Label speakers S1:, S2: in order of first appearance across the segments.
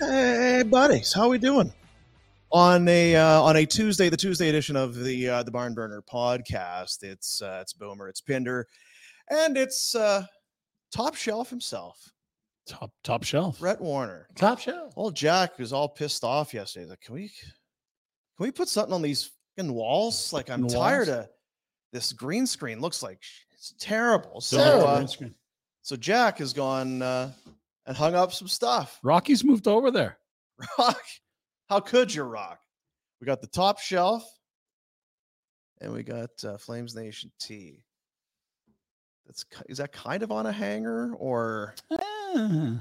S1: Hey, buddies, how we doing? On a uh, on a Tuesday, the Tuesday edition of the uh, the Barn Burner podcast. It's uh, it's Boomer, it's Pinder, and it's uh, Top Shelf himself,
S2: Top top shelf.
S1: Brett Warner.
S2: Top shelf.
S1: Old Jack was all pissed off yesterday. He's like, can we can we put something on these fucking walls? Like, I'm
S2: Walls?
S1: tired of this green screen. Looks like sh- it's terrible. So,
S2: Don't look at the
S1: uh,
S2: green screen.
S1: so Jack has gone uh, and hung up some stuff.
S2: Rocky's moved over there.
S1: rock. How could you rock? We got the top shelf, and we got uh, Flames Nation tea. That's ki- is that kind of on a hanger, or
S2: Ah,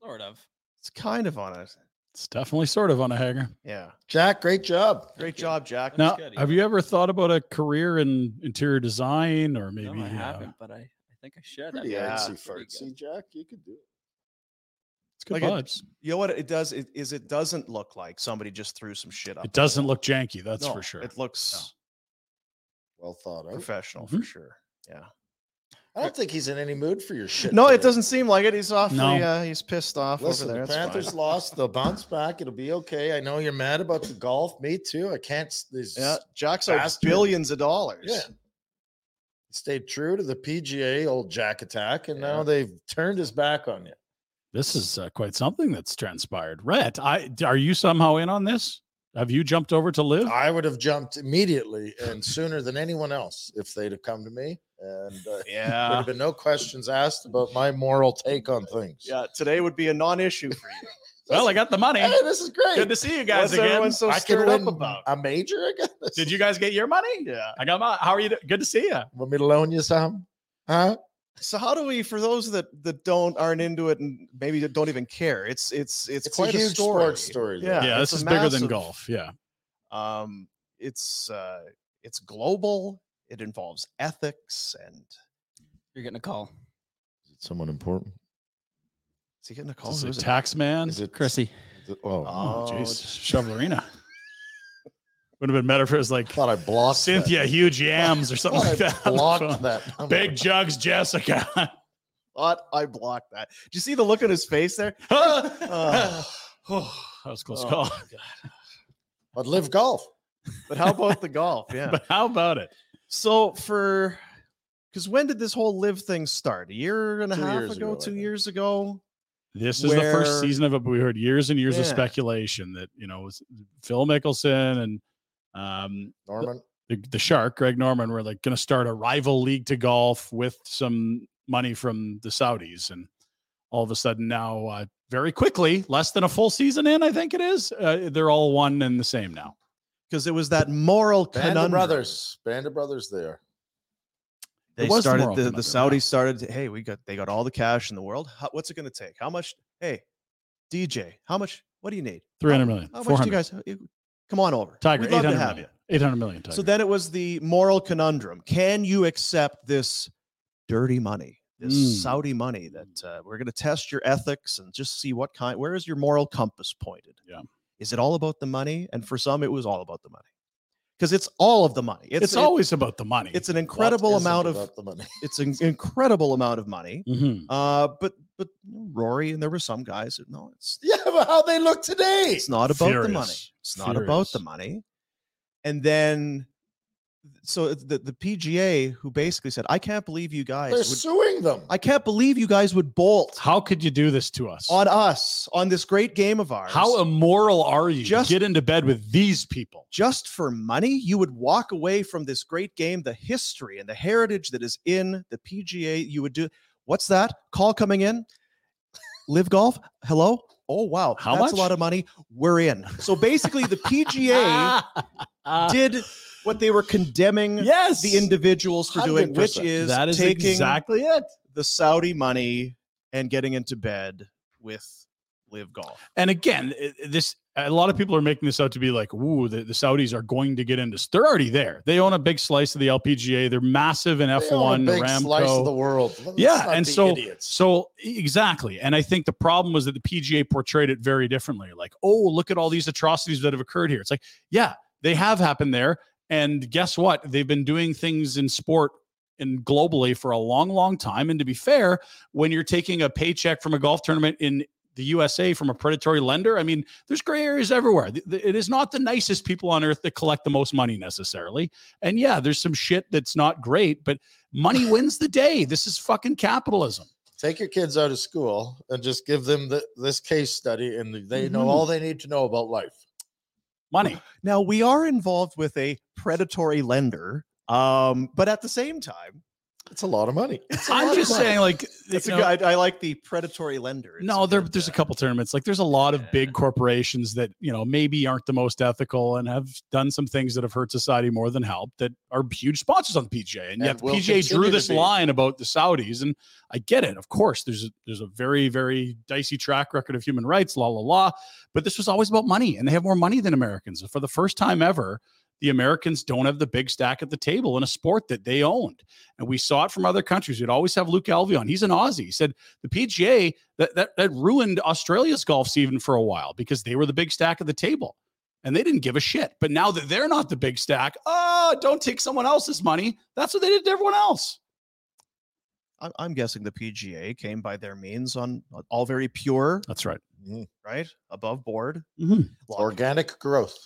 S3: Sort of.
S1: it's kind of on a
S2: It's definitely sort of on a hanger.
S1: yeah.
S4: Jack, great job.
S1: Great job, Jack.
S2: Now,
S3: good,
S2: have
S3: yeah.
S2: you ever thought about a career in interior design or maybe
S3: no,
S2: uh,
S3: I haven't, but I, I think I should. I
S4: Pretty
S3: mean,
S1: yeah,
S3: it's
S4: artsy
S3: pretty
S4: fartsy,
S3: good.
S4: Jack. You could do it.
S2: it's good
S1: Like a-
S2: vibes?
S1: You know what it does it, is it doesn't look like somebody just threw some shit up. on
S2: It
S1: the
S2: doesn't
S1: wall.
S2: look janky, that's
S1: No,
S2: for sure.
S1: It looks
S4: Well thought out.
S1: professional for
S2: Mhm.
S1: sure. Yeah.
S4: I don't think he's in any mood for your shit.
S1: No, it
S4: today.
S1: doesn't seem like it. He's off.
S2: No.
S1: The, uh, he's pissed off
S4: Listen,
S1: over
S4: the
S1: there. That's fine.
S4: Panthers lost. They'll bounce back. It'll be okay. I know you're mad about the golf. Me too. I can't. s- These
S1: Yeah, Jack's owed
S4: Bastard.
S1: billions of dollars.
S4: Yeah. stayed true to the PGA old Jack attack, and
S1: Yeah.
S4: now they've turned his back on you.
S2: This is uh, quite something that's transpired. Rhett, I d- are you somehow in on this? Have you jumped over to live?
S4: I would have jumped immediately and sooner than anyone else if they'd have come to me, and uh, there would
S1: Yeah.
S4: have been no questions asked about my moral take on things.
S1: Yeah. Today would be a non-issue for you.
S2: well, I got the money.
S4: Hey, this is great.
S2: Good to see you guys
S1: What's
S2: again.
S1: everyone so
S4: I can
S1: stirred up
S4: win
S1: about?
S4: a major. I guess.
S2: Did you guys get your money?
S1: Yeah.
S2: I got my. How are you? do- Good to see you.
S4: want me to loan you some? Huh?
S1: So how do we, for those that that don't aren't into it and maybe that don't even care, it's it's it's,
S4: It's a
S1: quite
S4: huge
S1: story.
S4: sports story, though.
S1: Yeah,
S2: yeah,
S1: it's
S2: this is
S1: a
S2: bigger than
S1: massive-
S2: golf. Yeah.
S1: Um, it's uh, it's global. It involves ethics and
S3: You're getting a call.
S4: Someone important.
S1: is he getting a call?
S2: Is
S1: Who
S2: it
S1: is it?
S2: tax man?
S4: Is it
S3: Chrissy.
S4: is it- Oh, I
S2: Oh,
S1: Oh,
S2: jeez.
S1: sh-
S2: Shovelerina. Would have been better if it was like
S4: thought I blocked
S2: Cynthia
S4: that.
S2: Huge Yams or something
S4: Thought I
S2: like that. on the phone.
S4: Blocked that. number.
S2: Big Jugs Jessica.
S1: Thought I blocked that. Did you see the look on his face there?
S2: that
S1: Uh,
S2: was a close
S1: oh,
S2: call.
S4: But live golf.
S1: But how about the golf? Yeah.
S2: But how about it?
S1: So for because when did this whole live thing start? A year and a
S4: Two
S1: half
S4: years
S1: ago,
S4: ago, I
S1: two
S4: think.
S1: years ago.
S2: This is the
S1: Where-
S2: first season of it. but We heard years and years of
S1: Yeah.
S2: speculation that you know was Phil Mickelson and um,
S4: Norman.
S2: the, the shark Greg Norman were like going to start a rival league to golf with some money from the Saudis, and all of a sudden now, uh, very quickly, less than a full season in, I think it is, uh, they're all one and the same now.
S1: Because it was that moral
S4: Band
S1: conundrum.
S4: of Brothers. Band of Brothers there.
S1: They
S2: It was the
S1: started
S2: moral
S1: the, the
S2: conundrum,
S1: Saudis
S2: yeah.
S1: started. to, Hey, we got they got all the cash in the world. How, what's it going to take? How much? Hey, DJ, how much? What do you need?
S2: Three hundred million.
S1: How
S2: four
S1: much do
S2: hundred.
S1: Oh, you guys? you- Come on over.
S2: Tiger.
S1: We'd
S2: Eight
S1: love to
S2: hundred
S1: have you.
S2: million. Eight hundred million. Tiger.
S1: So then it was the moral conundrum. Can you accept this dirty money, this
S2: Mm.
S1: Saudi money that uh, we're going to test your ethics and just see what kind, where is your moral compass pointed?
S2: Yeah.
S1: Is it all about the money? And for some, it was all about the money because it's all of the money.
S2: it's,
S1: It's, it-
S2: always about the money.
S1: it's an
S4: What
S1: incredible
S4: isn't
S1: amount of,
S4: about the money.
S1: it's an incredible amount of money.
S2: Mhm.
S1: Uh, but, but Rory, and there were some guys that, no, it's,
S4: Yeah, but how they look today.
S1: it's not about the money.
S2: Furious.
S1: It's not about
S2: Furious.
S1: the money. And then, so it's the, the PGA, who basically said, I can't believe you guys
S4: They're
S1: would,
S4: suing them.
S1: I can't believe you guys would bolt
S2: How could you do this to us?
S1: on us, on this great game of ours.
S2: How immoral are you?
S1: Just-
S2: Get into bed with these people.
S1: just for money, you would walk away from this great game, the history and the heritage that is in the PGA. You would do what's that call coming in? Live golf? Hello? Oh, wow.
S2: How
S1: That's a
S2: much?
S1: lot of money. We're in. So basically, the
S2: Ah,
S1: PGA did what they were condemning
S2: yes.
S1: the individuals for doing, which
S4: 100%.
S1: is,
S2: that is
S1: taking
S2: exactly it.
S1: the Saudi money and getting into bed with live golf.
S2: And again, i- i- this a lot of people are making this out to be like, "Ooh, the, the Saudis are going to get into." s-" They're already there. They own a big slice of the LPGA. They're massive in
S4: They own a
S2: F1,
S4: Oh, big
S2: Ramco.
S4: slice of the world. Let's
S2: yeah,
S4: not
S2: and
S4: be
S2: so
S4: idiots.
S2: so e, exactly. And I think the problem was that the PGA portrayed it very differently. Like, "Oh, look at all these atrocities that have occurred here." It's like, "Yeah, they have happened there." And guess what? They've been doing things in sport and globally for a long, long time. And to be fair, when you're taking a paycheck from a golf tournament in the USA from a predatory lender, I mean, there's gray areas everywhere. Th- th- It is not the nicest people on earth that collect the most money necessarily. And yeah, there's some shit that's not great, but money wins the day. This is fucking capitalism.
S4: Take your kids out of school and just give them the, this case study, and they
S2: Mhm.
S4: know all they need to know about life.
S2: Money.
S1: Now we are involved with a predatory lender, um, but at the same time,
S4: It's a lot of money. It's a lot
S2: I'm
S4: of
S2: just
S4: money.
S2: saying, like,
S1: it's
S2: you know,
S1: a good, I, I like the predatory lender. It's
S2: No, there,
S1: good,
S2: there's a
S1: uh,
S2: couple tournaments. Like there's a lot of big corporations that you know maybe aren't the most ethical and have done some things that have hurt society more than helped that are huge sponsors on the PGA. And, yet
S4: And will
S2: the PGA drew
S4: continue to
S2: this
S4: be.
S2: line about the Saudis, and I get it. Of course, there's a, there's a very very dicey track record of human rights, la la la. But this was always about money, and they have more money than Americans. For the first time ever, the Americans don't have the big stack at the table in a sport that they owned. And we saw it from other countries. We'd always have Luke Alvey on. He's an Aussie. He said the PGA that that that ruined Australia's golf season for a while because they were the big stack at the table. And they didn't give a shit. But now that they're not the big stack, oh, don't take someone else's money. That's what they did to everyone else.
S1: I'm, I'm guessing the PGA came by their means on all very pure,
S2: That's right.
S4: Mhm.
S1: right, above board.
S2: Mm-hmm.
S1: Look,
S4: organic growth.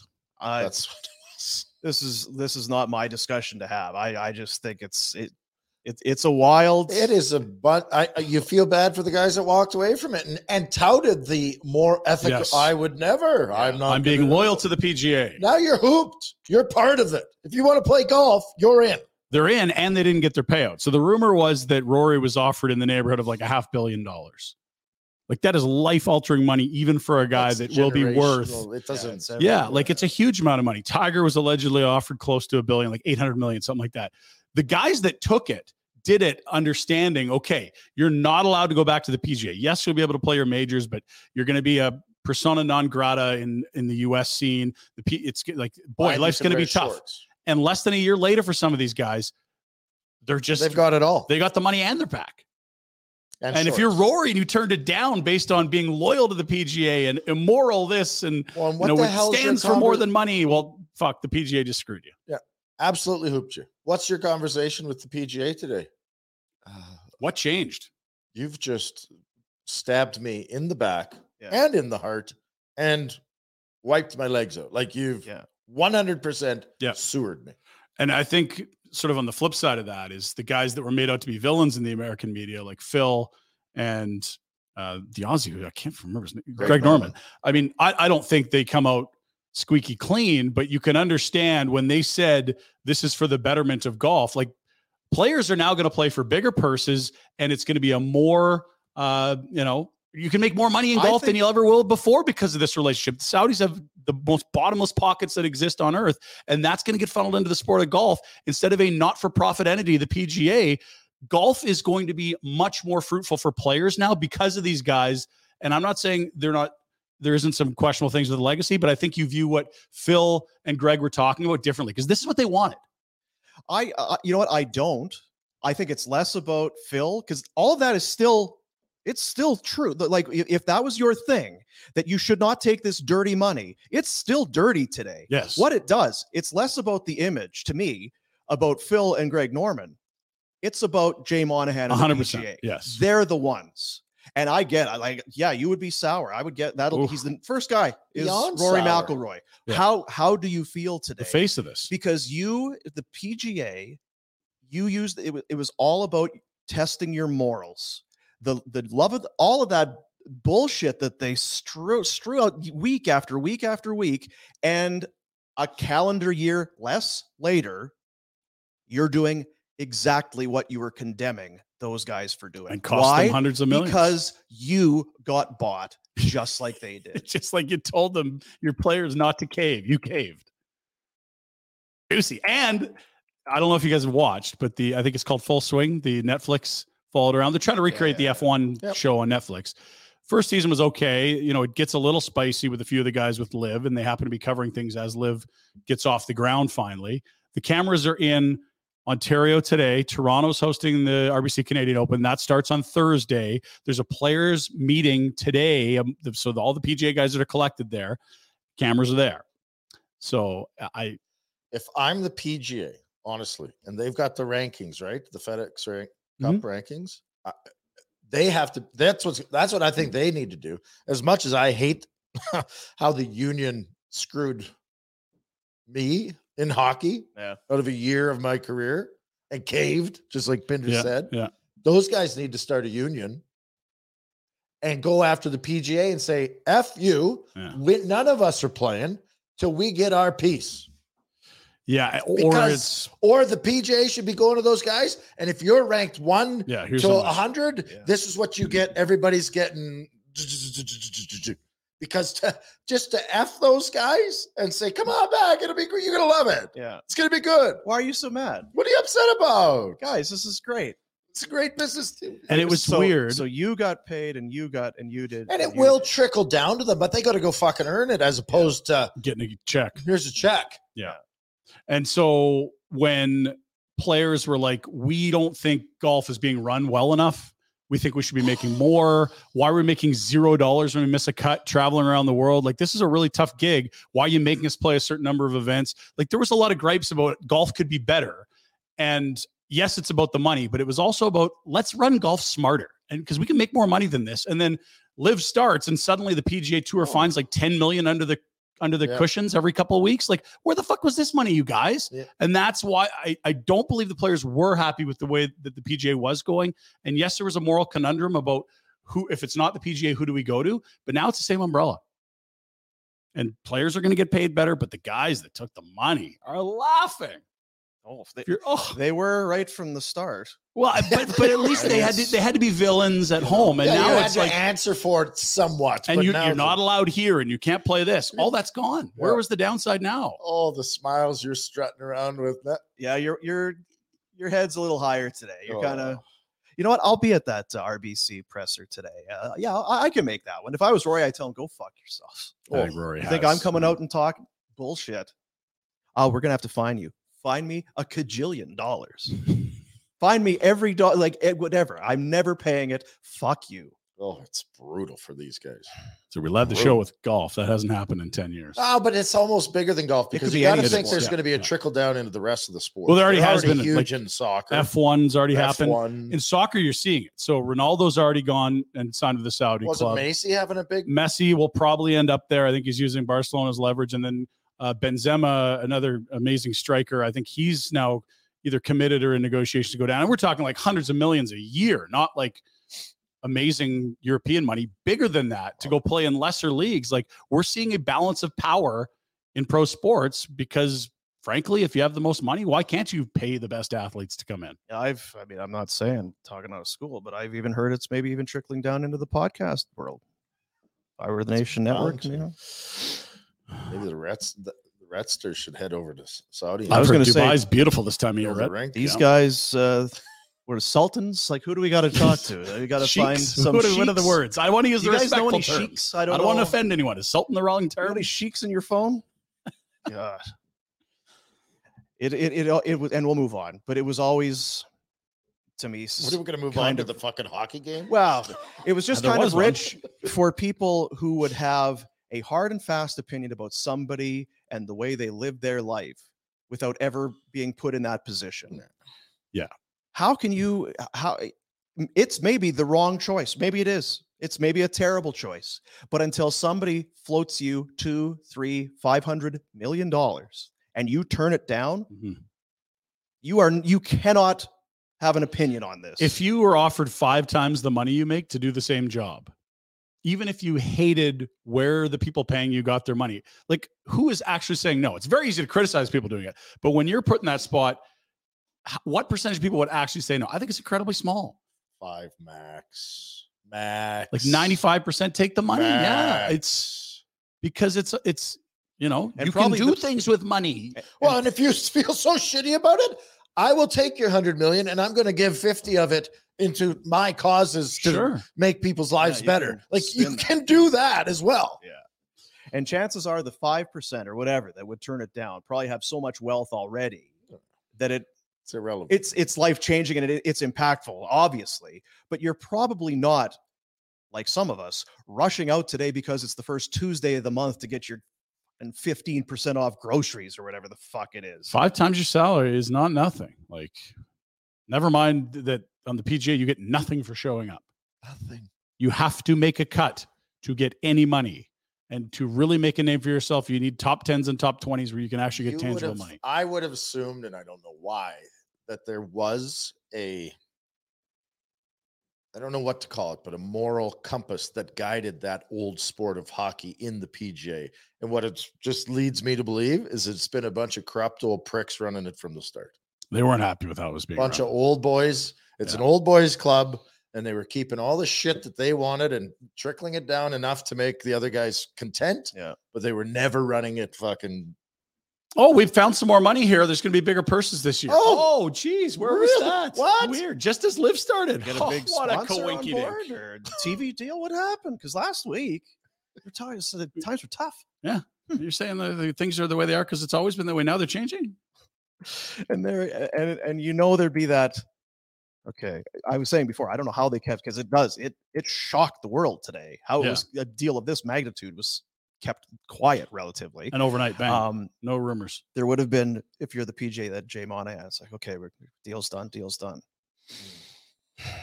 S1: uh,
S4: That's what it was.
S1: this is this is not my discussion to have. I I just think it's it, it it's a wild.
S4: It is a but I I- you feel bad for the guys that walked away from it and, and touted the more ethical.
S2: Yes.
S4: I would never. I'm not.
S2: I'm being
S4: gonna-
S2: loyal to the PGA.
S4: Now you're hooped. You're part of it. If you want to play golf, you're in.
S2: They're in and they didn't get their payout. So the rumor was that Rory was offered in the neighborhood of like a half billion dollars. Like that is life altering money, even for a guy
S4: That's
S2: that will be worth
S4: generational. It doesn't.
S1: it's
S2: Yeah, like it's a huge amount of money. Tiger was allegedly offered close to a billion, like 800 million, something like that. The guys that took it did it understanding, okay, you're not allowed to go back to the PGA. Yes, you'll be able to play your majors, but you're going to be a persona non grata in in the US scene. The P, it's like boy,
S4: Why do
S2: life's
S4: you
S2: going to be
S4: compare
S2: tough.
S4: shorts?
S2: And less than a year later for some of these guys, they're just
S4: They've got it all.
S2: they got the money and they're back. and if you're
S4: shorts.
S2: Rory and you turned it down based on being loyal to the PGA and immoral this and
S4: well, and
S2: you
S4: what
S2: know,
S4: the
S2: it
S4: hell is your
S2: stands for more
S4: conver-
S2: than money. Well, fuck, the PGA just screwed you.
S4: absolutely hooped you. What's your conversation with the PGA today? Uh,
S2: What changed?
S4: you've just stabbed me in the back
S1: Yeah.
S4: and in the heart and wiped my legs out. Like you've
S1: Yeah.
S4: 100%
S2: Yeah.
S4: sewered me.
S2: And I think sort of on the flip side of that is the guys that were made out to be villains in the American media, like Phil and uh, the Aussie, who I can't remember his name, Greg, Norman. I mean, I, I don't think they come out squeaky clean, but you can understand when they said this is for the betterment of golf. Like players are now going to play for bigger purses, and it's going to be a more, uh, you know, you can make more money in
S4: I
S2: golf than
S4: think-
S2: you ever will before because of this relationship. The Saudis have the most bottomless pockets that exist on earth, and that's going to get funneled into the sport of golf instead of a not-for-profit entity, the PGA. Golf is going to be much more fruitful for players now because of these guys. And I'm not saying they're not there isn't some questionable things with the legacy, but I think you view what Phil and Greg were talking about differently because this is what they wanted.
S1: I, I you know what I don't. I think it's less about Phil because all of that is still it's still true. Th- Like i- if that was your thing that you should not take this dirty money, it's still dirty today.
S2: Yes.
S1: What it does, it's less about the image to me about Phil and Greg Norman. It's about Jay Monahan and 100%,
S2: 100%. Yes.
S1: They're the ones. And I get I like yeah, you would be sour. I would get that'll
S2: Oof.
S1: he's the first guy is
S4: Beyond
S1: Rory
S4: sour.
S1: McIlroy.
S2: Yeah.
S1: How how do you feel today?
S2: the face of this.
S1: because you the PGA you used it was, it was all about testing your morals the the love of all of that bullshit that they strew strew out week after week after week and a calendar year less later you're doing exactly what you were condemning those guys for doing
S2: And cost them hundreds of millions.
S1: because you got bought just like they did
S2: it's just like you told them your players not to cave. You caved. Juicy. And I don't know if you guys have watched, but the I think it's called Full Swing, the Netflix followed around. They're trying to recreate
S4: yeah,
S2: the F1
S4: Yep.
S2: show on Netflix. First season was okay. You know, it gets a little spicy with a few of the guys with Liv, and they happen to be covering things as Liv gets off the ground finally. The cameras are in Ontario today. Toronto's hosting the RBC Canadian Open. That starts on Thursday. There's a players meeting today. um, the- So the- all the PGA guys that are collected there, cameras are there. So I
S4: If I'm the PGA, honestly, and they've got the rankings, right? The FedEx rank, Cup
S2: Mm-hmm.
S4: rankings. I, uh, they have to. That's what's. That's what I think they need to do. As much as I hate how the union screwed me in hockey
S3: Yeah.
S4: out of a year of my career and caved, just like Pinder said.
S2: yeah.
S4: Those guys need to start a union and go after the PGA and say, "F you,
S2: Yeah.
S4: we, none of us are playing till we get our piece."
S2: Yeah, or
S4: Because-
S2: it's
S4: Or the PGA should be going to those guys, and if you're ranked one
S2: yeah. Here's
S4: to
S2: how
S4: a
S2: much.
S4: hundred,
S1: Yeah.
S4: this is what you get. Everybody's getting because to, just to f those guys and say, "Come on back, it'll be great. You're gonna love it.
S1: yeah
S4: It's gonna be good."
S1: why are you so mad
S4: What are you upset about?
S1: guys this is great
S4: It's a great business, too.
S2: and it was
S1: so,
S2: weird.
S1: So you got paid, and you got, and you did,
S4: and it
S1: you
S4: will
S1: did.
S4: trickle down to them, but they got to go fucking earn it as opposed to
S2: getting a check,
S4: here's a check.
S2: and so when players were like, "We don't think golf is being run well enough. We think we should be making more. Why are we making zero dollars when we miss a cut traveling around the world? Like this is a really tough gig. Why are you making us play a certain number of events? Like there was a lot of gripes about golf could be better, and yes, it's about the money, but it was also about let's run golf smarter, and because we can make more money than this, and then. Live starts and suddenly the PGA
S1: Oh.
S2: Tour finds like 10 million under the under the
S4: Yeah.
S2: cushions every couple of weeks. Like, where the fuck was this money, you guys? And that's why I, I don't believe the players were happy with the way that the PGA was going. And yes, there was a moral conundrum about who, if it's not the PGA, who do we go to? But now it's the same umbrella. And players are going to get paid better, but the guys that took the money are laughing.
S1: Oh, they,
S2: If you're, oh,
S1: they were right from the start.
S2: well, I- but, but at least they had to, they had to be villains at home, and
S4: yeah, you
S2: Oh, now
S4: had
S2: it's
S4: to
S2: like,
S4: answer for it somewhat.
S2: and
S4: but
S2: you,
S4: now
S2: you're
S4: the-
S2: not allowed here, and you can't play this. All that's gone. Where
S4: Yeah.
S2: was the downside now?
S4: all the smiles you're strutting around with. That,
S1: Yeah, your your your head's a little higher today. You're
S4: Oh.
S1: kind of, you know what? I'll be at that uh, RBC presser today. Uh, yeah, I, I can make that one. If I was Rory, I tell him go fuck yourself.
S4: Oh,
S2: Rory
S1: You think I'm coming out and talking bullshit? Oh, we're gonna have to fine you. Find me a cajillion dollars. Find me every dollar, like eh, whatever. I'm never paying it. Fuck you.
S4: oh, it's brutal for these guys.
S2: So we led the show with golf. That hasn't happened in ten years.
S4: Oh, but it's almost bigger than golf
S1: It could
S4: because
S1: be
S4: you got
S1: any
S4: to think
S1: sport.
S4: there's
S2: Yeah,
S4: going to be a
S2: yeah.
S4: trickle down into the rest of the sport.
S2: Well, there already
S4: They're
S2: has been,
S4: huge
S2: like,
S4: in soccer.
S2: F1's already happened.
S4: F1.
S2: In soccer, you're seeing it. So Ronaldo's already gone and signed with the Saudi
S4: Wasn't
S2: club.
S4: Macy having a big?
S2: Messi will probably end up there. I think he's using Barcelona's leverage, and then Uh, Benzema, another amazing striker. I think he's now either committed or in negotiations to go down. And we're talking like hundreds of millions a year, not like amazing European money, bigger than that to go play in lesser leagues. Like we're seeing a balance of power in pro sports because frankly, if you have the most money, why can't you pay the best athletes to come in?
S1: Yeah, I've, I mean, I'm not saying talking out of school, but I've even heard it's maybe even trickling down into the podcast world. If I were the Nation Network, you know.
S2: Mm.
S4: Maybe the Reds, the, the Redster should head over to Saudi.
S1: I was
S2: I've heard
S1: gonna say-
S2: Dubai's beautiful this time of year,
S4: Over
S2: right?
S4: ranked.
S1: These
S2: Yeah.
S1: guys uh, were sultans. Like, who do we got to talk to? We got to find
S2: Sheiks?
S1: some.
S2: what, are, what are the
S1: sheiks?
S2: words? I want to use
S1: Do you
S2: the
S1: guys know
S2: respectful
S1: any
S2: term.
S1: sheiks? I
S2: I
S1: don't,
S2: don't want to
S1: know.
S2: offend anyone. Is Sultan the wrong
S1: You got
S2: term?
S1: any sheiks in your phone? God. It it it al- it was, and we'll move on. But it was always to me. s-
S4: What are we going to move on
S1: Kind
S4: to
S1: of.
S4: the fucking hockey game?
S1: Well, it was just
S2: There
S1: kind
S2: was
S1: of
S2: one.
S1: rich for people who would have a hard and fast opinion about somebody and the way they live their life without ever being put in that position.
S2: Yeah.
S1: How can you how m- it's maybe the wrong choice. Maybe it is. It's maybe a terrible choice. But until somebody floats you two, three, five hundred million dollars and you turn it down,
S2: Mhm.
S1: you are n- you cannot have an opinion on this.
S2: If you were offered five times the money you make to do the same job, even if you hated where the people paying you got their money, like who is actually saying no? It's very easy to criticize people doing it. But when you're put in that spot, h- what percentage of people would actually say no? I think it's incredibly small.
S4: Five max. Max.
S2: Like 95% take the money. Yeah.
S4: Max.
S2: It's because it's, it's, you know,
S1: And
S2: you can
S1: probably
S2: do
S1: the- Eh,
S2: things with money.
S4: Well, and if you feel so shitty about it, I will take your hundred million, and I'm going to give fifty of it into my causes to
S2: Sure.
S4: make people's lives
S1: you
S4: better.
S1: can
S4: Like you
S1: spin that.
S4: can do that as well.
S1: And chances are the 5% or whatever that would turn it down probably have so much wealth already that it
S4: It's irrelevant.
S1: it's it's life changing and it, it's impactful obviously, but you're probably not like some of us rushing out today because it's the first Tuesday of the month to get your and 15% off groceries or whatever the fuck it is.
S2: five times your salary is not nothing. Like, never mind that on the PGA, you get nothing for showing up.
S4: Nothing.
S2: You have to make a cut to get any money. And to really make a name for yourself, you need top 10s and top 20s where you can actually get
S4: You would
S2: tangible
S4: have-
S2: money.
S4: I would have assumed, and I don't know why, that there was a I don't know what to call it, but a moral compass that guided that old sport of hockey in the PGA. And what it just leads me to believe is it's been a bunch of corrupt old pricks running it from the start.
S2: They weren't happy with how it was being
S4: bunch
S2: run.
S4: of old boys. It's an old boys club, and they were keeping all the shit that they wanted and trickling it down enough to make the other guys content.
S1: Yeah.
S4: But they were never running it fucking.
S2: Oh, we found some more money here. There's going to be bigger purses this year.
S4: Oh,
S2: geez,
S4: really? What?
S2: Weird. Just as Live started.
S1: Get
S2: Oh,
S1: a big
S2: what a
S1: sponsor on
S2: coinky
S1: board or TV deal what happened cuz last week your times so the times were tough.
S2: You're saying the, the things are the way they are because it's always been the way. Now they're changing.
S1: and there a- and and you know there'd be that okay i was saying before i don't know how they kept because it does it it shocked the world today how it
S2: Yeah.
S1: was a deal of this magnitude was kept quiet relatively
S2: An overnight bang.
S1: um
S2: no rumors.
S1: there would have been if you're the pj that jay monahan it's like okay we're, deal's done deal's done
S2: Mm.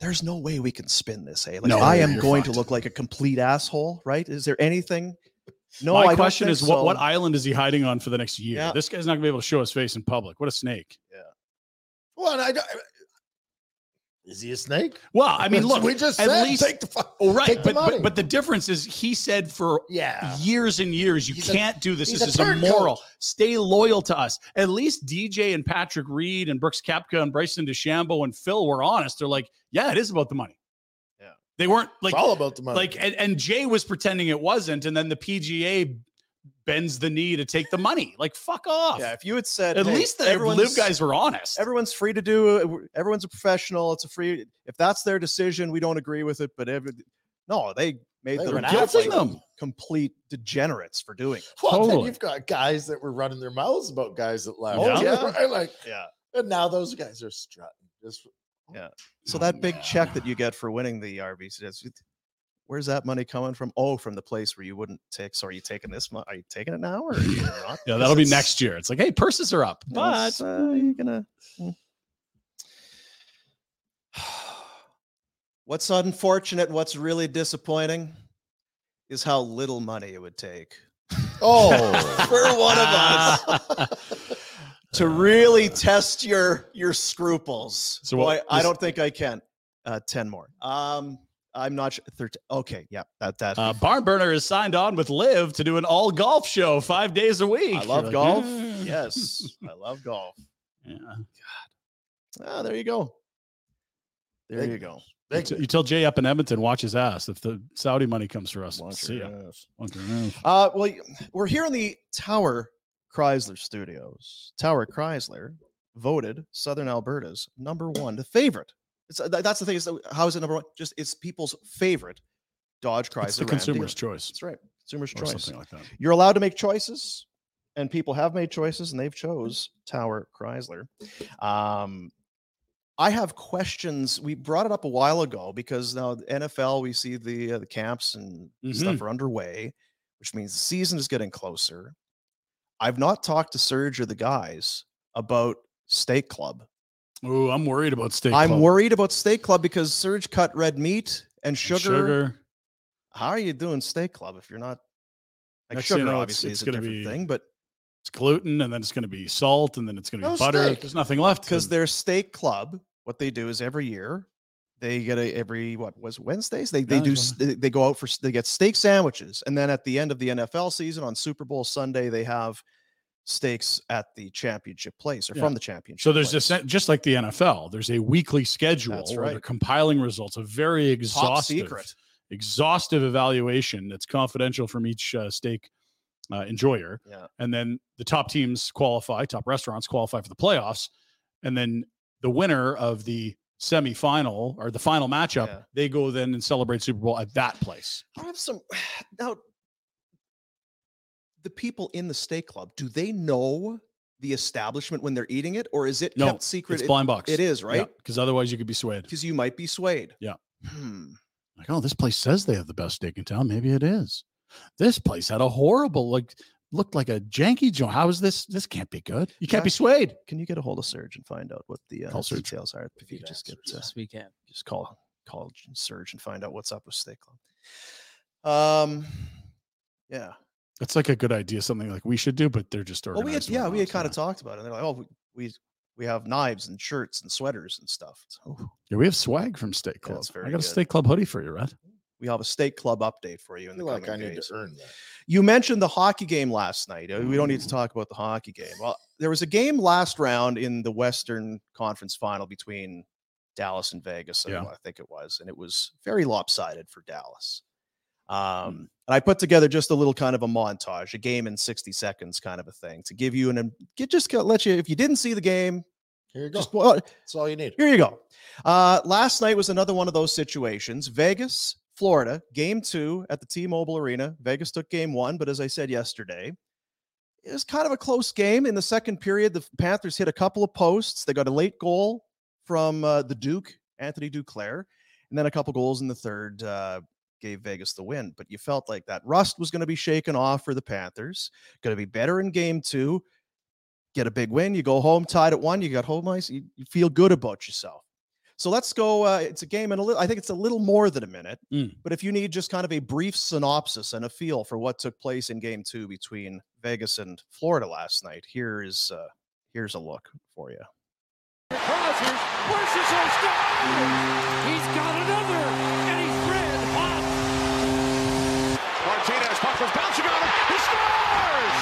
S1: there's no way we can spin this hey like
S2: No,
S1: i am
S2: you're
S1: going
S2: fucked.
S1: to look like a complete asshole right is there anything no I
S2: My
S1: don't
S2: question
S1: think
S2: is what, what
S1: so.
S2: island is he hiding on for the next year?
S1: Yeah.
S2: This guy's not gonna be able to show his face in public. What a snake.
S4: Well, and I don't. Is he a snake?
S2: Well, I mean,
S4: That's what
S2: look,
S4: we just
S2: at
S4: said,
S2: least-
S4: take the fuck.
S2: oh right,
S4: take the
S2: but,
S4: money.
S2: but but the difference is he said for
S4: yeah,
S2: years and years you
S4: He's a-
S2: can't do this.
S4: he's
S2: This
S4: a
S2: is
S4: turncoat.
S2: immoral. Stay loyal to us. At least DJ and Patrick Reed and Brooks Kapka and Bryson DeChambeau and Phil were honest. They're like, yeah, it is about the money.
S1: Yeah.
S2: they weren't like
S4: it's all about the money.
S2: like and, and Jay was pretending it wasn't, and then the PGA bends the knee to take the money. Like fuck off.
S1: yeah if you had said
S2: At
S1: "Hey,
S2: least the live
S1: everyone's-
S2: guys were honest.
S1: everyone's free to do it. We're- Everyone's a professional. It's a free. If that's their decision, we don't agree with it. But every, no, they made
S4: They
S1: them
S4: were
S1: out
S4: guilting
S1: like
S2: them.
S1: complete degenerates for doing. It.
S4: well, then
S2: totally.
S4: you've got guys that were running their mouths about guys that left.
S2: Oh,
S1: yeah.
S4: Right? like
S1: Yeah.
S4: And now those guys are strutting. Just
S1: So that
S2: Mm,
S1: big check that you get for winning the RBC, that's- where's that money coming from? Oh, from the place where you wouldn't take. So are you taking this? Mo- are you taking it now or? Are you not?
S2: Yeah,
S1: 'Cause
S2: that'll be
S1: it's-
S2: next year. It's like, hey, purses are up, but
S1: it's, uh, you're gonna. mm. What's unfortunate, what's really disappointing, is how little money it would take
S4: Oh,
S1: for one of us to really test your your scruples.
S2: So
S1: Uh. So
S2: what-
S1: Boy, I
S2: this-
S1: don't think I can. Uh, Ten more. Um, I'm not sure. Thirteen. Okay, yeah, that that.
S2: Uh, Barnburner is signed on with Live to do an all golf show five days a week.
S1: I
S2: You're
S1: love
S2: like,
S1: golf.
S2: "Mm."
S1: Yes, I love golf.
S2: Yeah.
S1: Ah, there you go. There you go.
S2: You,
S4: big
S2: t- you tell Jay up in Edmonton, watch his ass. If the Saudi money comes for us,
S4: Watch
S2: see
S4: your
S2: ya.
S4: ass.
S2: Watch your ass.
S1: Uh, well, y- we're here in the Tower Chrysler Studios. Tower Chrysler voted Southern Alberta's number one, the favorite. It's, uh, tha- that's the thing. Is uh, how is it number one? Just it's people's favorite Dodge Chrysler.
S2: It's the
S1: Ram
S2: consumer's
S1: dealer.
S2: choice
S1: That's right. Consumer's
S2: or
S1: choice.
S2: something like that.
S1: You're allowed to make choices, and people have made choices, and they've
S2: Mm-hmm.
S1: chose Tower Chrysler. Um, I have questions. We brought it up a while ago because now the NFL, we see the uh, the camps and
S2: Mm-hmm.
S1: stuff are underway, which means the season is getting closer. I've not talked to Serge or the guys about Steak Club.
S2: Ooh, I'm worried about steak.
S1: I'm
S2: club.
S1: worried about Steak Club because Serge cut red meat and
S2: And
S1: sugar. How are you doing Steak Club if you're not? Like
S2: Next thing you
S1: sugar
S2: know, it's-
S1: obviously
S2: it's
S1: is a
S2: gonna
S1: different
S2: be-
S1: thing, but
S2: It's gluten, and then it's going to be salt, and then it's going to be
S4: No
S2: butter.
S4: steak.
S2: There's nothing left.
S1: because their steak club what they do is every year they get a every what was it, wednesdays they, they
S2: Yeah,
S1: do
S2: it's
S1: s- they they go out for s- they get steak sandwiches and then at the end of the nfl season on super bowl sunday they have steaks at the championship place or
S2: Yeah.
S1: from the championship
S2: So there's
S1: place.
S2: just just like the NFL, there's a weekly schedule
S1: That's
S2: where they're
S1: right.
S2: compiling results, a very exhaustive,
S1: top secret
S2: exhaustive evaluation that's confidential from each uh, stake uh, enjoyer.
S1: Yeah.
S2: And then the top teams qualify, top restaurants qualify for the playoffs, and then the winner of the semifinal or the final matchup,
S1: Yeah.
S2: they go then and celebrate Super Bowl at that place.
S1: i have some now the people in the steak club do they know the establishment when they're eating it or is it
S2: No,
S1: kept secret
S2: it's
S1: It-
S2: blind box.
S1: it is right
S2: Because otherwise you could be swayed.
S1: because you might be swayed
S2: Yeah.
S1: hmm.
S2: like, oh, this place says they have the best steak in town. Maybe it is. This place had a horrible, like, looked like a janky joint. How is this? This can't be good. You can't be swayed.
S1: can you get a hold of Surge and find out what the uh,
S2: Call Serge.
S1: details are? If you could just get uh,
S3: Yes, we can.
S1: just call call Surge and find out what's up with Steak Club. Um, yeah.
S2: That's like a good idea. Something like we should do, but they're just
S1: Well, we had
S2: organized
S1: yeah we
S2: around,
S1: had kind of
S2: yeah.
S1: talked about it. And they're like, oh, we, we we have knives and shirts and sweaters and stuff. It's, "Oh,
S2: Yeah, we have swag from Steak
S1: Yeah,
S2: Club.
S1: it's
S2: I
S1: very
S2: got a
S1: good.
S2: Steak Club hoodie for you, Red.
S1: we have a Steak Club update for you
S4: I
S1: in the
S4: feel like I
S1: coming
S4: need
S1: days.
S4: to earn that.
S1: You mentioned the hockey game last night. Uh, We don't need to talk about the hockey game. Well, there was a game last round in the Western Conference Final between Dallas and Vegas. I
S2: Yeah.
S1: don't know, I think it was, and it was very lopsided for Dallas. Um, and I put together just a little kind of a montage, a game in 60 seconds kind of a thing to give you an im- get just to let you if you didn't see the game,
S4: Here you go.
S1: just oh, well,
S4: That's all you need.
S1: here you go. Uh, last night was another one of those situations. Vegas, Florida, game two at the T Mobile Arena. Vegas took game one, but as I said yesterday, it was kind of a close game. In the second period, the Panthers hit a couple of posts. They got a late goal from uh, the Duke, Anthony Duclair, and then a couple goals in the third uh, gave Vegas the win. But you felt like that rust was going to be shaken off for the Panthers, going to be better in game two get a big win. You go home tied at one. You got home ice. You, you feel good about yourself. So let's go. Uh, it's a game in a little. I think it's a little more than a minute.
S2: Mm.
S1: But if you need just kind of a brief synopsis and a feel for what took place in Game Two between Vegas and Florida last night, here is uh, here's a look for you.
S5: He's got another, and he's red hot. Martinez, puck was bouncing on him. He scores!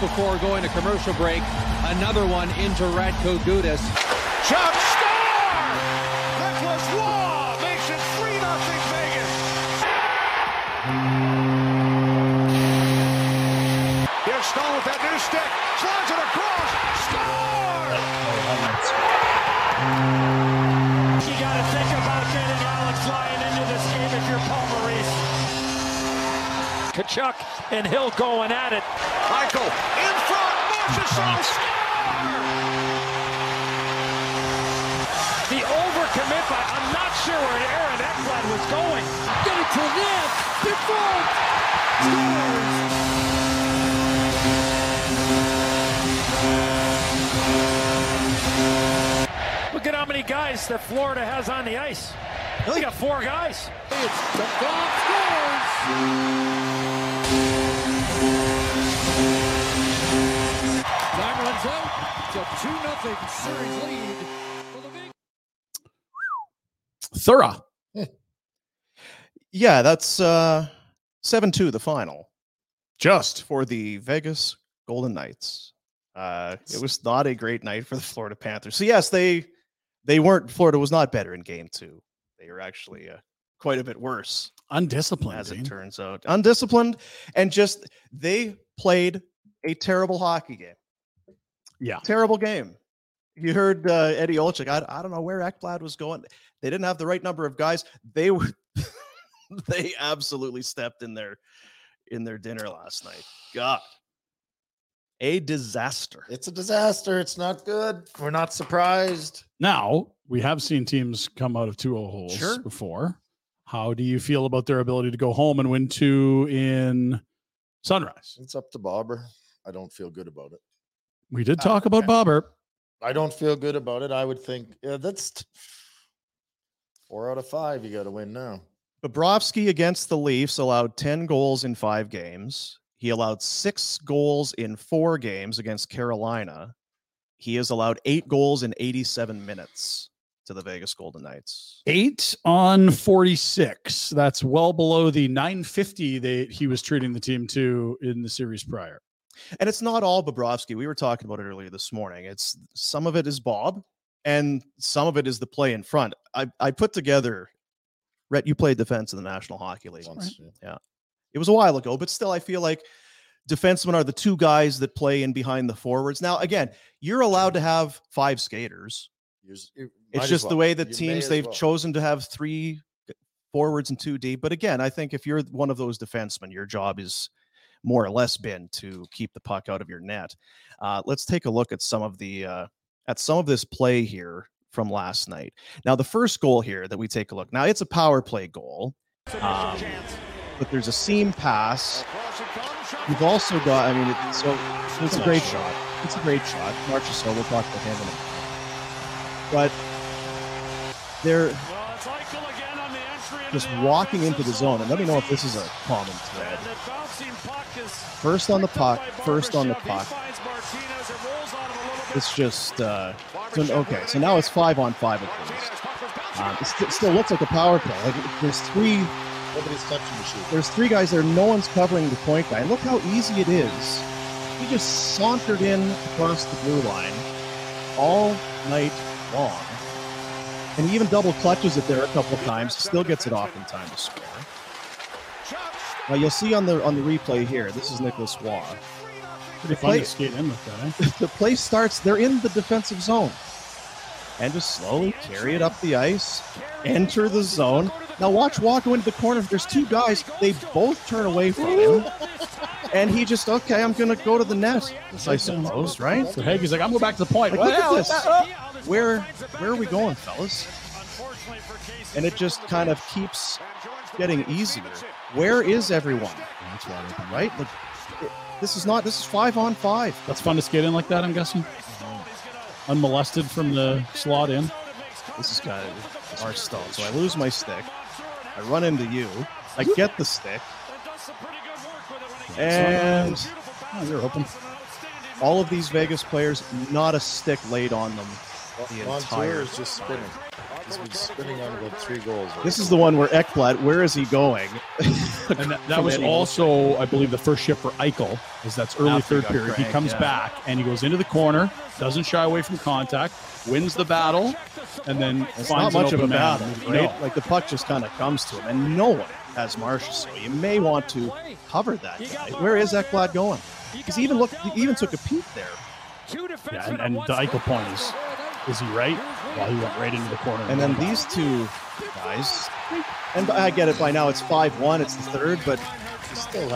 S3: Before going to commercial break, another one into Ratko Gudas.
S5: Chuck score! Nicholas Law makes it 3 nothing Vegas. Here's Stone with that new stick. Slides it across. Score!
S6: You got to think about getting Alex Lyon into this game if you're Paul Maurice. Kachuk and Hill going at it.
S5: Michael in front. Marchessault score!
S6: The overcommitment. I'm not sure where Aaron Eckblad was going. Get it to them. Default. Look at how many guys that Florida has on the ice. They got four guys.
S3: Time runs out. It's a 2 0 series lead for the Big
S2: Thorough.
S1: Yeah, that's uh, 7 2, the final, just for the Vegas Golden Knights. Uh, it was not a great night for the Florida Panthers. So, yes, they they weren't, Florida was not better in game two. They were actually uh, quite a bit worse,
S2: Undisciplined.
S1: as
S2: Dean.
S1: it turns out. Undisciplined and just they played a terrible hockey game.
S2: Yeah.
S1: terrible game. You heard uh, Eddie Olczyk. I, I don't know where Ekblad was going. They didn't have the right number of guys. They were they absolutely stepped in their in their dinner last night. God, a disaster.
S4: It's a disaster. It's not good. We're not surprised.
S2: Now, we have seen teams come out of 2 0 holes
S1: Sure.
S2: before. How do you feel about their ability to go home and win two in Sunrise?
S4: It's up to Bobber. I don't feel good about it.
S2: We did
S4: Uh,
S2: talk about
S4: okay.
S2: Bobber.
S4: I don't feel good about it. I would think yeah, that's t- four out of five. You got to win now.
S1: Bobrovsky against the Leafs allowed 10 goals in five games. He allowed six goals in four games against Carolina. He has allowed eight goals in 87 minutes to the Vegas Golden Knights.
S2: Eight on 46. That's well below the 950 that he was treating the team to in the series prior.
S1: And it's not all Bobrovsky. We were talking about it earlier this morning. It's some of it is Bob, and some of it is the play in front. I, I put together, Rhett, you played defense in the National Hockey League.
S4: Once, yeah.
S1: It was a while ago, but still, I feel like defensemen are the two guys that play in behind the forwards. Now, again, you're allowed to have five skaters.
S4: Use- you might
S1: It's
S4: as
S1: just the
S4: well.
S1: way that
S4: You may
S1: teams
S4: as
S1: they've
S4: well.
S1: chosen to have three forwards and two deep. But again, I think if you're one of those defensemen, your job is more or less been to keep the puck out of your net. Uh, let's take a look at some of the uh, at some of this play here from last night. Now, the first goal here that we take a look. Now, it's a power play goal, Um, but there's a seam pass. You've also got, I mean, it, so it's a great shot. It's a great shot. Marchessault, we'll talk about him in a minute. But they're just walking into the zone, and let me know if this is a common thread. First on the puck, first on the puck. It's just, uh, so, okay, so now it's five on five at least. Um, it st- still looks like a power play. Like there's three
S4: Nobody's touching the shoe.
S1: there's three guys there. No one's covering the point guy. Look how easy it is. He just sauntered in across the blue line all night long. And he even double clutches it there a couple of times. Still gets it off in time to score. Now you'll see on the on the replay here. This is Nicholas Waugh.
S2: Pretty fun to skate in with that. eh?
S1: The play starts. They're in the defensive zone, and just slowly carry it up the ice, enter the zone. Now watch Walker into the corner. If there's two guys, they both turn away from him, and he just okay. I'm gonna go to the net, I suppose, right?
S2: So Hagee's like, I'm going back to the point.
S1: Like,
S2: What
S1: look at
S2: the
S1: this.
S2: hell is that?
S1: Where where are we going, fellas? And it just kind of keeps getting easier. Where is everyone? Right? Like, it- this is not. This is five on five.
S2: That's fun to skate in like that, I'm guessing. Unmolested from the slot in.
S1: This is kind of our stuff. So I lose my stick. I run into you. I get the stick. And
S2: Oh, you're open.
S1: all of these Vegas players, not a stick laid on them the
S4: Montour
S1: entire.
S4: is just spinning. He's been spinning on about three goals.
S1: This is the one where Ekblad, where is he going?
S2: And that, that
S1: From
S2: was
S1: Eddie.
S2: also, I believe, the first shift for Eichel, is that's early
S1: After he
S2: third
S1: got
S2: period. he
S1: cranked,
S2: comes
S1: yeah.
S2: back and he goes into the corner, doesn't shy away from contact, wins the battle, and then
S1: It's not
S2: finds an
S1: much of a
S2: open man.
S1: battle,
S2: No.
S1: right? Like the puck just kind of comes to him, and no one has Marshall. So you may want to cover that guy. Where is Ekblad going? Because he even looked, he even took a peek there.
S2: Yeah, and, and the Eichel point is, is he right? Well, he went right into the corner.
S1: And then these two guys, and I get it by now. It's five one. It's the third, but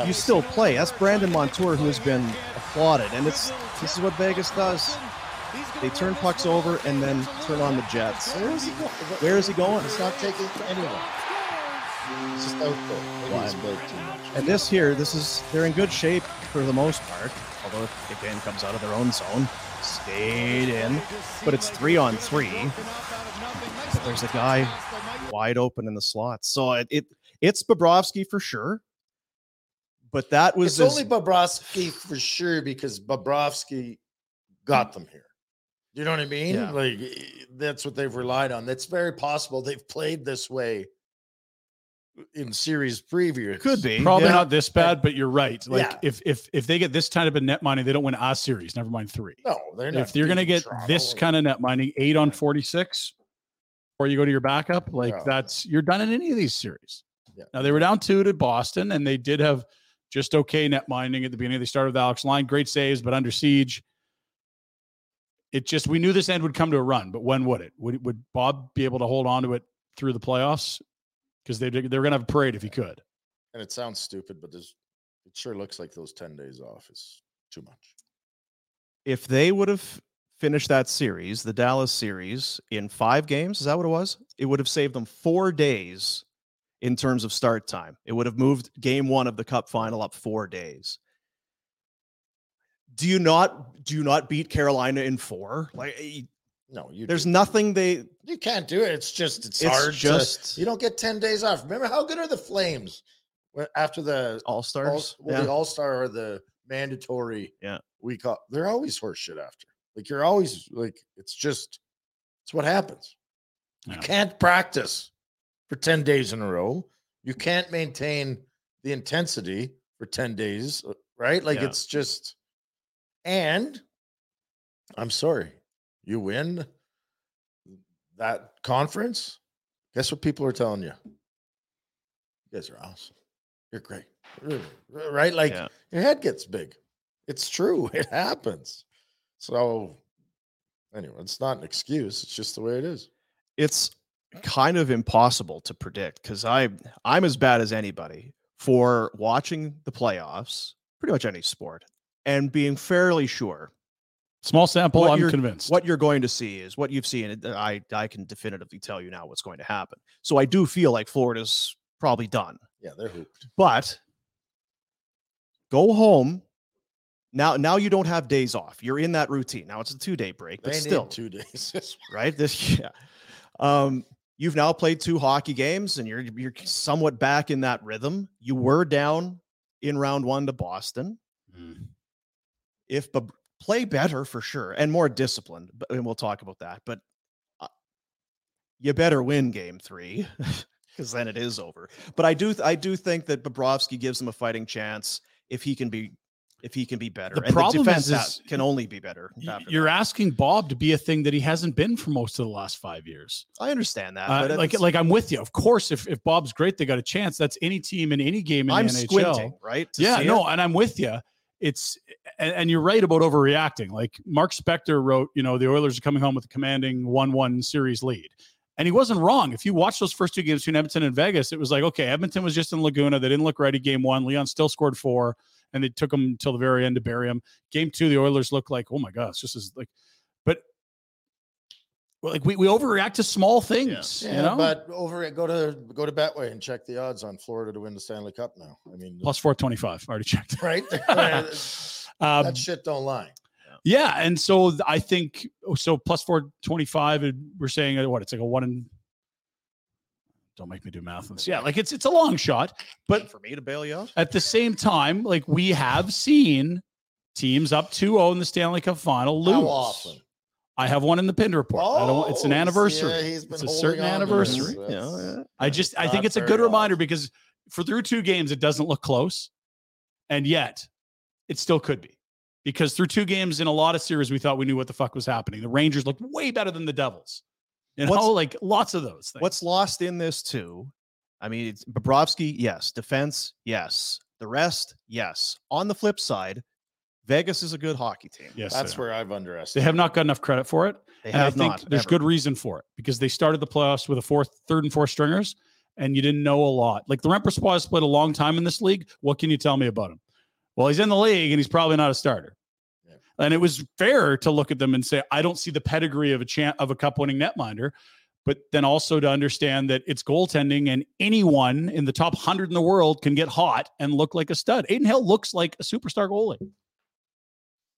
S1: you still play. That's Brandon Montour, who has been applauded, and it's this is what Vegas does. They turn pucks over and then turn on the jets.
S4: Where is he going?
S1: Where is he going?
S4: It's not taking anyone. It's just out there. Maybe he's played too much.
S1: And this here, this is they're in good shape for the most part. although it again comes out of their own zone. Stayed in, but it's three on three. But there's a guy wide open in the slot. So it, it it's Bobrovsky for sure. But that
S4: It's
S1: was as-
S4: only Bobrovsky for sure because Bobrovsky got them here. You know what I mean?
S1: Yeah.
S4: Like eh, that's what they've relied on. That's very possible they've played this way uh, in series previous.
S1: could be
S2: Probably
S1: yeah.
S2: not this bad, but you're right. Like
S4: Yeah.
S2: if if if they get this type of net mining, they don't win a series. Never mind three.
S4: No, they're not.
S2: if you're going to
S4: beating
S2: get
S4: Toronto.
S2: this kind of net mining, eight on 46, or you go to your backup, like
S4: Yeah.
S2: that's you're done in any of these series.
S4: Yeah.
S2: Now they were down two to Boston, and they did have just okay net mining at the beginning. They started with Alex Line, great saves, but under siege. It just we knew this end would come to a run, but when would it? Would would Bob be able to hold on to it through the playoffs? Because they did- they were going to have a parade if he could.
S4: and it sounds stupid, but there's it sure looks like those 10 days off is too much.
S1: if they would have finished that series, the Dallas series, in five games, is that what it was? It would have saved them four days in terms of start time. It would have moved game one of the cup final up four days. Do you not do you not beat Carolina in four? Like eh,
S4: No, you
S1: there's
S4: do.
S1: nothing they
S4: you can't do it. It's just it's,
S1: It's
S4: hard.
S1: just-
S4: to, you don't get 10 days off. Remember how good are the Flames Well, after the
S1: all
S4: all,
S1: stars.
S4: well, the All Star or the mandatory
S1: Yeah.
S4: week off. They're always horseshit after. Like you're always like it's just it's what happens.
S2: Yeah.
S4: You can't practice for ten days in a row. You can't maintain the intensity for ten days, uh, right? Like
S1: Yeah.
S4: it's just. And I'm sorry, you win that conference. Guess what people are telling you? You guys are awesome. You're great. Really, r- Uh, Right? Like
S1: Yeah.
S4: your head gets big. It's true. It happens. So anyway, it's not an excuse. It's just the way it is.
S1: it's kind of impossible to predict because I I'm as bad as anybody for watching the playoffs, pretty much any sport, and being fairly sure
S2: Small sample,
S1: What
S2: I'm
S1: you're-
S2: convinced.
S1: what you're going to see is what you've seen. and I I can definitively tell you now what's going to happen. So I do feel like Florida's probably done,
S4: Yeah, they're hooped.
S1: but go home. Now, now you don't have days off. You're in that routine. Now it's a two day break,
S4: They
S1: but
S4: need
S1: still,
S4: two days.
S1: right? This yeah. Um, you've now played two hockey games and you're you're somewhat back in that rhythm. You were down in round one to Boston.
S2: Mm.
S1: If but play better for sure and more disciplined, but and we'll talk about that. But uh, you better win game three because then it is over. But I do th- I do think that Bobrovsky gives them a fighting chance if he can be if he can be better.
S2: The
S1: and
S2: problem
S1: the
S2: is-
S1: defense
S2: is
S1: ha- can only be better.
S2: Y-
S1: after
S2: You're
S1: that.
S2: asking Bob to be a thing that he hasn't been for most of the last five years.
S1: I understand that,
S2: Uh,
S1: but
S2: like,
S1: it's-
S2: like I'm with you. Of course, if, if Bob's great, they got a chance. That's any team in any game in
S1: I'm
S2: the NHL.
S1: squinting, right? to
S2: yeah,
S1: see it.
S2: no, and I'm with you. It's and, and you're right about overreacting. Like Mark Spector wrote, you know, the Oilers are coming home with a commanding one-one series lead, and he wasn't wrong. If you watch those first two games between Edmonton and Vegas, it was like, okay, Edmonton was just in Laguna. They didn't look right at game one. Leon still scored four, and they took him until the very end to bury him. Game two, the Oilers looked like, oh my god, it's just as like, but. well, Like we, we overreact to small things,
S4: Yeah,
S2: you know.
S4: but over it, go to go to Betway and check the odds on Florida to win the Stanley Cup now. I mean,
S2: plus 425 already checked
S4: right?
S2: um,
S4: that shit don't lie.
S2: yeah and so th- i think oh, so plus 425 and we're saying uh, what it's like a one and don't make me do math on this. yeah like it's it's a long shot but
S1: for me to bail you out,
S2: at the same time like we have seen teams up 2-0 in the stanley cup final lose
S4: How often?
S2: i have one in the pin report I don't, it's an
S4: Oh,
S2: anniversary
S4: yeah, he's
S2: it's
S4: been
S2: a
S4: holding
S2: certain
S4: on to this.
S2: anniversary
S4: That's-
S2: I just I
S4: Not
S2: think it's a
S4: very
S2: good
S4: often.
S2: reminder because for through two games it doesn't look close, and yet it still could be because through two games in a lot of series we thought we knew what the fuck was happening. The Rangers looked way better than the Devils, you know,
S1: What's-
S2: like lots of those things.
S1: what's lost in this too? I mean, it's Bobrovsky, yes. Defense, yes. The rest, yes. On the flip side, Vegas is a good hockey team.
S2: yes,
S4: That's
S2: they are.
S4: where I've
S2: they
S4: underestimated.
S2: have not got enough credit for it.
S1: They
S2: and I
S1: have
S2: think
S1: not.
S2: there's
S1: ever.
S2: good reason for it because they started the playoffs with a fourth, third, and fourth stringers, and you didn't know a lot. Like the Remper Squad has played a long time in this league. What can you tell me about him? Well, he's in the league and he's probably not a starter.
S4: Yeah.
S2: And it was fair to look at them and say, I don't see the pedigree of a champ of a cup winning netminder, but then also to understand that it's goaltending and anyone in the top hundred in the world can get hot and look like a stud. Aiden Hill looks like a superstar goalie.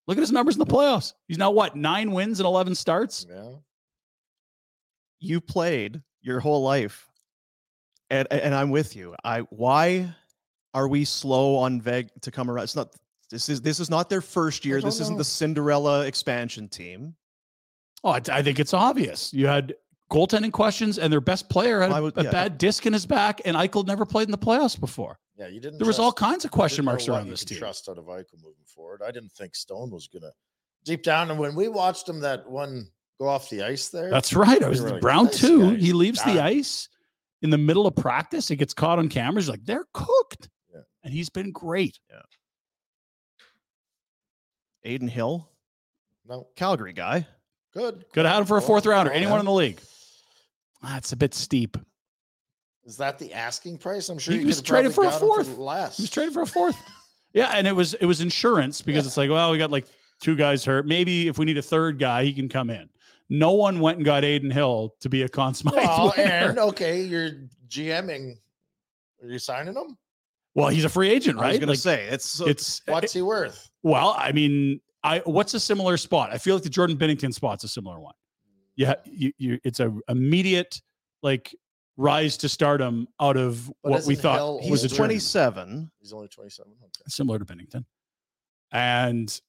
S2: Look at his numbers in the playoffs. He's now what nine wins and eleven starts.
S4: Yeah.
S1: you played your whole life and and i'm with you i why are we slow on veg to come around it's not this is this is not their first year
S4: don't
S1: this isn't
S4: know.
S1: the cinderella expansion team
S2: Oh, I, I think it's obvious. You had goaltending questions, and their best player had
S1: Why
S2: a,
S1: would-
S2: a
S1: yeah.
S2: bad disc in his back, and Eichel never played in the playoffs before.
S4: Yeah, you didn't.
S2: There was all
S4: trust-
S2: kinds of
S4: you
S2: question
S4: didn't know
S2: marks
S4: what
S2: around
S4: you
S2: this
S4: could
S2: team.
S4: Trust out of Eichel moving forward. I didn't think Stone was gonna deep down. And when we watched him that one go off the ice there,
S2: That's right. I
S4: we
S2: was
S4: were
S2: the
S4: like,
S2: Brown
S4: "This
S2: too.
S4: guy's
S2: He leaves the
S4: done."
S2: ice in the middle of practice. It gets caught on cameras. Like they're cooked,
S4: Yeah.
S2: and he's been great.
S1: aiden hill
S4: no
S1: calgary guy
S4: good.
S2: Could have had him for a
S4: Well,
S2: fourth rounder.
S4: well,
S2: Anyone
S4: yeah.
S2: in the league? That's a bit steep.
S4: Is that the asking price? I'm sure
S2: He
S4: you
S2: was
S4: could've
S2: traded
S4: probably
S2: for a
S4: got him
S2: fourth.
S4: less.
S2: He was traded for a fourth. yeah, and it was it was insurance because
S4: Yeah.
S2: it's like, well, we got like two guys hurt. Maybe if we need a third guy, he can come in. No one went and got Aiden Hill to be a Conn Smythe
S4: Well,
S2: winner.
S4: and okay, you're GMing. Are you signing him?
S2: well, he's a free agent,
S1: i was
S2: right?
S1: gonna
S2: Like,
S1: say it's so
S2: it's
S4: What's he worth?
S2: well, I mean, I what's a similar spot? I feel like the Jordan Bennington spot's a similar one. Yeah, you, you it's a immediate like rise to stardom out of
S4: But
S2: what we
S4: isn't Hill
S2: thought
S4: was
S1: he's
S2: a
S4: older?
S2: journeyman.
S1: 27
S4: He's only 27. Okay,
S2: similar to Bennington. And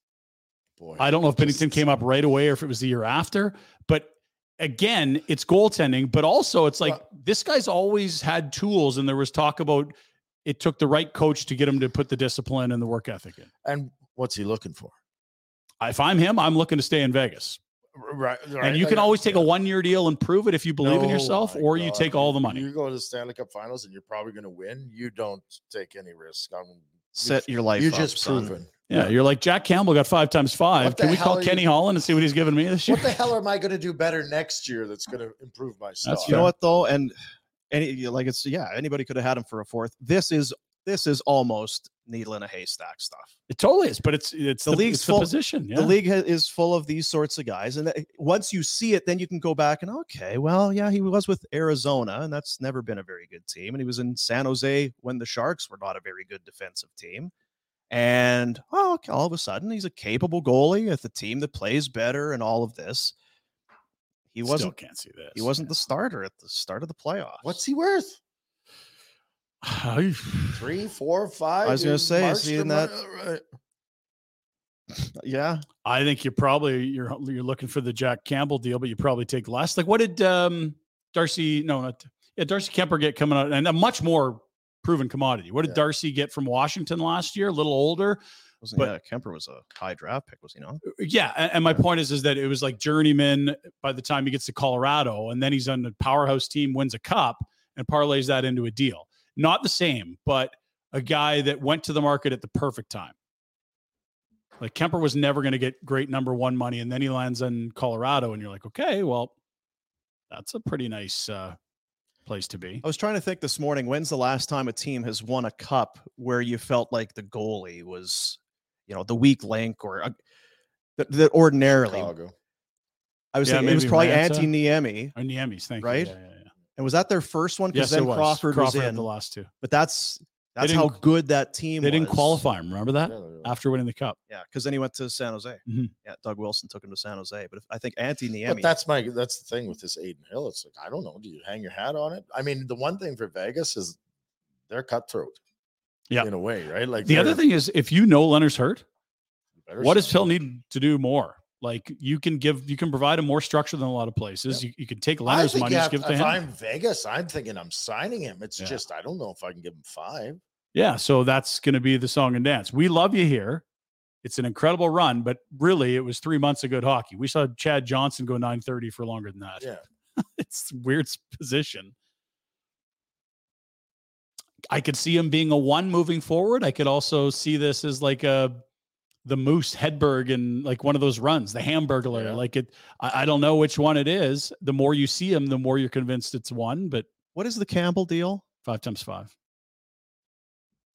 S4: boy.
S2: I don't know if
S4: Just-
S2: Bennington came up right away or if it was the year after, but again, it's goaltending. But also, it's like
S4: Well-
S2: this guy's always had tools, and there was talk about it took the right coach to get him to put the discipline and the work ethic in.
S4: And what's he looking for?
S2: If I'm him, I'm looking to stay in Vegas,
S4: Right. oh,
S2: and you can always take a one year deal and prove it if you believe in
S4: No,
S2: yourself,
S4: my
S2: or you
S4: God.
S2: take all the money.
S4: You go to the Stanley Cup Finals and you're probably going to win. You don't take any risk. I'm
S1: set your life
S4: you
S1: up,
S4: just
S1: son.
S4: proven.
S2: yeah, you're like Jack Campbell got five times five.
S4: What the
S2: Can we
S4: hell
S2: call
S4: are you-
S2: Kenny Holland and see what he's giving me this year?
S4: What the hell am I going to do better next year? That's going to improve my stock.
S1: you know
S2: fair.
S1: what though and any like it's yeah anybody could have had him for a fourth this is this is almost needle in a haystack stuff
S2: It totally is, but it's it's
S1: The
S2: the,
S1: league's
S2: it's the
S1: full-
S2: position. Yeah.
S1: the league ha- is full of these sorts of guys and that- once you see it then you can go back and okay well yeah he was with arizona and that's never been a very good team and he was in san jose when the sharks were not a very good defensive team and oh, okay, all of a sudden he's a capable goalie at the team that plays better and all of this he
S2: Still
S1: wasn't
S2: can't see this.
S1: he wasn't the starter at the start of the playoffs
S4: What's he worth? Three, four, five.
S1: I was gonna
S4: You
S1: say,
S4: marched
S1: is he
S4: him
S1: in that-
S4: uh, right-
S1: yeah
S2: I think you're probably you're you're looking for the Jack Campbell deal, but you probably take less. Like what did um Darcy no not yeah, Darcy Kemper get coming out and a much more proven commodity. What did
S4: Yeah.
S2: Darcy get from Washington last year? A little older.
S1: wasn't
S2: But-
S1: yeah, kemper was a high draft pick was he not
S2: Yeah. a- And, my point is is that it was like journeyman by the time he gets to Colorado, and then he's on the powerhouse team, wins a cup, and parlays that into a deal. Not the same, but a guy that went to the market at the perfect time. Like Kemper was never going to get great number one money, and then he lands in Colorado, and you're like, okay, well, that's a pretty nice uh, place to be.
S1: I was trying to think this morning. When's the last time a team has won a cup where you felt like the goalie was, you know, the weak link or a, that, that ordinarily?
S4: Chicago.
S1: I was
S2: Yeah,
S1: thinking it was
S2: maybe
S1: probably
S2: Ranta.
S1: Antti Niemi,
S2: Or Niemis, thank
S1: Right?
S2: you. Yeah, yeah, yeah.
S1: and was that their first one?
S2: Yes,
S1: Because
S2: it
S1: then
S2: was.
S1: Crawford, was
S2: had
S1: in.
S2: the last two.
S1: But that's that's
S2: didn't
S1: how
S2: qu-
S1: good that team.
S2: They didn't
S1: was.
S2: qualify him. Remember that
S4: Yeah, they're-
S2: after winning the cup.
S1: Yeah, because then he went to San Jose.
S2: Mhm.
S1: Yeah, Doug Wilson took him to San Jose. But if, I think Antti
S4: But
S1: Niemi.
S4: that's my that's the thing with this Aiden Hill. It's like I don't know. Do you hang your hat on it? I mean, the one thing for Vegas is they're cutthroat.
S2: Yeah.
S4: in a way, right? Like
S2: The other
S4: they're-
S2: thing is, if you know Leonard's hurt,
S4: you better
S2: what does
S4: sign
S2: Phil
S4: him.
S2: need to do more? Like you can give, you can provide him more structure than a lot of places. You, you can take
S4: I
S2: Leonard's
S4: think
S2: money,
S4: you
S2: just
S4: have, if
S2: give it to him.
S4: I'm Vegas, I'm thinking I'm signing him. It's
S2: Yeah.
S4: just I don't know if I can give him five.
S2: Yeah, so that's going to be the song and dance. We love you here. It's an incredible run, but really, it was three months of good hockey. We saw Chad Johnson go nine thirty for longer than that.
S4: Yeah,
S2: It's a weird s- position. I could see him being a one moving forward. I could also see this as like a the Moose Hedberg and like one of those runs, the Hamburglar.
S4: Yeah.
S2: Like it, I, I don't know which one it is. The more you see him, the more you're convinced it's one. But
S1: what is the Campbell deal?
S2: five times five,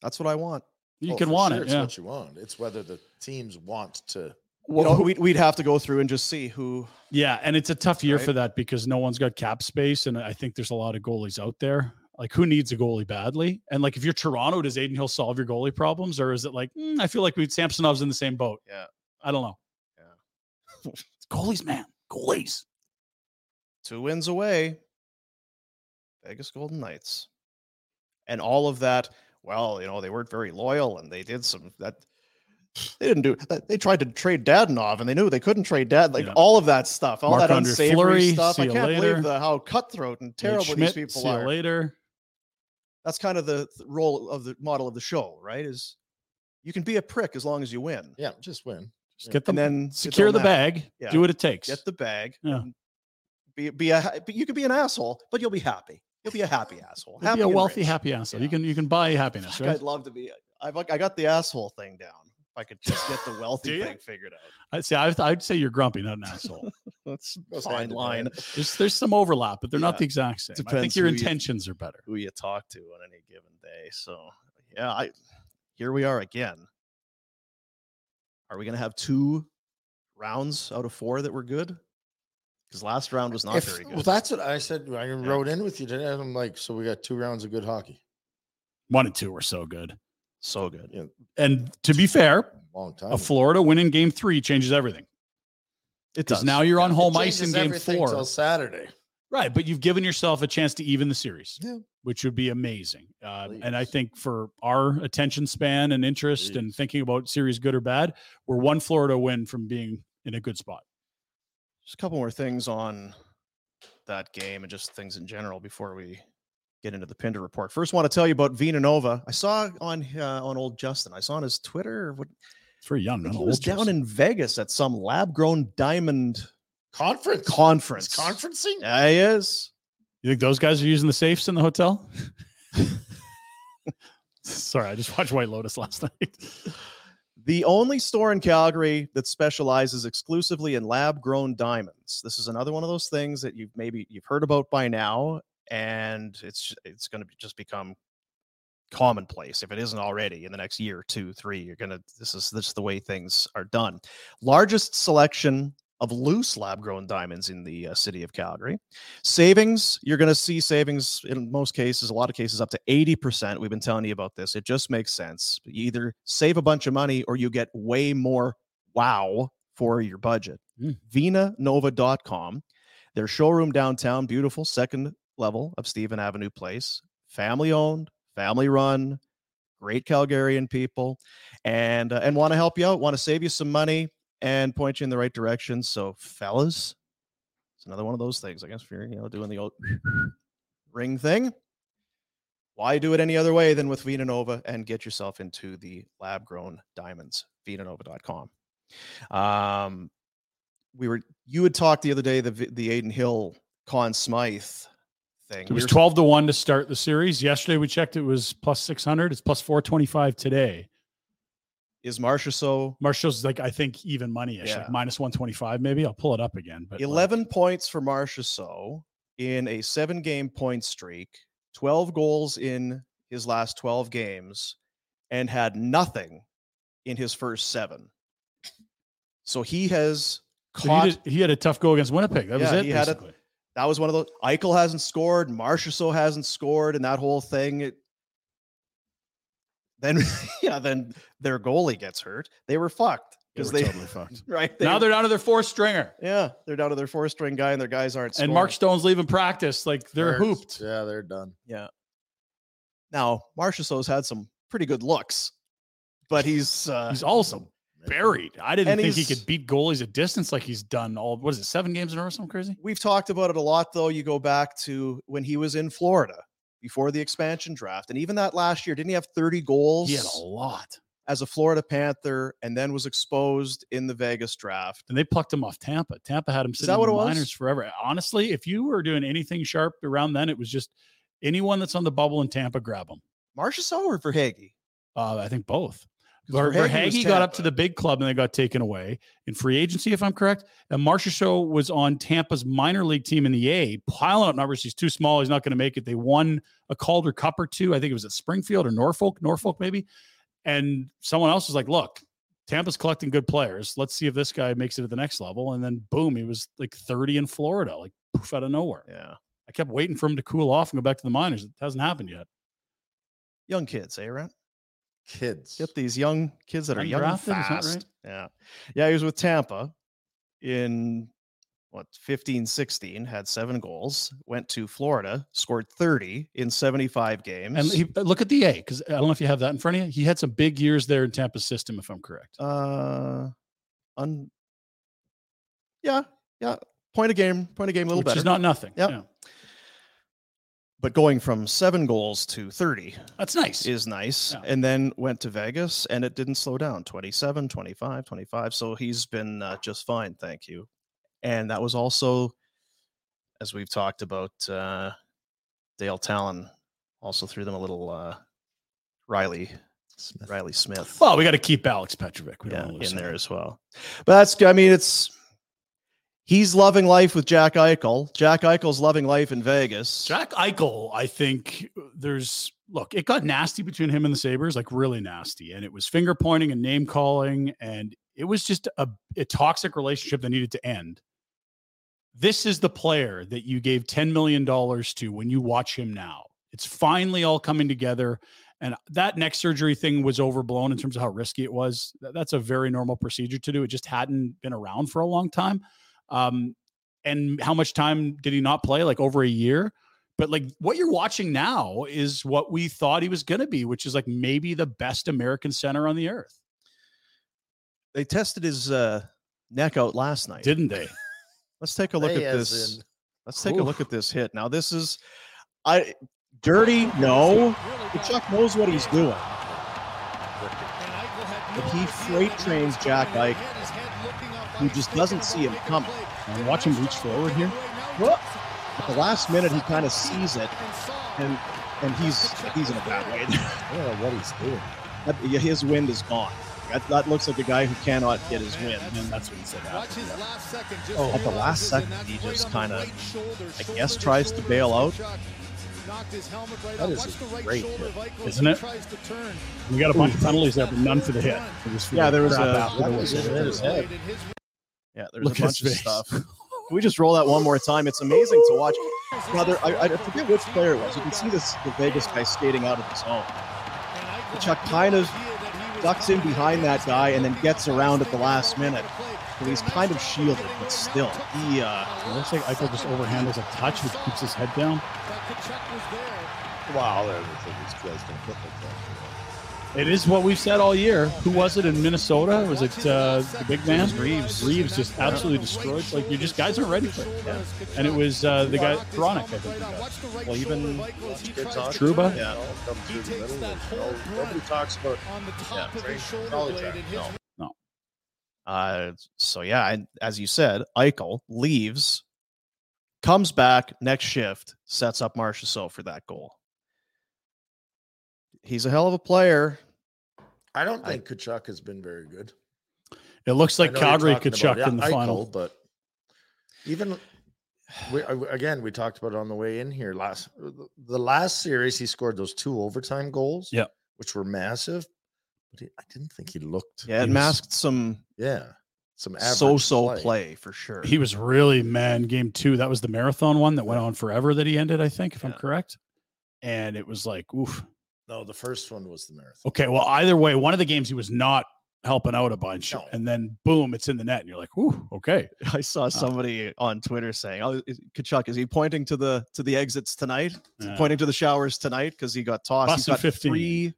S1: That's what I want.
S2: you
S4: Oh,
S2: can
S4: for
S2: want
S4: sure
S2: it.
S4: It's
S2: Yeah.
S4: what you want. It's whether the teams want to.
S1: Well, we'd, we'd have to go through and just see who.
S2: Yeah, and it's a tough year
S1: Right?
S2: for that because no one's got cap space, and I think there's a lot of goalies out there. Like, who needs a goalie badly? And like, if you're Toronto, does Aiden Hill solve your goalie problems, or is it like mm, I feel like we Samsonov's in the same boat? I don't know. goalies, man, goalies.
S1: two wins away. Vegas Golden Knights. And all of that, well, you know, they weren't very loyal and they did some that they didn't do that. They tried to trade Dadnov and they knew they couldn't trade Dad. Like
S2: Yeah.
S1: all of that stuff, all that
S2: Marc-Andre
S1: unsavory
S2: Fleury,
S1: stuff.
S2: see
S1: I
S2: you
S1: can't
S2: later.
S1: believe the, how cutthroat and
S2: Nate
S1: terrible
S2: Schmidt,
S1: these people
S2: see you
S1: are.
S2: later.
S1: That's kind of the th- role of the model of the show, right? Is you can be a prick as long as you win.
S4: Yeah, just win.
S2: Just get them.
S1: And then it
S2: secure
S1: don't
S2: the
S1: matter.
S2: bag.
S1: Yeah.
S2: Do what it takes.
S1: Get the bag.
S2: Yeah.
S1: and Be be a ha- but you could be an asshole, but you'll be happy. You'll be a happy asshole.
S2: You'll
S1: happy
S2: be a
S1: and
S2: wealthy,
S1: rich.
S2: happy asshole. You
S1: Yeah.
S2: can you can buy happiness,
S1: Fuck,
S2: right?
S1: I'd love to be. I've I got the asshole thing down. If I could just get the
S2: Do
S1: wealthy
S2: you?
S1: thing figured out.
S2: I'd say I'd, I'd say you're grumpy, not an asshole.
S1: That's a
S4: Goes
S1: fine
S4: hand in
S1: line.
S4: hand.
S2: There's there's some overlap, but they're not
S1: Yeah.
S2: the exact same. I think
S1: Depends
S2: your
S1: who you-
S2: intentions are better.
S1: Who you talk to on any given day. So yeah, I here we are again. Are we gonna have two rounds out of four that were good? Because last round was not
S4: If-
S1: very good.
S4: Well, that's what I said. when I
S1: Yeah.
S4: rode in with you today. and I'm like, so we got two rounds of good hockey.
S2: One and two were so good.
S1: so good.
S2: And to be fair,
S4: Long time.
S2: a
S4: ago.
S2: Florida win in game three changes everything.
S1: It
S2: Because
S1: does
S2: now you're on
S4: It
S2: home ice in
S4: changes
S2: game
S4: everything
S2: four.
S4: till Saturday.
S2: Right, but you've given yourself a chance to even the series,
S4: Yeah.
S2: which would be amazing. Uh, and I
S4: Please.
S2: think for our attention span and interest and
S4: Please.
S2: thinking about series good or bad, we're one Florida win from being in a good spot.
S1: just a couple more things on that game and just things in general before we get into the Pinder report. First, want to tell you about Vina Nova. I saw on uh, on old Justin. I saw on his Twitter. or What,
S2: It's very young.
S1: I think
S2: not
S1: he was
S2: old,
S1: down
S2: just-
S1: in Vegas at some lab-grown diamond
S4: Conference.
S1: conference.
S4: It's conferencing.
S1: Yeah, he is.
S2: You think those guys are using the safes in the hotel? Sorry, I just watched White Lotus last night.
S1: The only store in Calgary that specializes exclusively in lab-grown diamonds. This is another one of those things that you've maybe you've heard about by now, and it's it's going to be, just become commonplace if it isn't already in the next year, two, three. You're gonna this is this is the way things are done. Largest selection of loose lab-grown diamonds in the uh, city of Calgary. Savings, you're going to see savings in most cases, a lot of cases up to 80%. We've been telling you about this. It just makes sense. You either save a bunch of money or you get way more wow for your budget.
S2: Mm.
S1: VinaNova.com. Their showroom downtown, beautiful, second level of Stephen Avenue Place. Family owned, family run, great Calgarian people, and uh, and want to help you out, want to save you some money and point you in the right direction. So, fellas, it's another one of those things. I guess if you're, you know, doing the old ring thing, why do it any other way than with Vina Nova and get yourself into the lab grown diamonds, VinaNova.com. Um, we were, you had talked the other day, the, Vi- the Aiden Hill Con Smythe thing.
S2: It was
S1: We're-
S2: 12 to 1 to start the series. Yesterday we checked it was plus 600. It's plus 425 today.
S1: Is Marcia so?
S2: Marshall's like, I think even money ish,
S1: Yeah.
S2: like minus 125. Maybe I'll pull it up again. But like,
S1: 11 points for Marcia so in a seven game point streak, 12 goals in his last 12 games, and had nothing in his first seven. So he has
S2: so
S1: caught.
S2: he, did- he had a tough go against Winnipeg. That was
S1: Yeah,
S2: it.
S1: he had a-
S2: basically.
S1: that was one of those. Eichel hasn't scored. Marcia so hasn't scored, and that whole thing. It, then, yeah, then their goalie gets hurt. They were fucked
S2: They
S1: because
S2: were
S1: they,
S2: totally fucked.
S1: right
S2: now they're down to their fourth stringer.
S1: yeah they're down to their four string guy, and their guys aren't.
S2: And
S1: scoring.
S2: Mark Stone's leaving practice. Like they're
S4: Hurts.
S2: hooped.
S4: Yeah, they're done.
S1: Now, Marchessault's had some pretty good looks, but he's uh,
S2: He's also buried. I didn't
S1: And
S2: think he
S1: he's-
S2: could beat goalies at distance like he's done all, what is it, seven games in a row or something crazy?
S1: we've talked about it a lot though. You go back to when he was in Florida before the expansion draft, and even that last year, didn't he have 30 goals
S2: He had a lot.
S1: as a Florida Panther and then was exposed in the Vegas draft?
S2: and they plucked him off Tampa. Tampa had him sitting
S1: that
S2: on
S1: what
S2: the
S1: it was?
S2: minors forever. Honestly, if you were doing anything sharp around then, it was just anyone that's on the bubble in Tampa, grab them.
S1: Marchessault or Verhage?
S2: Uh, I think both. Ver-
S1: 'Cause Verhaeghe was
S2: Verhaeghe got up to
S1: Tampa.
S2: the big club and they got taken away in free agency, if I'm correct. And Marcia Show was on Tampa's minor league team in the A, piling up numbers. He's too small. He's not going to make it. They won a Calder Cup or two. I think it was at Springfield or Norfolk, Norfolk maybe. And someone else was like, look, Tampa's collecting good players. Let's see if this guy makes it to the next level. And then boom, he was like 30 in Florida, like poof out of nowhere.
S1: Yeah,
S2: I kept waiting for him to cool off and go back to the minors. It hasn't happened yet.
S1: young kids, eh, Rent?
S4: kids.
S1: Get these young kids that are young and
S2: Undrafted, is that
S1: fast.
S2: right?
S1: Yeah. Yeah, he was with Tampa in what 15 16 had seven goals went to florida scored 30 in 75 games
S2: And he, look at the A, because I don't know if you have that in front of you. He had some big years there in Tampa's system, if I'm correct.
S1: uh un yeah yeah point a game point a game a little
S2: which
S1: better
S2: is not nothing.
S1: Yep.
S2: Yeah.
S1: but going from seven goals to 30
S2: That's nice.
S1: is nice
S2: Yeah.
S1: and then went to vegas and it didn't slow down 27 25 25 so he's been uh, just fine thank you and that was also as we've talked about uh, dale talon also threw them a little uh, riley riley smith
S2: well, we got to keep Alex Petrovic. We don't
S1: yeah,
S2: wanna lose
S1: in
S2: him.
S1: there as well. But that's, I mean, it's he's loving life with Jack Eichel. Jack Eichel's loving life in Vegas.
S2: Jack Eichel, I think there's look, it got nasty between him and the Sabres, like really nasty. And it was finger pointing and name calling. And it was just a, a toxic relationship that needed to end. This is the player that you gave $10 million to when you watch him now. It's finally all coming together. And that neck surgery thing was overblown in terms of how risky it was. Th- That's a very normal procedure to do. It just hadn't been around for a long time. Um, and how much time did he not play? Like over a year? But like what you're watching now is what we thought he was going to be, which is like maybe the best American center on the earth,
S1: They tested his uh, neck out last night.
S2: didn't they?
S1: Let's take a look
S4: They
S1: at
S4: as
S1: this.
S4: in-
S1: Let's take a look at this hit. Now this is, I dirty no, but Chuck knows what he's doing. But he freight trains Jack Eichel, who just doesn't see him coming.
S2: And watch him reach forward here.
S1: Well, at the last minute he kind of sees it, and and he's he's in a bad way.
S4: I don't know what he's doing.
S1: That- yeah, his wind is gone. That, that looks like a guy who cannot get his wind.
S2: And that's what he said. After. Yeah.
S1: Oh, at the last second, he just kind of, I guess, tries to bail out.
S4: That is a great hit.
S2: Isn't it? We got a bunch of penalties there, but none for the hit. It was for
S1: Yeah,
S2: the
S1: there was
S2: crap
S1: a-
S2: out with
S1: that
S2: the
S1: was
S2: whistle.
S1: it. Yeah, there's
S2: Look
S1: a
S2: at his
S1: bunch of
S2: face.
S1: stuff. Can we just roll that one more time? It's amazing to watch. Now, there, I, I forget which player it was. You can see this the Vegas guy skating out of his own. But Chuck kind of ducks in behind that guy and then gets around at the last minute. So he's kind of shielded, but still, he uh,
S2: It looks like Eichel just overhandles a touch, which keeps his head down.
S4: Wow, I didn't think these guys can put like that.
S2: It is what we've said all year. Who was it in Minnesota? Was it uh, the big man?
S1: Reeves.
S2: Reeves just absolutely destroyed. Like you just guys aren't ready for it. And it was uh, the guy Bronick, I think. He got.
S1: well, even
S4: Good talk.
S2: Truba?
S1: Yeah.
S4: No, come through the middle. No, Oh, nobody talks about yeah, Drake, Trolley Jack, no.
S1: Uh, so yeah, and as you said, Eichel leaves, comes back next shift, sets up Marchessault for that goal. He's a hell of a player.
S4: I don't
S1: I-
S4: think Kachuk has been very good.
S2: It looks
S4: I
S2: like
S4: know you're
S2: Calgary
S4: talking
S2: could
S4: about,
S2: chuck
S4: yeah,
S2: in the
S4: Eichel,
S2: final.
S4: But even we, I- again, we talked about it on the way in here last the last series. He scored those two overtime goals,
S2: Yeah.
S4: which were massive. But he, I didn't think he looked.
S1: Yeah, it
S2: Yes.
S1: masked some
S4: yeah, some average
S1: so-so play.
S4: play.
S1: for sure.
S2: He was really man. Game two, that was the marathon one that went on forever. That he ended, I think, if I'm
S1: Yeah.
S2: correct. And it was like, oof.
S4: No, the first one was the marathon.
S2: Okay, well, either way, one of the games he was not helping out a bunch,
S4: No.
S2: and then boom, it's in the net, and you're like, ooh, okay.
S1: I saw somebody on Twitter saying, "Oh, is, Kachuk is he pointing to the to the exits tonight? Is he
S2: Yeah.
S1: pointing to the showers tonight because he got tossed. He's
S2: Boston
S1: got
S2: 15.
S1: three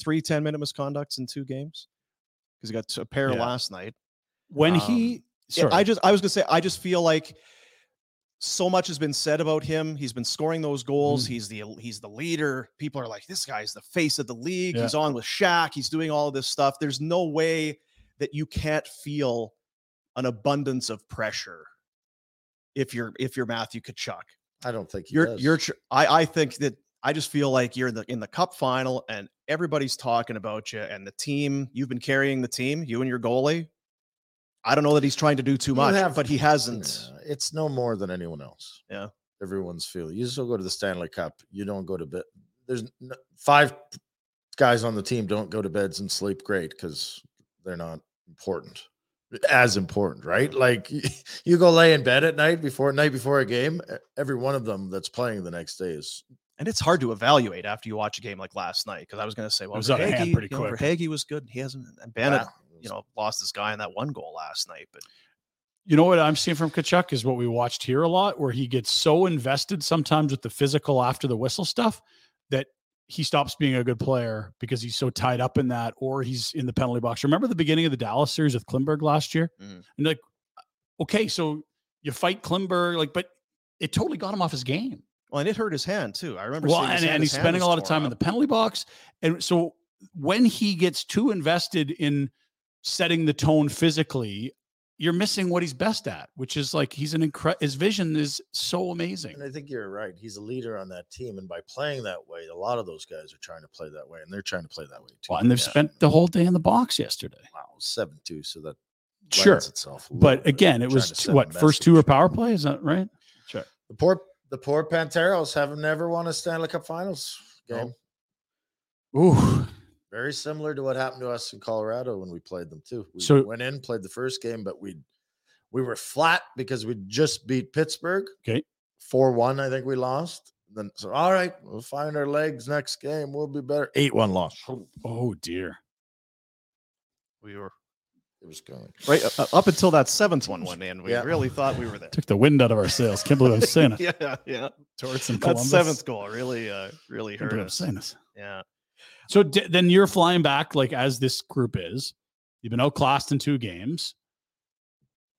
S1: three 10 minute misconducts in two games because he got t- a pair
S2: Yeah.
S1: last night."
S2: When
S1: Um,
S2: he,
S1: Yeah,
S2: sorry,
S1: I just I was gonna say I just feel like so much has been said about him. He's been scoring those goals. He's the he's the leader. People are like, this guy's the face of the league.
S2: Yeah.
S1: He's on with Shaq. He's doing all of this stuff. There's no way that you can't feel an abundance of pressure if you're if you're Matthew Kachuk.
S4: I don't think he
S1: You're
S4: does.
S1: you're tr- I I think that I just feel like you're in the in the cup final and everybody's talking about you and the team. You've been carrying the team, you and your goalie. I don't know that he's trying to do too
S4: You
S1: much,
S4: have-
S1: but he hasn't.
S4: Yeah, it's no more than anyone else.
S1: Yeah.
S4: Everyone's feeling. You still go to the Stanley Cup. You don't go to bed. There's n- five guys on the team don't go to beds and sleep great because they're not important, as important,
S1: Mm-hmm.
S4: right? Like you go lay in bed at night before night before a game. e- Every one of them that's playing the next day is
S1: And it's hard to evaluate after you watch a game like last night because I was going to say, well,
S2: was out of hand
S1: Verhaeghe,
S2: pretty
S1: you know,
S2: quick.
S1: Verhaeghe was good. He hasn't. And Bennett,
S4: Yeah.
S1: you know, lost his guy in that one goal last night. But
S2: you know what I'm seeing from Kachuk is what we watched here a lot, where he gets so invested sometimes with the physical after the whistle stuff that he stops being a good player because he's so tied up in that, or he's in the penalty box. Remember the beginning of the Dallas series with Klimberg last year?
S1: Mhm.
S2: And like, okay, so you fight Klimberg, like, but it totally got him off his game.
S1: well, and it hurt his hand too. I remember.
S2: Well,
S1: seeing his
S2: and,
S1: hand,
S2: and
S1: his
S2: he's
S1: hand
S2: spending a
S1: was
S2: lot of
S1: torn
S2: time in
S1: up.
S2: the penalty box. And so when he gets too invested in setting the tone physically, you're missing what he's best at, which is like he's an incredible, his vision is so amazing.
S4: And I think you're right. He's a leader on that team. And by playing that way, a lot of those guys are trying to play that way. And they're trying to play that way too.
S2: Well, and they've
S4: Yeah.
S2: spent the whole day in the box yesterday.
S4: wow, seven two. So that
S2: Sure.
S4: lends itself a little
S2: But
S4: bit,
S2: again, it
S4: trying
S2: was
S4: to
S2: t-
S4: send a
S2: what first two
S4: message.
S2: or power play? Is that right?
S4: The poor the poor Panteros have never won a Stanley Cup Finals game.
S2: Ooh,
S4: Very similar to what happened to us in Colorado when we played them too. We
S2: So-
S4: went in, played the first game, but we we were flat because we just beat Pittsburgh.
S2: Okay.
S4: four one. I think we lost. Then so all right, we'll find our legs next game. We'll be better. Eight one loss.
S2: oh dear.
S1: We were
S4: It was going.
S1: right uh, up until that seventh one went in. We
S4: Yeah.
S1: really thought we were there.
S2: Took the wind out of our sails. Can't believe I'm saying it.
S1: yeah, yeah.
S2: Torts and
S1: That
S2: Columbus.
S1: seventh goal really, uh, really
S2: Can't
S1: hurt
S2: believe I'm
S1: us.
S2: saying this.
S1: Yeah.
S2: So d- then you're flying back, like as this group is. You've been outclassed in two games.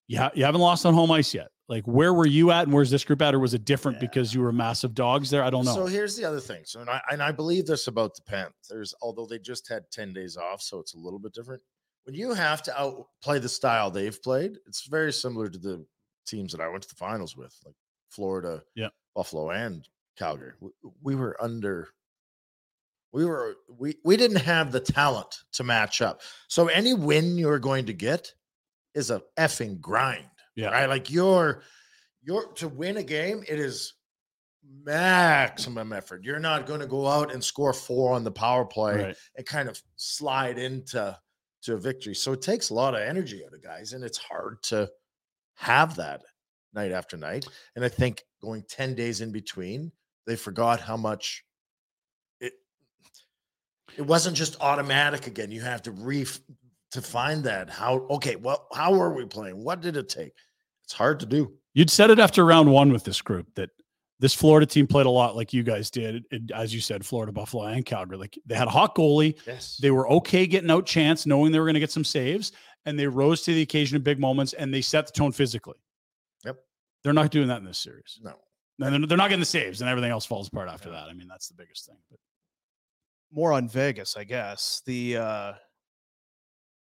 S2: You, ha- you haven't lost on home ice yet. Like, where were you at and where's this group at? Or was it different
S4: Yeah.
S2: because you were massive dogs there? I don't know.
S4: So here's the other thing. So and I and I believe this about the Panthers, although they just had 10 days off, so it's a little bit different. When you have to outplay the style they've played, it's very similar to the teams that I went to the finals with, like Florida,
S2: Yeah.
S4: Buffalo, and Calgary. We, we were under we were we we didn't have the talent to match up. So any win you're going to get is a effing grind.
S2: Yeah.
S4: Right. Like you're you're to win a game, it is maximum effort. You're not going to go out and score four on the power play
S2: Right.
S4: and kind of slide into to a victory. So it takes a lot of energy out of guys, and it's hard to have that night after night. And I think going 10 days in between, they forgot how much it it wasn't just automatic again. You have to re to find that how okay, well, how were we playing? What did it take? It's hard to do.
S2: You'd said it after round one with this group that this Florida team played a lot like you guys did. And as you said, Florida, Buffalo, and Calgary. Like they had a hot goalie.
S4: Yes.
S2: They were okay getting out chance, knowing they were going to get some saves, and they rose to the occasion in big moments and they set the tone physically.
S4: Yep.
S2: They're not doing that in this series.
S4: no.
S2: No, they're, they're not getting the saves, and everything else falls apart after that. I mean, that's the biggest thing. But
S1: more on Vegas, I guess. The uh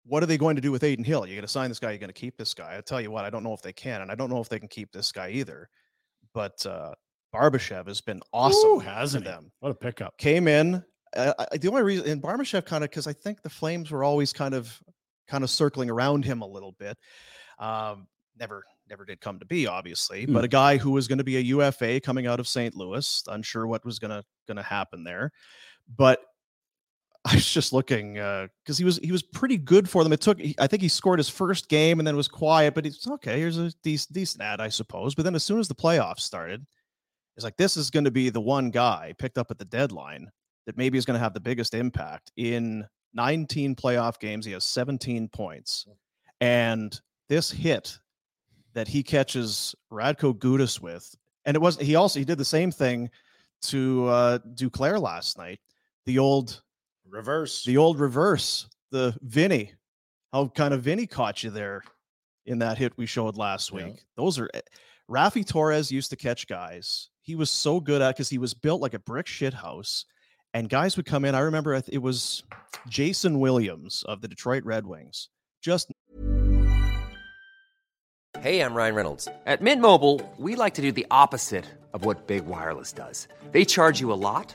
S1: what are they going to do with Aiden Hill? You're going to sign this guy. You're going to keep this guy. I tell you what, I don't know if they can, and I don't know if they can keep this guy either. But uh Barbashev has been awesome
S2: Ooh,
S1: for
S2: hasn't he?
S1: them.
S2: What a pickup!
S1: Came in. Uh, I- the only reason, and Barbashev kind of because I think the Flames were always kind of, kind of circling around him a little bit. Um, never, never did come to be, obviously. But a guy who was going to be a UFA coming out of St. Louis, unsure what was going to going to happen there. But I was just looking because he was he was pretty good for them. It took he- I think he scored his first game and then was quiet, but he's okay. Here's a decent decent ad, I suppose. But then as soon as the playoffs started, it's like this is going to be the one guy picked up at the deadline that maybe is going to have the biggest impact in 19 playoff games. He has 17 points, and this hit that he catches Radko Gudis with, and it was he also he did the same thing to uh, Duclair last night. The old
S4: Reverse.
S1: the old reverse, the Vinny, how kind of Vinny caught you there in that hit we showed last
S4: Yeah.
S1: week. Those are eh, Rafi Torres used to catch guys. He was so good at because he was built like a brick shit house, and guys would come in. I remember I th- it was Jason Williams of the Detroit Red Wings, just
S7: Hey, I'm Ryan Reynolds. At Mint Mobile, we like to do the opposite of what Big Wireless does. They charge you a lot,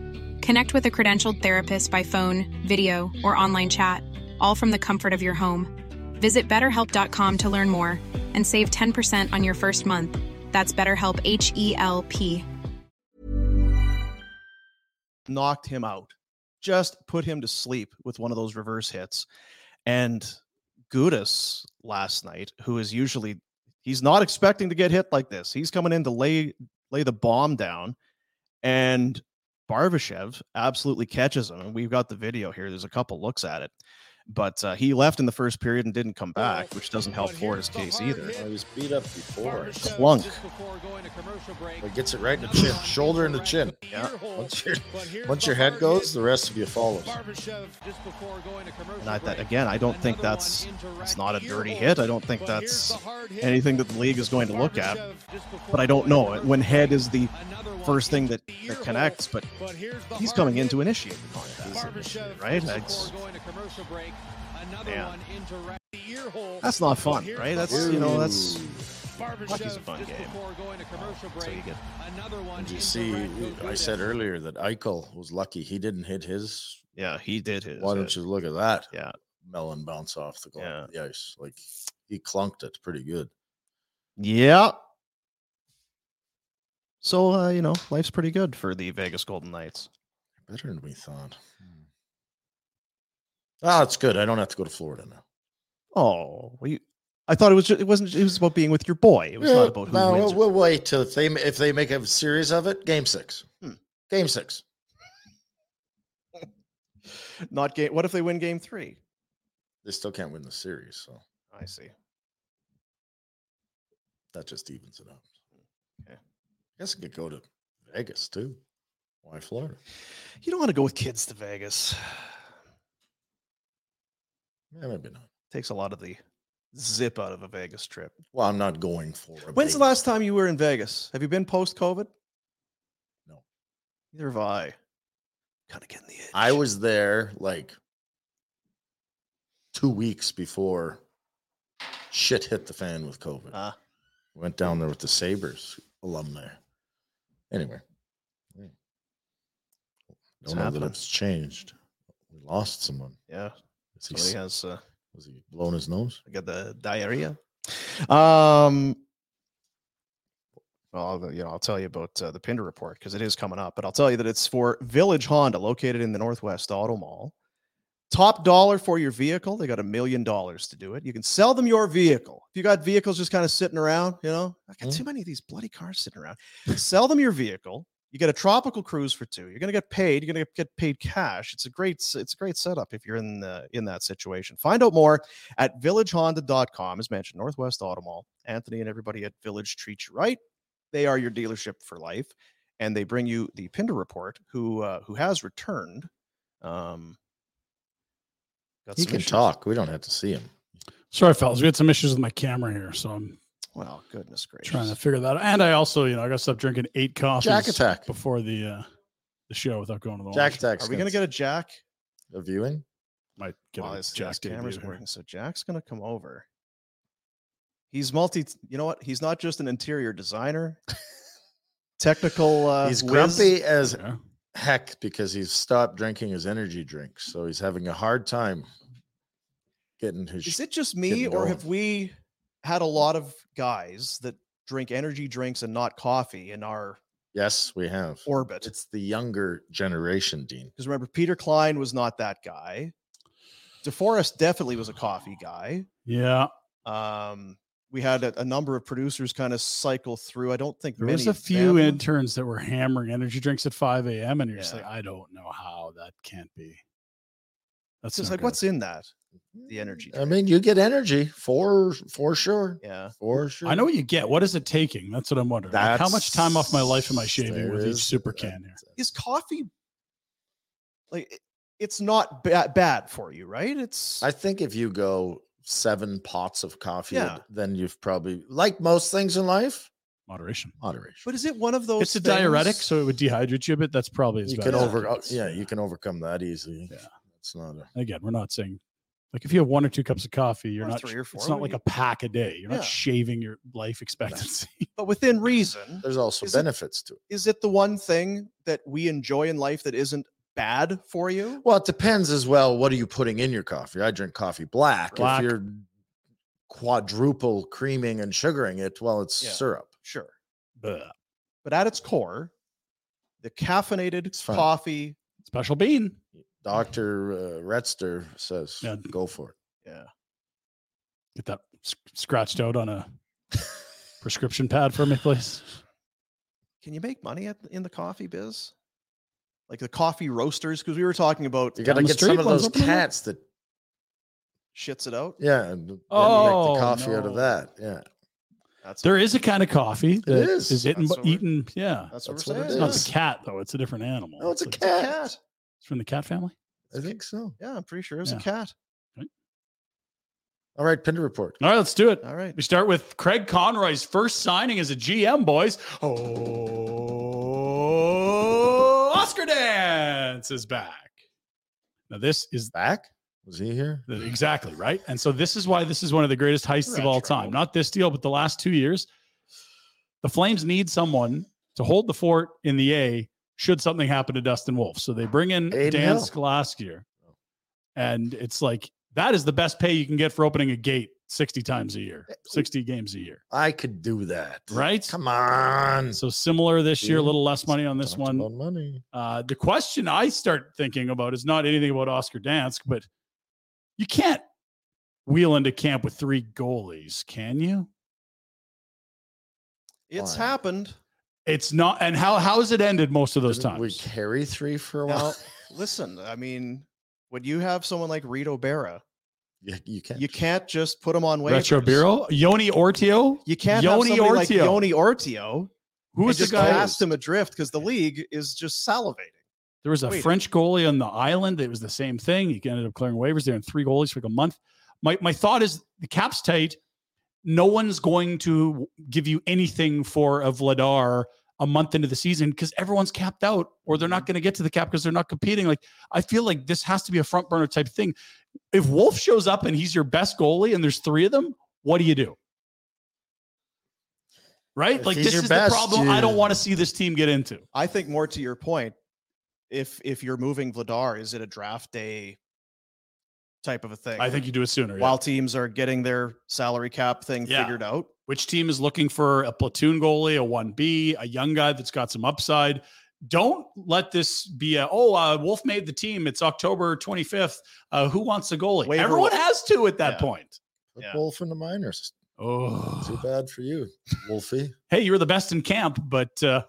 S8: Connect with a credentialed therapist by phone, video, or online chat, all from the comfort of your home. Visit betterhelp.com to learn more and save 10% on your first month. That's BetterHelp H E L P.
S1: knocked him out, just put him to sleep with one of those reverse hits. And Gudis last night, who is usually he's not expecting to get hit like this. He's coming in to lay lay the bomb down, and Barbashev absolutely catches him. And we've got the video here. There's a couple looks at it. But uh, he left in the first period and didn't come back, which doesn't help Florida's case either.
S4: He was beat up before.
S1: Clunk.
S4: It gets it right in the chin, shoulder in the chin. Yeah. Once your once your head goes, the rest of you follows.
S1: And I, that, again, I don't think that's that's not a dirty hit. I don't think that's anything that the league is going to look at. But I don't know when head is the first thing that, that connects. But he's coming in to initiate the contact, right? That's, yeah. that's not fun, right? That's you know that's hockey's a fun game. So you get
S4: And you see, I said earlier that Eichel was lucky he didn't hit his.
S1: Yeah, he did his.
S4: Why don't you look at that?
S1: Yeah,
S4: melon bounce off the goal, the ice. Like he clunked it pretty good.
S1: Yeah. So uh, you know, life's pretty good for the Vegas Golden Knights.
S4: Better than we thought. Hmm. Ah, it's good. I don't have to go to Florida now.
S1: Oh, well, you, I thought it was just, it wasn't it was about being with your boy. It was not about who
S4: no,
S1: wins.
S4: we'll, we'll wait till if they if they make a series of it. Game six.
S1: Hmm.
S4: Game six.
S1: Not game. What if they win game three?
S4: They still can't win the series, so
S1: I see.
S4: that just evens it out. Yeah, I guess I could go to Vegas too. Why Florida?
S1: You don't want to go with kids to Vegas.
S4: Yeah, maybe not.
S1: Takes a lot of the zip out of a Vegas trip.
S4: Well, I'm not going for. a
S1: When's
S4: Vegas.
S1: the last time you were in Vegas? Have you been post COVID?
S4: No.
S1: Neither have I.
S4: I was there like two weeks before shit hit the fan with COVID.
S1: Uh.
S4: Went down there with the Sabres alumni. Anyway,
S1: It's
S4: don't know
S1: happening.
S4: that it's changed. We lost someone.
S1: Yeah.
S4: Is he
S1: Somebody
S4: s-
S1: has uh,
S4: was he blown his nose?
S1: got the diarrhea. Um. Well, I'll- you know, I'll tell you about uh, the Pinder report because it is coming up. But I'll tell you that it's for Village Honda, located in the Northwest Auto Mall. Top dollar for your vehicle. They got a million dollars to do it. You can sell them your vehicle. If you got vehicles just kind of sitting around, you know, I got too many of these bloody cars sitting around. sell them your vehicle. You get a tropical cruise for two. You're going to get paid. You're going to get paid cash. It's a great s- it's a great setup if you're in the in that situation. Find out more at villagehonda.com. As mentioned, Northwest Auto Mall. Anthony and everybody at Village treat you right. They are your dealership for life, and they bring you the Pinder report, who uh, who has returned. Um, got
S4: He
S1: some
S4: can
S1: issues.
S4: talk. We don't have to see him.
S2: Sorry, fellas. We had some issues with my camera here, so I'm
S1: Well, goodness gracious.
S2: trying to figure that out. And I also, you know, I got to stop drinking eight coffees
S4: Jack Attack.
S2: before the uh the show without going to the
S4: Jack
S2: washroom.
S4: Attack's
S1: Are we going to get a Jack?
S4: a viewing?
S2: Might get
S1: Well,
S2: a
S1: his,
S2: Jack
S1: his camera's
S2: debut here.
S1: working, so Jack's going to come over. He's multi. You know what? He's not just an interior designer. Technical. Uh,
S4: he's
S1: whiz.
S4: grumpy as
S2: Yeah.
S4: heck because he's stopped drinking his energy drinks, so he's having a hard time getting his.
S1: Is
S4: sh-
S1: it just
S4: getting
S1: me, or
S4: going.
S1: have we had a lot of guys that drink energy drinks and not coffee in our
S4: Yes, we have.
S1: orbit?
S4: It's the younger generation, Dean.
S1: Because remember, Peter Klein was not that guy. DeForest definitely was a coffee guy.
S2: Yeah.
S1: Um, we had a, a number of producers kind of cycle through. I don't think
S2: There
S1: many
S2: was a
S1: of
S2: few
S1: them-
S2: interns that were hammering energy drinks at 5 a.m. and you're just
S1: Yeah.
S2: like, I don't know how that can't be. That's
S1: It's just
S2: no
S1: like
S2: good.
S1: what's in that? The energy.
S4: I mean, you get energy for for sure.
S1: Yeah.
S4: For sure.
S2: I know what you get. What is it taking? That's what I'm wondering. Like, how much time off my life am I shaving
S4: there
S2: with each
S4: is-
S2: super can here?
S1: Is coffee like it- it's not ba- bad for you, right? It's
S4: I think if you go seven pots of coffee,
S1: Yeah.
S4: then you've probably like most things in life,
S2: Moderation.
S4: moderation.
S1: but is it one of those
S2: It's a diuretic,
S1: things-
S2: so it would dehydrate you a bit. That's probably as
S4: You
S2: bad
S4: can
S2: as it
S4: over oh,
S2: gets.
S4: yeah, you can overcome that easily.
S2: Yeah.
S4: It's not a
S2: Again, we're not saying like if you have one or two cups of coffee, you're
S1: Or
S2: not
S1: three or
S2: It's
S1: four,
S2: not
S1: what
S2: like
S1: do
S2: a pack a day. You're
S1: Yeah.
S2: not shaving your life expectancy.
S1: But within reason,
S4: there's also
S1: Is it-
S4: benefits to it.
S1: is it the one thing that we enjoy in life that isn't bad for you?
S4: Well, it depends as well. What are you putting in your coffee? I drink coffee black.
S2: Black.
S4: If you're quadruple creaming and sugaring it, well, it's
S1: Yeah.
S4: syrup.
S1: Sure.
S2: Ugh.
S1: But at its core, the caffeinated
S4: fine.
S1: coffee,
S2: Special bean.
S4: Dr. Uh, Retster says,
S2: Mm-hmm. Yeah.
S4: go for it.
S1: yeah,
S2: Get that sc- scratched out on a prescription pad for me, please.
S1: can you make money at, in the coffee biz? Like the coffee roasters, because we were talking about
S4: You got to
S2: Down the
S4: get some
S2: street,
S4: of
S2: one's
S4: those
S2: opening up.
S4: cats that,
S1: shits it out.
S4: yeah, and then you
S2: Oh,
S4: make the coffee out
S2: no.
S4: of that. Yeah.
S1: That's
S2: There is a kind of coffee that is
S4: is.
S2: eaten,
S1: That's what we're-
S2: eaten. Yeah,
S1: that's what
S4: that's
S1: we're
S4: what it
S2: it's
S1: saying.
S2: not
S4: is.
S2: the cat though. It's a different animal.
S4: Oh, it's a
S1: Yeah.
S4: cat.
S1: Cat.
S2: It's from the cat family.
S4: I think so.
S1: Yeah, I'm pretty sure it was
S2: Yeah.
S1: a cat.
S4: All right, Pinder Report.
S2: All right, let's do it.
S1: All right.
S2: We start with Craig Conroy's first signing as a GM, boys. Oh, Oscar Dance is back. Now, this is
S4: Back? Was he here?
S2: exactly right. And so, this is why this is one of the greatest heists of all
S1: Retro.
S2: time. Not this deal, but the last two years. The Flames need someone to hold the fort in the A should something happen to Dustin Wolf. So, they bring in
S4: Aiden
S2: Dan
S4: Hill.
S2: Skolaskier. And it's like, that is the best pay you can get for opening a gate 60 times a year,
S4: Eh,
S2: 60 games a year.
S4: I could do that.
S2: Right?
S4: Come on.
S2: So similar this year, a
S4: Hmm. Yeah.
S2: little less money on this
S4: Talked
S2: one.
S4: about money.
S2: Uh, the question I start thinking about is not anything about Oscar Dansk, but you can't wheel into camp with three goalies, can you?
S1: It's
S4: Fine.
S1: happened.
S2: It's not. And how how has it ended most of those
S4: Didn't
S2: times?
S4: We carry three for a
S1: Now,
S4: while.
S1: listen, I mean, when you have someone like Reed O'Bara,
S4: you, you can't.
S1: you can't just put him on waivers.
S2: Retro Bureau, Yoni Ortio.
S1: You can't
S2: Yoni
S1: have somebody like
S2: Ortio.
S1: Yoni Ortio
S2: Who
S1: and
S2: was the
S1: just
S2: guy?
S1: cast him adrift because the league is just salivating.
S2: There was a
S1: Wait.
S2: French goalie on the island. It was the same thing. He ended up clearing waivers there in three goalies for like a month. My my thought is the cap's tight. No one's going to give you anything for a Vladar a month into the season because everyone's capped out or they're
S4: Mm-hmm.
S2: not going to get to the cap because they're not competing. Like I feel like this has to be a front burner type thing. If Wolf shows up and he's your best goalie and there's three of them, what do you do? Right?
S4: If
S2: like
S4: he's
S2: this
S4: your
S2: is
S4: best,
S2: the problem I don't
S4: you-
S2: want to see this team get into.
S1: I think more to your point, if if you're moving Vladar, is it a draft day type of a thing?
S2: I think you do it sooner. yeah.
S1: while teams are getting their salary cap thing
S2: Yeah.
S1: figured out,
S2: which team is looking for a platoon goalie, a 1B, a young guy that's got some upside. Don't let this be a, oh, uh, Wolf made the team. It's October 25th. Uh, who wants a goalie?
S1: Waiver
S2: Everyone
S1: wire.
S2: has to at that
S1: Yeah.
S2: point.
S4: Put
S1: Yeah.
S4: Wolf in the minors. Too
S2: Oh,
S4: bad for you, Wolfie.
S2: hey, you were the best in camp, but uh,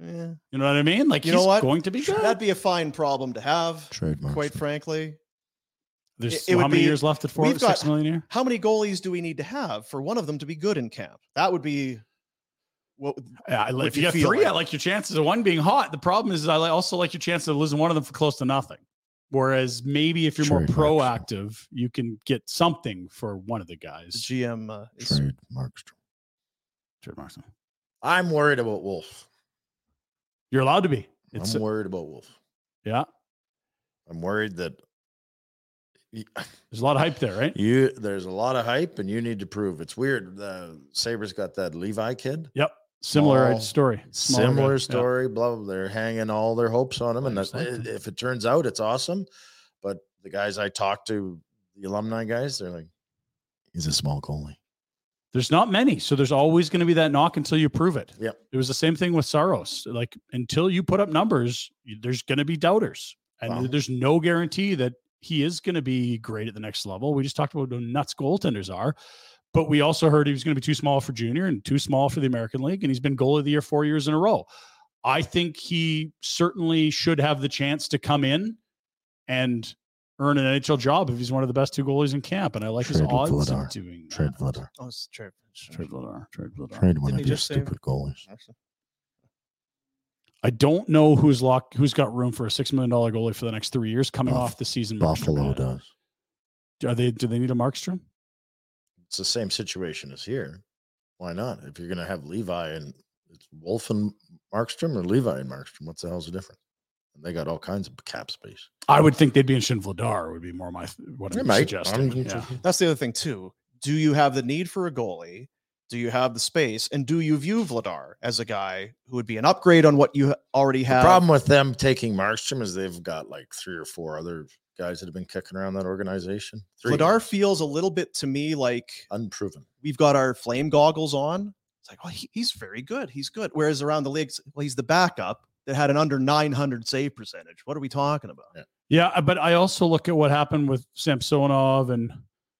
S1: eh,
S2: you know what I mean? Like,
S1: You know
S2: he's
S1: what?
S2: going to be good.
S1: that'd be a fine problem to have.
S4: Trademark.
S1: Quite frankly,
S2: There's
S1: it would
S2: how many
S1: be-
S2: years left at four,
S1: we've
S2: six
S1: got-
S2: million a year?
S1: how many goalies do we need to have for one of them to be good in camp? That would be what
S2: Yeah, I, li-
S1: What
S2: if
S1: do
S2: you
S1: you
S2: get
S1: feel
S2: three, I
S1: like?
S2: like your chances of one being hot. The problem is, I li- also like your chances of losing one of them for close to nothing. Whereas maybe if you're more
S4: Trademark.
S2: proactive, you can get something for one of the
S1: the
S2: guys.
S1: GM uh, is.
S4: Trademark.
S2: Trademarks.
S4: I'm worried about Wolf.
S2: You're allowed to be. It's
S4: I'm worried about Wolf.
S2: yeah.
S4: I'm worried that y-
S2: There's a lot of hype there, right?
S4: you there's a lot of hype and you need to prove. It's weird. The Sabres got that Levi kid.
S2: Similar
S4: Small-
S2: story. Smaller guy.
S4: Similar
S2: Yeah.
S4: story, blah, blah. They're hanging all their hopes on him. And
S2: Players
S4: that's,
S2: like
S4: i-
S2: that.
S4: if it turns out, it's awesome. But the guys I talked to, the alumni guys, they're like, he's a small goalie.
S2: There's not many, so there's always going to be that knock until you prove it.
S4: Yep.
S2: It was the same thing with Saros. Like until you put up numbers, you- there's going to be doubters. And there's no guarantee that he is going to be great at the next level. We just talked about how nuts goaltenders are. But we also heard he was going to be too small for junior and too small for the American League. And he's been goal of the year four years in a row. I think he certainly should have the chance to come in and earn an NHL job if he's one of the best two goalies in camp. And I like his
S9: Trade
S2: odds of
S9: Vladar.
S2: doing
S9: Trade Vladar.
S1: Oh, it's trade.
S2: Trade Vladar. Trade Vladar.
S9: Trade one of your stupid goalies.
S2: I don't know who's lock who's got room for a six million dollar goalie for the next three years coming off the season. Markstrom
S9: Buffalo
S2: had.
S9: does.
S2: Are they? Do they need a Markstrom?
S4: It's the same situation as here. Why not? If you're going to have Levi and it's Wolf and Markstrom or Levi and Markstrom, what's the hell's the difference? And they got all kinds of cap space.
S2: I would think they'd be interested in Vladar. Would be more my what
S4: They
S2: I'm
S4: might.
S2: suggesting.
S4: I'm-
S2: Yeah.
S1: That's the other thing too. Do you have the need for a goalie? Do you have the space? And do you view Vladar as a guy who would be an upgrade on what you already
S4: The
S1: have?
S4: problem with them taking Markstrom is they've got like three or four other guys that have been kicking around that organization. Three
S1: Vladar feels a little bit to me like
S4: unproven.
S1: We've got our flame goggles on. It's like, oh, he- he's very good. He's good. Whereas around the league, it's, well, he's the backup that had an under 900 save percentage. What are we talking about?
S2: Yeah, uh, but I also look at what happened with Samsonov and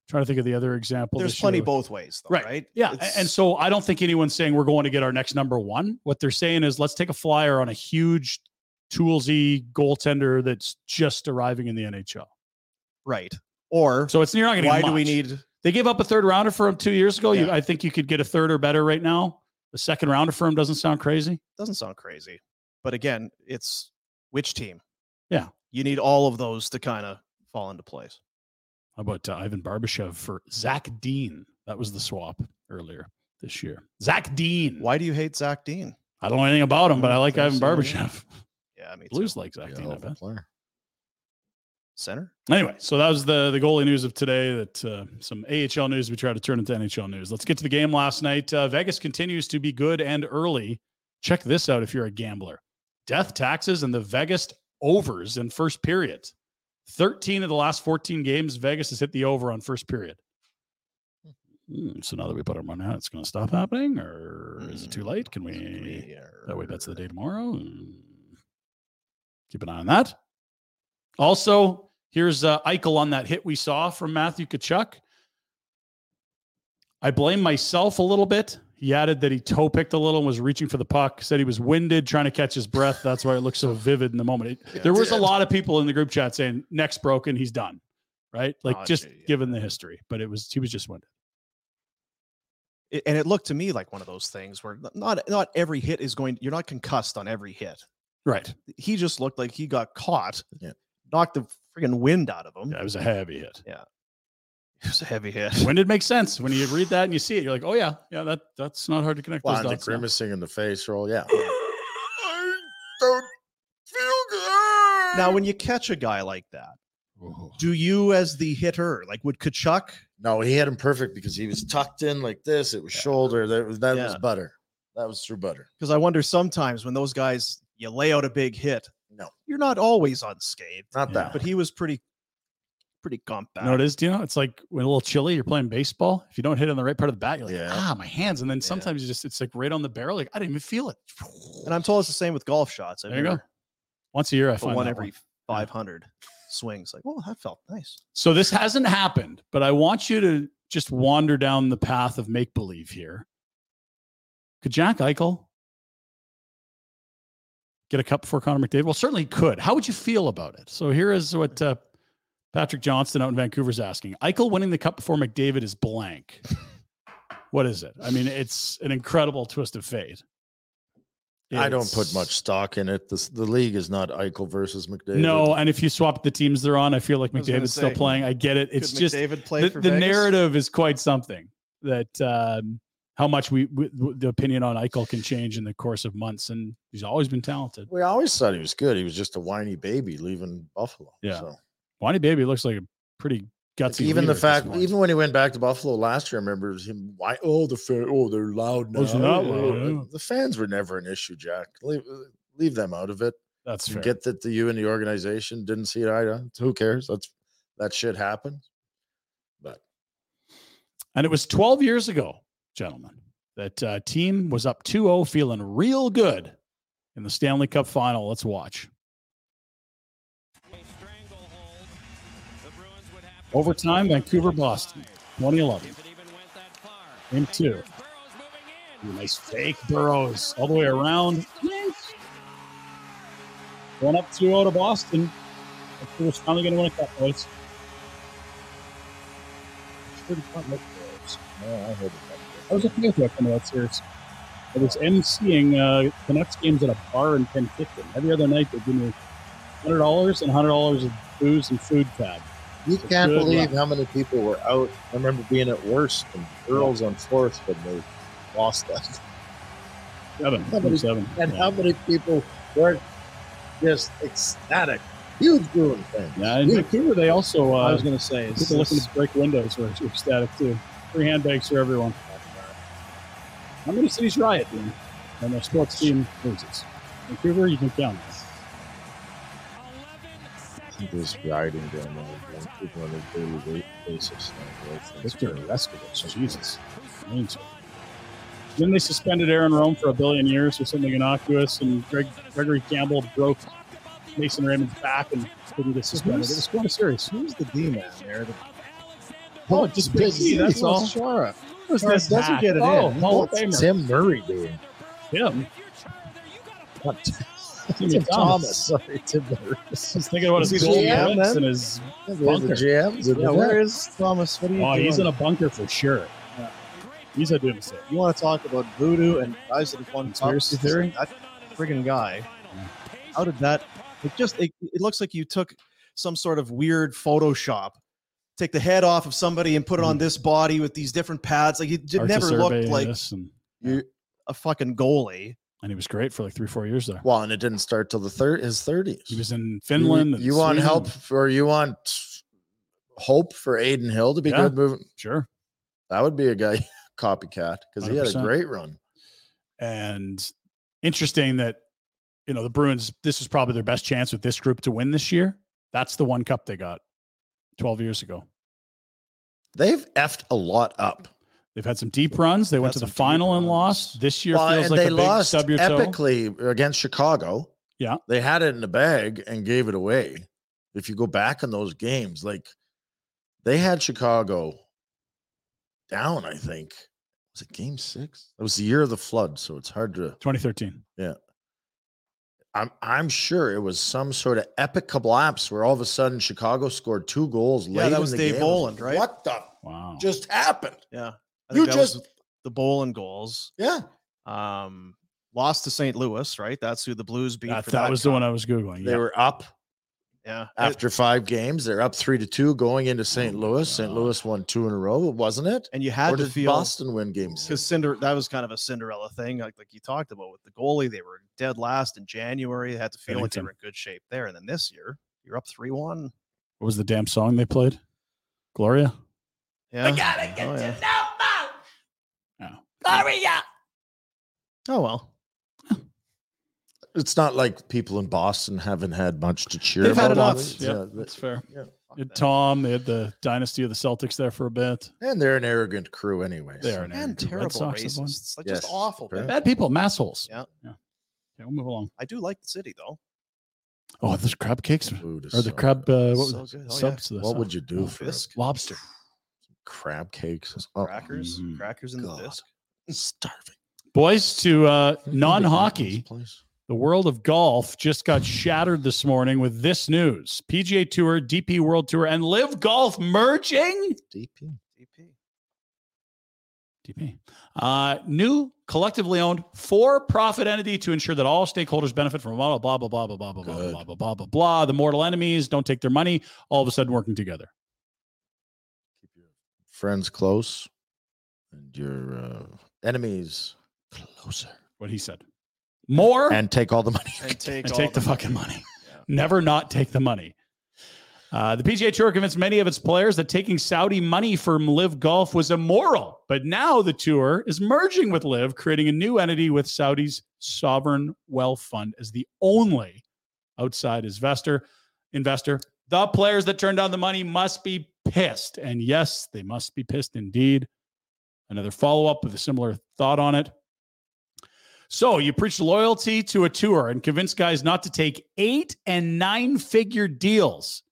S2: trying to think of the other example.
S1: There's
S2: this
S1: plenty
S2: year.
S1: both ways, though,
S2: Right.
S1: right?
S2: Yeah.
S1: It's-
S2: And so I don't think anyone's saying we're going to get our next number one. What they're saying is let's take a flyer on a huge toolsy goaltender that's just arriving in the NHL.
S1: right. Or
S2: So it's you're not going to.
S1: why do we need?
S2: They gave up a third rounder for him two years ago. You, I think you could get a third or better right now. The second rounder for him doesn't sound crazy.
S1: Doesn't sound crazy, but again, it's which team?
S2: Yeah.
S1: You need all of those to kind of fall into place.
S2: How about uh, Ivan Barbashev for Zach Dean? That was the swap earlier this year. Zach Dean.
S1: Why do you hate Zach Dean?
S2: I don't know anything about him, but I
S1: Mm,
S2: like
S1: fair
S2: Ivan
S1: say, yeah.
S2: Barbashev.
S1: Yeah, me too.
S2: Blues like Zach Dean, I bet.
S1: Center?
S2: Anyway, so that was the the goalie news of today. That uh, some AHL news we try to turn into NHL news. Let's get to the game last night. Uh, Vegas continues to be good and early. Check this out if you're a gambler. Death taxes and the Vegas overs in first period. 13 of the last 14 games, Vegas has hit the over on first period. Hmm, so now that we put our money on, it, it's going to stop happening, or is it too late? Hmm, Can we? That way, that's the day tomorrow. Hmm. Keep an eye on that. Also, here's uh, Eichel on that hit we saw from Matthew Kachuk. I blame myself a little bit. He added that he toe picked a little and was reaching for the puck. Said he was winded, trying to catch his breath. That's why it looks so vivid in the moment. It-
S9: Yeah,
S2: there was a
S9: dude.
S2: lot of people in the group chat saying neck's broken, he's done, right? Like
S1: Oh,
S2: just
S1: gee,
S2: given the history, but it was he was just winded.
S1: It- and it looked to me like one of those things where n- not not every hit is going. You're not concussed on every hit.
S2: Right.
S1: He just looked like he got caught.
S4: Yeah.
S1: Knocked the friggin' wind out of him.
S2: Yeah, it was a heavy hit.
S1: Yeah. It was a heavy hit.
S2: Winded makes sense when you read that and you see it. You're like, oh yeah, yeah, that that's not hard to connect
S4: Well,
S2: those
S4: and the
S2: dots. now.
S4: grimacing in the face roll. Yeah.
S1: Now, when you catch a guy like that, do you as the hitter like would Kachuk?
S4: No, he had him perfect because he was tucked in like this. It was shoulder. That was that was
S1: Yeah.
S4: butter. That was through butter.
S1: Because I wonder sometimes when those guys you lay out a big hit,
S4: no,
S1: you're not always unscathed.
S4: Not Yeah. that
S1: but he was pretty, pretty compact.
S2: You know what it is, Dino? It's like when a little chilly, you're playing baseball. If you don't hit on the right part of the bat, you're like, ah, my hands. And then sometimes you just, it's like right on the barrel. Like, I didn't even feel it.
S1: And I'm told it's the same with golf shots. I've
S2: There you go.
S1: never-
S2: Once a year, I
S1: but
S2: find
S1: one
S2: that
S1: every 500 swings. Like, oh, that felt nice.
S2: So this hasn't happened, but I want you to just wander down the path of make believe here. Could Jack Eichel get a cup before Connor McDavid? Well, certainly he could. How would you feel about it? So here is what uh, Patrick Johnston out in Vancouver is asking: Eichel winning the cup before McDavid is blank. what is it? I mean, it's an incredible twist of fate.
S4: I don't put
S2: It's-
S4: much stock in it. This the league is not Eichel versus McDavid.
S2: No, and if you swap the teams they're on, I feel like
S4: I was gonna
S2: McDavid's still
S4: say,
S2: playing. I get it.
S4: could
S2: It's just
S4: McDavid play
S2: the,
S4: for
S2: the
S4: Vegas?
S2: narrative is quite something that um, how much we, we the opinion on Eichel can change in the course of months, and he's always been talented.
S4: we always thought he was good. He was just a whiny baby leaving Buffalo.
S2: Yeah,
S4: So
S2: Whiny Baby looks like a pretty gutsy.
S4: even the
S2: leader at this
S4: fact,
S2: point.
S4: even when he went back to Buffalo last year, I remember it was him. Why? Oh, the fa- oh, they're loud now.
S2: Oh, it's not loud,
S4: Oh,
S2: yeah.
S4: The fans were never an issue, Jack. Leave, uh, leave them out of it.
S2: That's
S4: You
S2: fair.
S4: get that the you and the organization didn't see it either. Who cares? That's that shit happened.
S2: And it was 12 years ago, gentlemen, that uh, team was up 2 0, feeling real good in the Stanley Cup final. Let's watch. Overtime, Vancouver, Boston, 2011. Game two. Ooh, nice fake Burrows all the way around. Nice. One up 2 0 to Boston. Vancouver's finally going to win a cup, boys. Sure did not look Burrows. No, I heard it. I was looking at that kind of that series. I was emceeing uh, Canucks games at a bar in Penticton. Every other night they give me hundred dollars and hundred dollars of booze and food tab.
S4: You
S2: So
S4: can't
S2: good
S4: believe
S2: luck.
S4: how many people were out. I remember being at worst and Earls on fourth when they lost that.
S2: Seven,
S4: How many-
S2: seven,
S4: And
S2: yeah.
S4: how many people weren't just ecstatic? Huge booing fans.
S2: Yeah, in Vancouver they also. Uh,
S1: I was gonna say, it's-
S2: people looking to break windows were ecstatic too. Free handbags for everyone. I'm going to cities riot then, and their sports team loses. Vancouver, you can count. on it.
S4: Just riding down there. People on a daily ba- basis.
S2: Victor Leskovich, Jesus. Angel. Then they suspended Aaron Rome for a billion years or something innocuous, and Greg, Gregory Campbell broke Mason Raymond's back and didn't get suspended. It was quite a series. Who's the D man there? Oh, just Big D, that's all.
S4: Chara.
S2: Who's
S4: Chara
S2: this
S4: E, doesn't
S2: hack?
S4: get it
S2: Oh,
S4: in.
S2: Hall of
S4: What's
S2: Famer.
S4: Tim Murray doing?
S2: Him.
S4: Not Tim
S2: Timmy
S4: Thomas.
S2: Thomas.
S4: Sorry, Tim Murray.
S2: He's thinking about his
S4: Is he
S2: gold
S4: GM
S2: medals
S4: then?
S2: and his
S4: Yeah, there's
S2: bunker.
S4: the GMs in Yeah, the where back.
S1: is Thomas? What are you
S2: Oh, he's in
S1: doing?
S2: a bunker for sure. He's a doing sick.
S1: You want to talk about voodoo and guys that have won
S2: Conspiracy
S1: cups?
S2: theory?
S1: That friggin' guy. How did that? It just it, it looks like you took some sort of weird Photoshop, take the head off of somebody and put it on this body with these different pads. Like it, it
S2: Archer
S1: never
S2: Mm-hmm. Survey
S1: looked like
S2: this and,
S1: you a fucking goalie.
S2: and he was great for like three, four years there.
S4: Well, and it didn't start till the thir- his thirties. He
S2: was in Finland. and
S4: You, want
S2: Sweden.
S4: help for you want hope for Aiden Hill to be
S2: Yeah,
S4: good moving?
S2: Sure,
S4: that would be a guy copycat because he had a
S2: 100%.
S4: great run.
S2: And interesting that you know the Bruins. This was probably their best chance with this group to win this year. That's the one cup they got twelve years ago.
S4: They've effed a lot up.
S2: They've had some deep runs. They went to the final and lost. This year
S4: Well,
S2: feels
S4: and
S2: like
S4: they
S2: a big
S4: lost
S2: stub your toe.
S4: epically against Chicago.
S2: Yeah,
S4: they had it in the bag and gave it away. If you go back in those games, like they had Chicago down. I think was it Game Six? It was the year of the flood, so it's hard to
S2: 2013.
S4: Yeah. I'm I'm sure it was some sort of epic collapse where all of a sudden Chicago scored two goals late.
S1: Yeah, that
S4: in
S1: was
S4: the
S1: Dave
S4: game.
S1: Boland, right?
S4: What the
S2: Wow.
S4: just happened?
S1: Yeah. I
S4: You
S1: think that was
S4: just-
S1: the Boland goals.
S4: Yeah.
S1: Um lost to St. Louis, right? That's who the Blues beat.
S2: That,
S1: for
S2: that was the
S1: cup.
S2: one I was googling.
S4: They
S2: yeah.
S4: were up
S1: Yeah.
S4: after five games. They're up three to two going into
S2: Oh
S4: St. Louis. St. Louis won two in a row, wasn't it?
S1: And you had
S4: or
S1: to
S4: did
S1: feel-
S4: Boston win Game Six.
S1: because Cinder that was kind of a Cinderella thing, like like you talked about with the goalie. They were dead last in January. They had to feel like they
S2: Bennington.
S1: were in good shape there. And then this year, you're up three one.
S2: What was the damn song they played? Gloria.
S1: Yeah. I gotta get oh, yeah.
S6: Gloria!
S1: Oh well.
S4: It's not like people in Boston haven't had much to cheer
S2: They've
S4: about.
S2: had
S4: on
S2: enough.
S4: it.
S2: Yeah,
S4: Yeah,
S2: that's fair.
S4: Yeah.
S2: They had Tom, they had the dynasty of the Celtics there for a bit.
S4: And they're an arrogant crew, anyway.
S2: They are an
S1: And
S2: arrogant group. Red
S1: terrible
S2: Sox have won.
S1: racists. Like
S4: Yes,
S1: just awful.
S4: correct.
S2: Bad people, massholes.
S1: Yeah.
S2: Okay, we'll move along.
S1: I do like the city though.
S2: Oh, those crab cakes
S4: Food is
S2: or the
S4: so
S2: crab. Uh, what
S1: So
S2: was
S1: good.
S2: it?
S1: Oh, yeah.
S2: subs? to the
S4: What would
S2: sub-
S4: you do
S2: oh,
S4: for
S2: bisque? lobster?
S4: crab cakes? Oh
S1: Crackers,
S2: Oh,
S1: crackers in the disc.
S4: Starving.
S2: Boys, to uh, non hockey,
S4: place.
S2: the world of golf just got shattered this morning with this news PGA Tour, DP World Tour, and Live Golf merging.
S4: DP.
S1: DP.
S2: DP. Uh, new collectively owned for profit entity to ensure that all stakeholders benefit from blah, blah, blah, blah, blah, blah, blah, blah, blah, blah, blah, blah, blah, blah. The mortal enemies don't take their money. All of a sudden working together.
S4: Friends close, and your uh, enemies closer.
S2: What he said. More
S4: And take all the money.
S1: And take
S2: and
S1: all
S2: take the fucking money. Never not take the money. Uh, the PGA Tour convinced many of its players that taking Saudi money from Live Golf was immoral, but now the tour is merging with Live, creating a new entity with Saudi's sovereign wealth fund as the only outside investor. Investor, the players that turned down the money must be pissed, and yes, they must be pissed indeed. Another follow up with a similar thought on it. So you preach loyalty to a tour and convince guys not to take eight and nine figure deals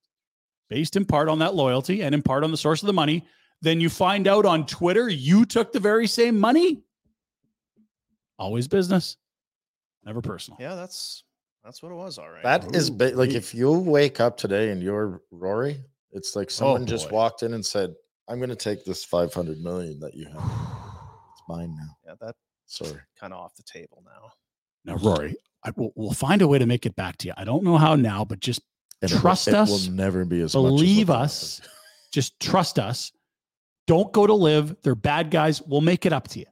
S2: based in part on that loyalty and in part on the source of the money. Then you find out on Twitter you took the very same money. Always business, never personal.
S1: Yeah, that's that's what it was. All right.
S4: That is ba- like if you wake up today and you're Rory, it's
S2: Oh,
S4: like someone just
S1: boy.
S4: walked in and said, "I'm going to take this 500 million that you have. It's mine now."
S1: Yeah, that
S4: Sorry.
S1: kind of off the table now.
S2: Now, Rory, I, we'll, we'll find a way to make it back to you. I don't know how now, but just
S4: And it will-
S2: trust
S4: it
S2: us.
S4: will never be as much as what
S2: believe
S4: they
S2: us. Just trust us. Don't go to live. They're bad guys. We'll make it up to you.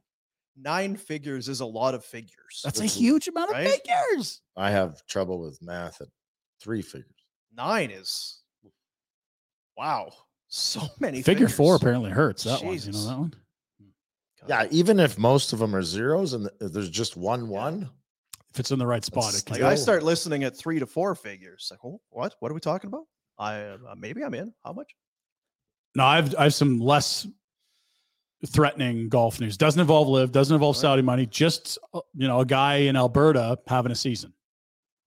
S1: Nine figures is a lot of figures.
S2: That's a huge amount of
S1: Right?
S2: figures.
S4: I have trouble with math at three figures.
S1: Nine is wow. So many
S2: Figure
S1: figures.
S2: four apparently hurts. That one, you
S1: Jesus.
S2: know that one.
S4: Yeah, even if most of them are zeros and th- there's just one one,
S2: If it's in the right spot,
S4: That's
S2: it Oh. can
S1: Like I start listening at three to four figures. Like, oh, what? What are we talking about? I uh, maybe I'm in. How much?
S2: No, I've I've some less threatening golf news. Doesn't involve live. Doesn't involve Saudi money. Just uh, you know, a guy in Alberta having a season.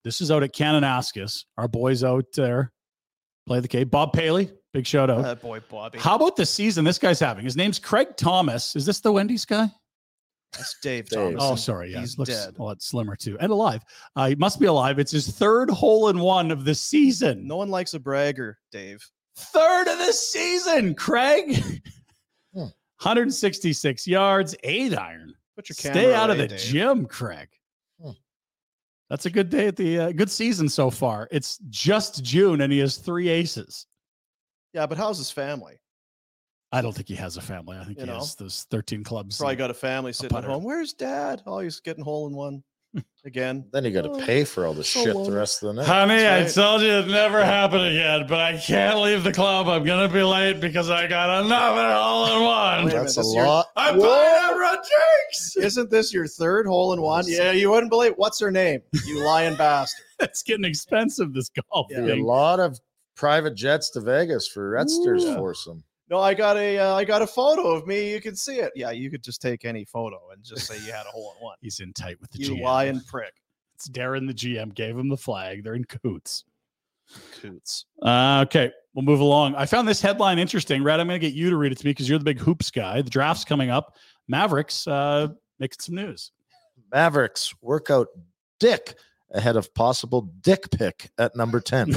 S2: This is out at Kananaskis. Our boys out there play the K. Bob Paley, big shout out.
S1: That Uh, boy Bobby.
S2: Oh. How about the season this guy's having? His name's Craig Thomas. Is this the Wendy's guy?
S1: That's Dave,
S2: Dave.
S1: Thomas.
S2: Oh, sorry. Yeah,
S1: he's
S2: looks
S1: dead.
S2: a lot slimmer too, and alive. Uh, he must be alive. It's his third hole in one of the season.
S1: No one likes a bragger, Dave.
S2: Third of the season, Craig.
S4: Hmm.
S2: 166 yards, eight iron.
S1: Put your camera
S2: Stay out of
S1: away,
S2: the
S1: Dave.
S2: gym, Craig.
S4: Hmm.
S2: That's a good day at the uh, good season so far. It's just June, and he has three aces.
S1: Yeah, but how's his family?
S2: I don't think he has a family. I think
S1: You
S2: he
S1: know.
S2: has those 13 clubs.
S1: Probably
S2: and-
S1: got a family sitting at
S2: putter.
S1: home. Where's dad? Oh, he's getting hole in one again.
S4: then you got
S1: Oh,
S4: to pay for all the
S1: so
S4: shit the
S1: lonely.
S4: rest of the night.
S2: Honey,
S1: That's
S2: I
S1: right.
S2: told you it'd never happen again, but I can't leave the club. I'm gonna be late because I got another hole in one.
S1: Wait a
S4: That's a
S1: minute, this year-
S4: lot.
S2: I'm
S1: What?
S2: playing Rodriguez.
S1: Isn't this your third hole in one? Yeah, you wouldn't believe. What's her name? You lying bastard.
S2: It's getting expensive. This golf
S4: Be A
S2: thing.
S4: lot of private jets to Vegas for Redsters
S2: Ooh.
S4: foursome.
S1: No, I got a uh, I got a photo of me. You can see it. Yeah, you could just take any photo and just say you had a hole in one.
S2: He's in tight with the
S1: You
S2: GM.
S1: lying prick.
S2: It's Darren, the GM, gave him the flag. They're in coots.
S1: Coots.
S2: Uh, okay, we'll move along. I found this headline interesting. Brad, I'm going to get you to read it to me because you're the big hoops guy. The draft's coming up. Mavericks uh, making some news.
S4: Mavericks workout dick ahead of possible dick pick at number 10.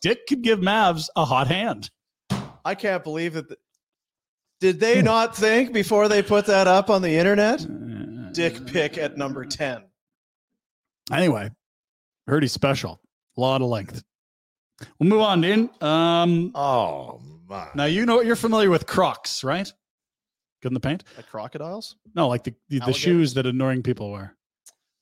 S2: Dick could give Mavs a hot hand.
S1: I can't believe that. th- Did they not think before they put that up on the internet? Dick pick at number ten.
S2: Anyway, heard he's special. A lot of length. We'll move on, in. Um,
S4: oh, my.
S2: now you know you're familiar with Crocs, right? Good in the paint?
S1: The crocodiles.
S2: No, like the the, the
S4: Alligators.
S2: shoes that annoying people wear.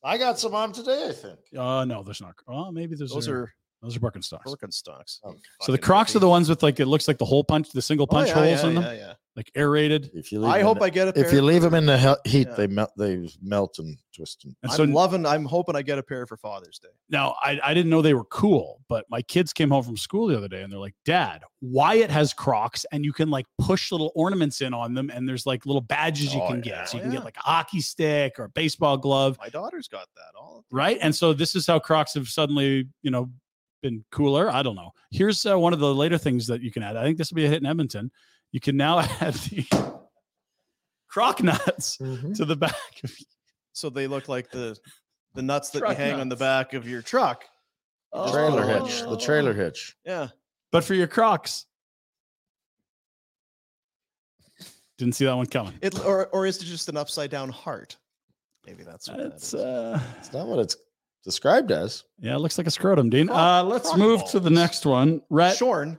S4: I got some on today, I think.
S2: Uh no, there's not. Oh, maybe those,
S1: Those are
S2: those are Birkenstocks.
S1: Birkenstocks.
S4: Oh,
S2: so the Crocs are the ones with like it looks like the hole punch, the single
S1: Oh,
S2: punch
S1: yeah,
S2: holes
S1: yeah,
S2: in them,
S1: yeah, yeah.
S2: like aerated.
S4: If you leave
S1: I
S4: them
S1: hope
S4: in-
S1: I get a pair.
S4: if you leave them in the he- heat,
S1: Yeah.
S4: they melt. They melt and twist. And
S2: And
S1: I'm
S2: so
S1: loving. I'm hoping I get a pair for Father's Day.
S2: now I, I didn't know they were cool, but my kids came home from school the other day and they're like, Dad, Wyatt has Crocs and you can like push little ornaments in on them and there's like little badges you
S4: Oh,
S2: can
S4: yeah.
S2: get. So you
S1: Oh,
S2: can
S1: yeah.
S2: get like a hockey stick or a baseball glove,
S1: My daughter's got that. All
S2: right? And so this is how Crocs have suddenly, you know, been cooler. I don't know. Here's uh, one of the later things that you can add. I think this will be a hit in Edmonton. You can now add the Croc nuts
S4: Mm-hmm.
S2: to the back of
S1: so they look like the the nuts that you
S2: Truck
S1: hang on the back of your truck. You
S2: Oh.
S1: just
S4: trailer
S1: put them on
S4: hitch.
S1: there.
S4: The trailer hitch.
S1: Yeah.
S2: but for your Crocs. Didn't see that one coming.
S1: It or or is it just an upside down heart? Maybe that's what that
S2: It's
S1: is.
S2: uh,
S4: It's not what it's described as.
S2: yeah, it looks like a scrotum, Dean.
S1: Croc-
S2: Uh, let's
S1: croc
S2: move to the
S1: balls.
S2: next one. Rhett,
S1: shorn,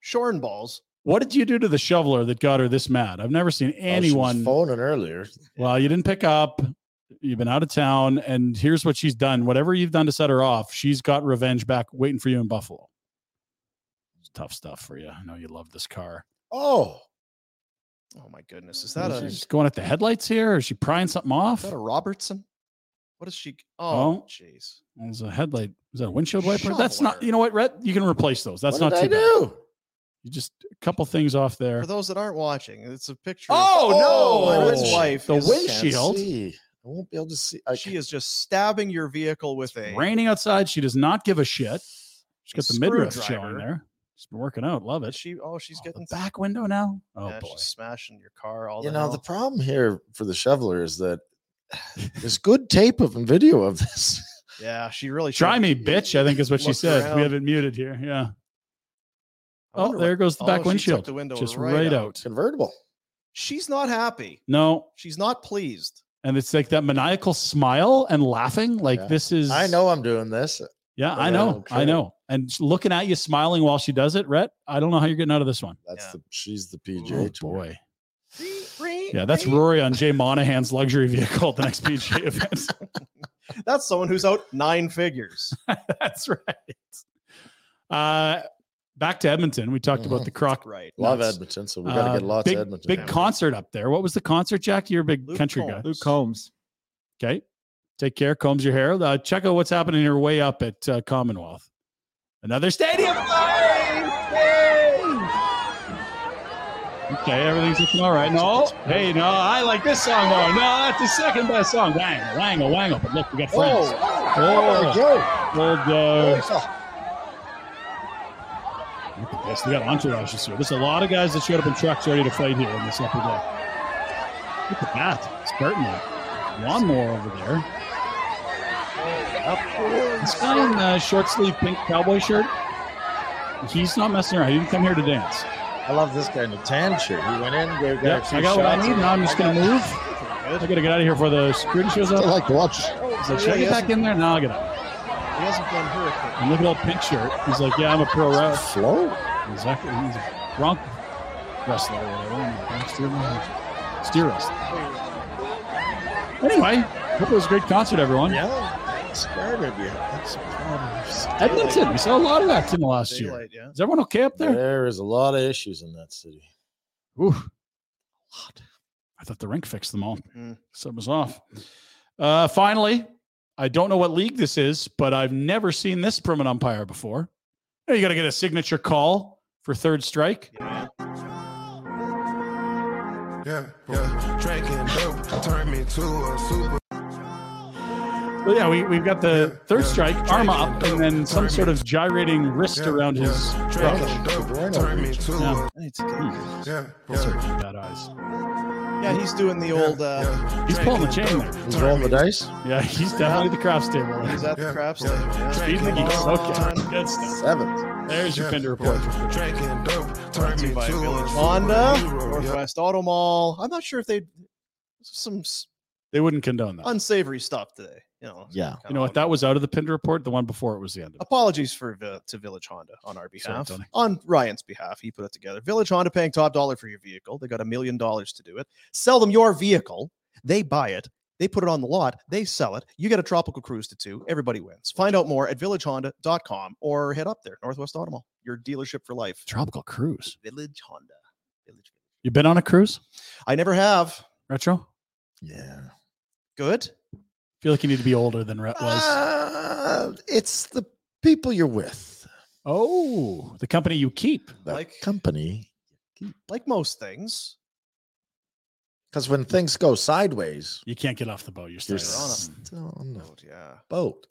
S1: shorn balls.
S2: what did you do to the shoveler that got her this mad? I've never seen
S4: Oh, she was
S2: anyone.
S4: phoning earlier.
S2: well, you didn't pick up. You've been out of town, and here's what she's done. Whatever you've done to set her off, she's got revenge back waiting for you in Buffalo. It's tough stuff for you. I know you love this car.
S4: Oh,
S1: Oh my goodness, is that a
S2: she's
S1: is
S2: going at the headlights here? Or is she prying something off?
S1: that a Robertson? What is she? Oh
S2: Oh.
S1: jeez,
S2: Well, Is a headlight? Is that a windshield wiper? That's
S1: Shoveler.
S2: not. You know what, Rhett? You can replace those. That's
S4: what
S2: not
S4: did
S2: too
S4: I
S2: bad.
S4: do?
S2: You just a couple things off there.
S1: for those that aren't watching, it's a picture.
S2: Oh,
S1: of
S2: no!
S1: his wife.
S2: The
S4: I
S1: is-
S4: can't
S2: windshield.
S4: see. I won't be able to see. I
S1: She is just stabbing your vehicle with a
S2: Raining outside. She does not give a shit. She's got the midriff
S1: Screwdriver.
S2: showing there. She's been working out. Love it.
S1: She oh she's getting
S2: back window now. Oh
S1: Yeah,
S2: boy.
S1: she's smashing your car. All
S4: you
S1: the
S4: know, the
S1: hell.
S4: problem here for the shoveler is that there's good tape of and video of this.
S1: yeah, she really
S2: Try
S1: should-
S2: me, bitch. I think is what she
S1: Look
S2: said.
S1: around.
S2: We have it muted here. Yeah.
S1: I
S2: Oh,
S1: wonder
S2: there
S1: what-
S2: goes the
S1: oh, she
S2: back
S1: took
S2: windshield.
S1: the window
S2: Just
S1: right
S2: right,
S1: out.
S2: out.
S4: Convertible.
S1: She's not happy.
S2: No.
S1: She's not pleased.
S2: And it's like that maniacal smile and laughing. Like
S4: Yeah.
S2: this is
S4: I know I'm doing this.
S2: Yeah,
S4: but
S2: I
S4: I
S2: know.
S4: don't
S2: I
S4: care.
S2: know. And she's looking at you smiling while she does it, Rhett. I don't know how you're getting out of this one.
S4: That's the she's the PJ.
S2: Oh boy. Yeah, that's Rory on Jay Monahan's luxury vehicle at the next PGA event.
S1: That's someone who's out nine figures.
S2: That's right. Uh, back to Edmonton. We talked about the Croc.
S1: Right.
S4: Love
S2: nuts.
S4: Edmonton, so we got to
S2: Uh,
S4: get lots
S2: big,
S4: of Edmonton.
S2: Big concert up there. What was the concert, Jack? You're a big
S1: Luke
S2: country guy.
S1: Combs.
S2: Luke Combs. Okay. Take care. Combs your hair. Uh, check out what's happening your way up at uh, Commonwealth. Another stadium. Okay, everything's looking all right. No, hey, no, I like this song more. No, that's the second best song. Wangle, wangle, wangle. But look, we got friends.
S4: Oh,
S2: Oh, old, uh,
S4: Oh,
S2: Look at this. They got entourage this year. There's a lot of guys that showed up in trucks ready to fight here in this upper deck. Look at that. It's starting a lawnmower over there. This guy in the short sleeve pink cowboy shirt, he's not messing around. He didn't come here to dance.
S4: I love this guy in the tan shirt. He went in, gave a guy
S2: Yep,
S4: a few
S2: I got what I
S4: shots,
S2: need.
S4: and
S2: Now I'm just
S4: I
S2: going to
S4: got-
S2: move. I got to get out of here before the security shows up.
S9: I like to watch.
S2: So should I get back in there? No, I'll get out.
S1: He hasn't done her.
S2: And look at old pink shirt. He's like, yeah, I'm a pro wrestler.
S4: Slow.
S2: Exactly. He's a bronc wrestler or whatever. I'm a bronc steer, wrestler. steer wrestler. Anyway, hope it was a great concert, everyone.
S4: Yeah, started you. That's a problem.
S2: Edmonton, we saw a lot of that in the last year.
S1: Daylight, yeah.
S2: Is everyone okay up there?
S4: There is a lot of issues in that city.
S2: Ooh. I thought the rink fixed them all.
S1: Mm.
S2: Something was off. Uh, finally, I don't know what league this is, but I've never seen this from an umpire before. You got to get a signature call for third strike.
S10: Yeah, yeah. Drinking dope turned me to a super.
S2: But yeah, we, we've got the third strike, arm up, and then some sort of gyrating wrist around his Hmm.
S10: Drinking dope turned me to
S2: Yeah.
S10: a.
S1: I need to get-
S10: Yeah,
S2: Sorry,
S10: yeah.
S2: bad eyes.
S1: Yeah, he's doing the old. Uh,
S2: He's pulling the chain there.
S4: He's rolling the dice.
S2: Yeah, he's definitely the craft stable.
S1: He's at the crap station.
S2: Speed
S1: Yeah.
S2: the geeks. Okay, good stuff.
S4: Seven.
S2: There's your Fender report.
S10: Drinking dope turned me
S1: By
S10: to
S1: Village
S10: a.
S1: Honda,
S10: superhero. Yeah.
S1: Northwest Auto Mall. I'm not sure if they some s-
S2: They wouldn't condone that.
S1: unsavory stuff today. You know.
S4: Yeah.
S2: You know what? That was out of the Pinder report. The one before it was the end of it.
S1: Apologies for Vi- to Village Honda on our behalf,
S2: Tony.
S1: on Ryan's behalf. He put it together. Village Honda paying top dollar for your vehicle. They got a million dollars to do it. Sell them your vehicle. They buy it. They put it on the lot. They sell it. You get a tropical cruise to two. Everybody wins. Find out more at villagehonda.com or head up there, Northwest Auto Mall, your dealership for life.
S2: Tropical cruise.
S1: Village Honda. Village.
S2: You been on a cruise?
S1: I never have.
S2: Retro?
S4: Yeah.
S1: Good.
S2: Feel like you need to be older than Rhett was.
S4: Uh, it's the people you're with.
S2: Oh, the company you keep.
S4: That
S1: Like-
S4: company.
S1: Like most things,
S4: Because when things go sideways,
S2: You can't get off the boat. You're Hmm. still
S4: you're
S2: on
S1: s- oh.
S2: it.
S4: still on the
S1: Note, yeah.
S4: boat.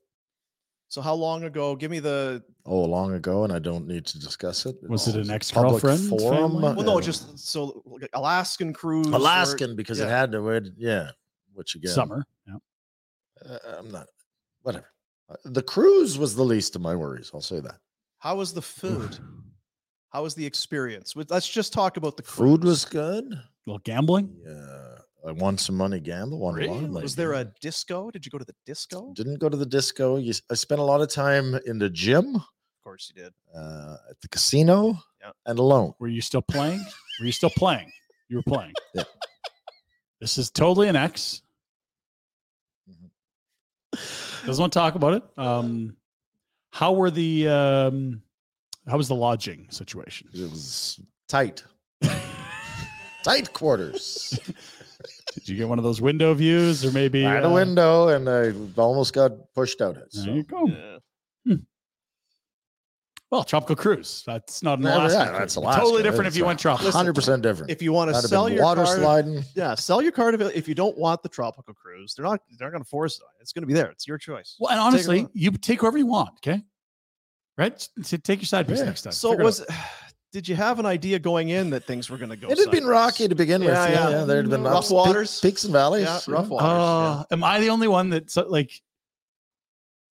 S1: So how long ago? Give me the
S4: Oh, long ago, and I don't need to discuss it.
S2: Was it an
S4: Public
S2: ex-girlfriend
S4: forum?
S2: family?
S1: well, no,
S4: uh,
S1: just so like, Alaskan cruise, or-
S4: Alaskan because
S1: yeah.
S4: it had to wait. Yeah, what you get?
S2: Summer. Yeah.
S4: Uh, I'm not. Whatever. Uh, The cruise was the least of my worries. I'll say that.
S1: How was the food? How was the experience? With- Let's just talk about the cruise.
S4: Food was good.
S2: little gambling.
S4: Yeah, I won some money gamble. Won a lot of money.
S1: Was there a
S4: gamble.
S1: disco? Did you go to the disco?
S4: Didn't go to the disco. You, s- I spent a lot of time in the gym,
S1: Of course you did.
S4: uh, at the casino,
S1: Yeah.
S4: and alone.
S2: Were you still playing? Were you still playing? You were playing.
S4: Yeah.
S2: This is totally an X.
S4: Mm-hmm.
S2: Doesn't want to talk about it. Um, how were the um, how was the lodging situation?
S4: It was tight, tight quarters.
S2: Did you get one of those window views, or maybe
S4: I had a
S2: uh,
S4: window, and I almost got pushed out it.
S2: There
S1: Mm-hmm.
S4: so.
S2: you go. Hmm.
S1: Yeah.
S2: Well, tropical cruise. That's not an
S4: Yeah,
S2: Alaska.
S4: yeah,
S2: cruise.
S4: that's Alaska.
S2: Totally different
S4: It's
S2: if you
S4: a
S2: went tropical.
S4: Hundred percent different.
S1: If you want to
S4: That'd have
S1: sell
S4: been
S1: your
S4: water
S1: car,
S4: sliding,
S1: yeah, sell your car to, if you don't want the tropical cruise. They're not. They're not going to force it. It's going to be there. It's your choice.
S2: Well, and
S1: Take it
S2: honestly,
S1: on.
S2: you take whoever you want. Okay. right? So take your side piece
S1: Yeah.
S2: next time.
S1: So
S2: Figure it
S1: was
S2: out.
S1: did you have an idea going in that things were going to go?
S4: It had been
S1: sideways?
S4: rocky to begin with.
S1: Yeah,
S4: Yeah,
S1: yeah. Mm-hmm.
S4: yeah. There had been
S1: Rough
S4: ups, pe-
S1: waters.
S4: peaks and valleys.
S1: Yeah, rough waters.
S2: Uh, Am I the only one that's uh, like?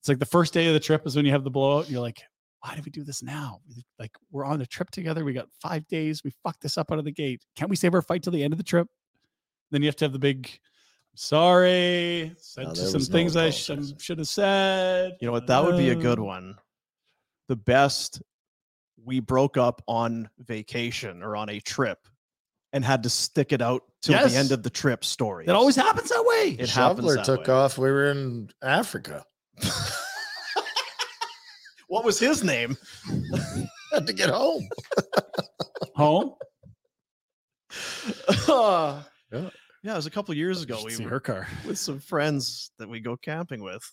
S2: It's like the first day of the trip is when you have the blowout, and you're like, "Why did we do this now? Like, we're on the trip together. We got five days. We fucked this up out of the gate. Can't we save our fight till the end of the trip?" Then you have to have the big. I'm sorry. Said
S1: No,
S2: to
S1: there
S2: some
S1: was no
S2: things I should, should have said.
S1: You know what? That would be a good
S4: Um
S2: Uh,
S1: one. The best we broke up on vacation or on a trip and had to stick it out till
S4: Yes.
S1: the end of the trip story.
S4: It always
S2: happens that way.
S1: It happens
S4: Shoveler
S1: that
S4: Mm-hmm. took
S1: way.
S4: off. We were in Africa.
S1: What was his name?
S4: Had to get home.
S2: home.
S1: yeah,
S4: Yeah.
S1: it was a couple years ago.
S2: should
S1: We
S2: see
S1: were
S2: her car.
S1: with some friends that we go camping with.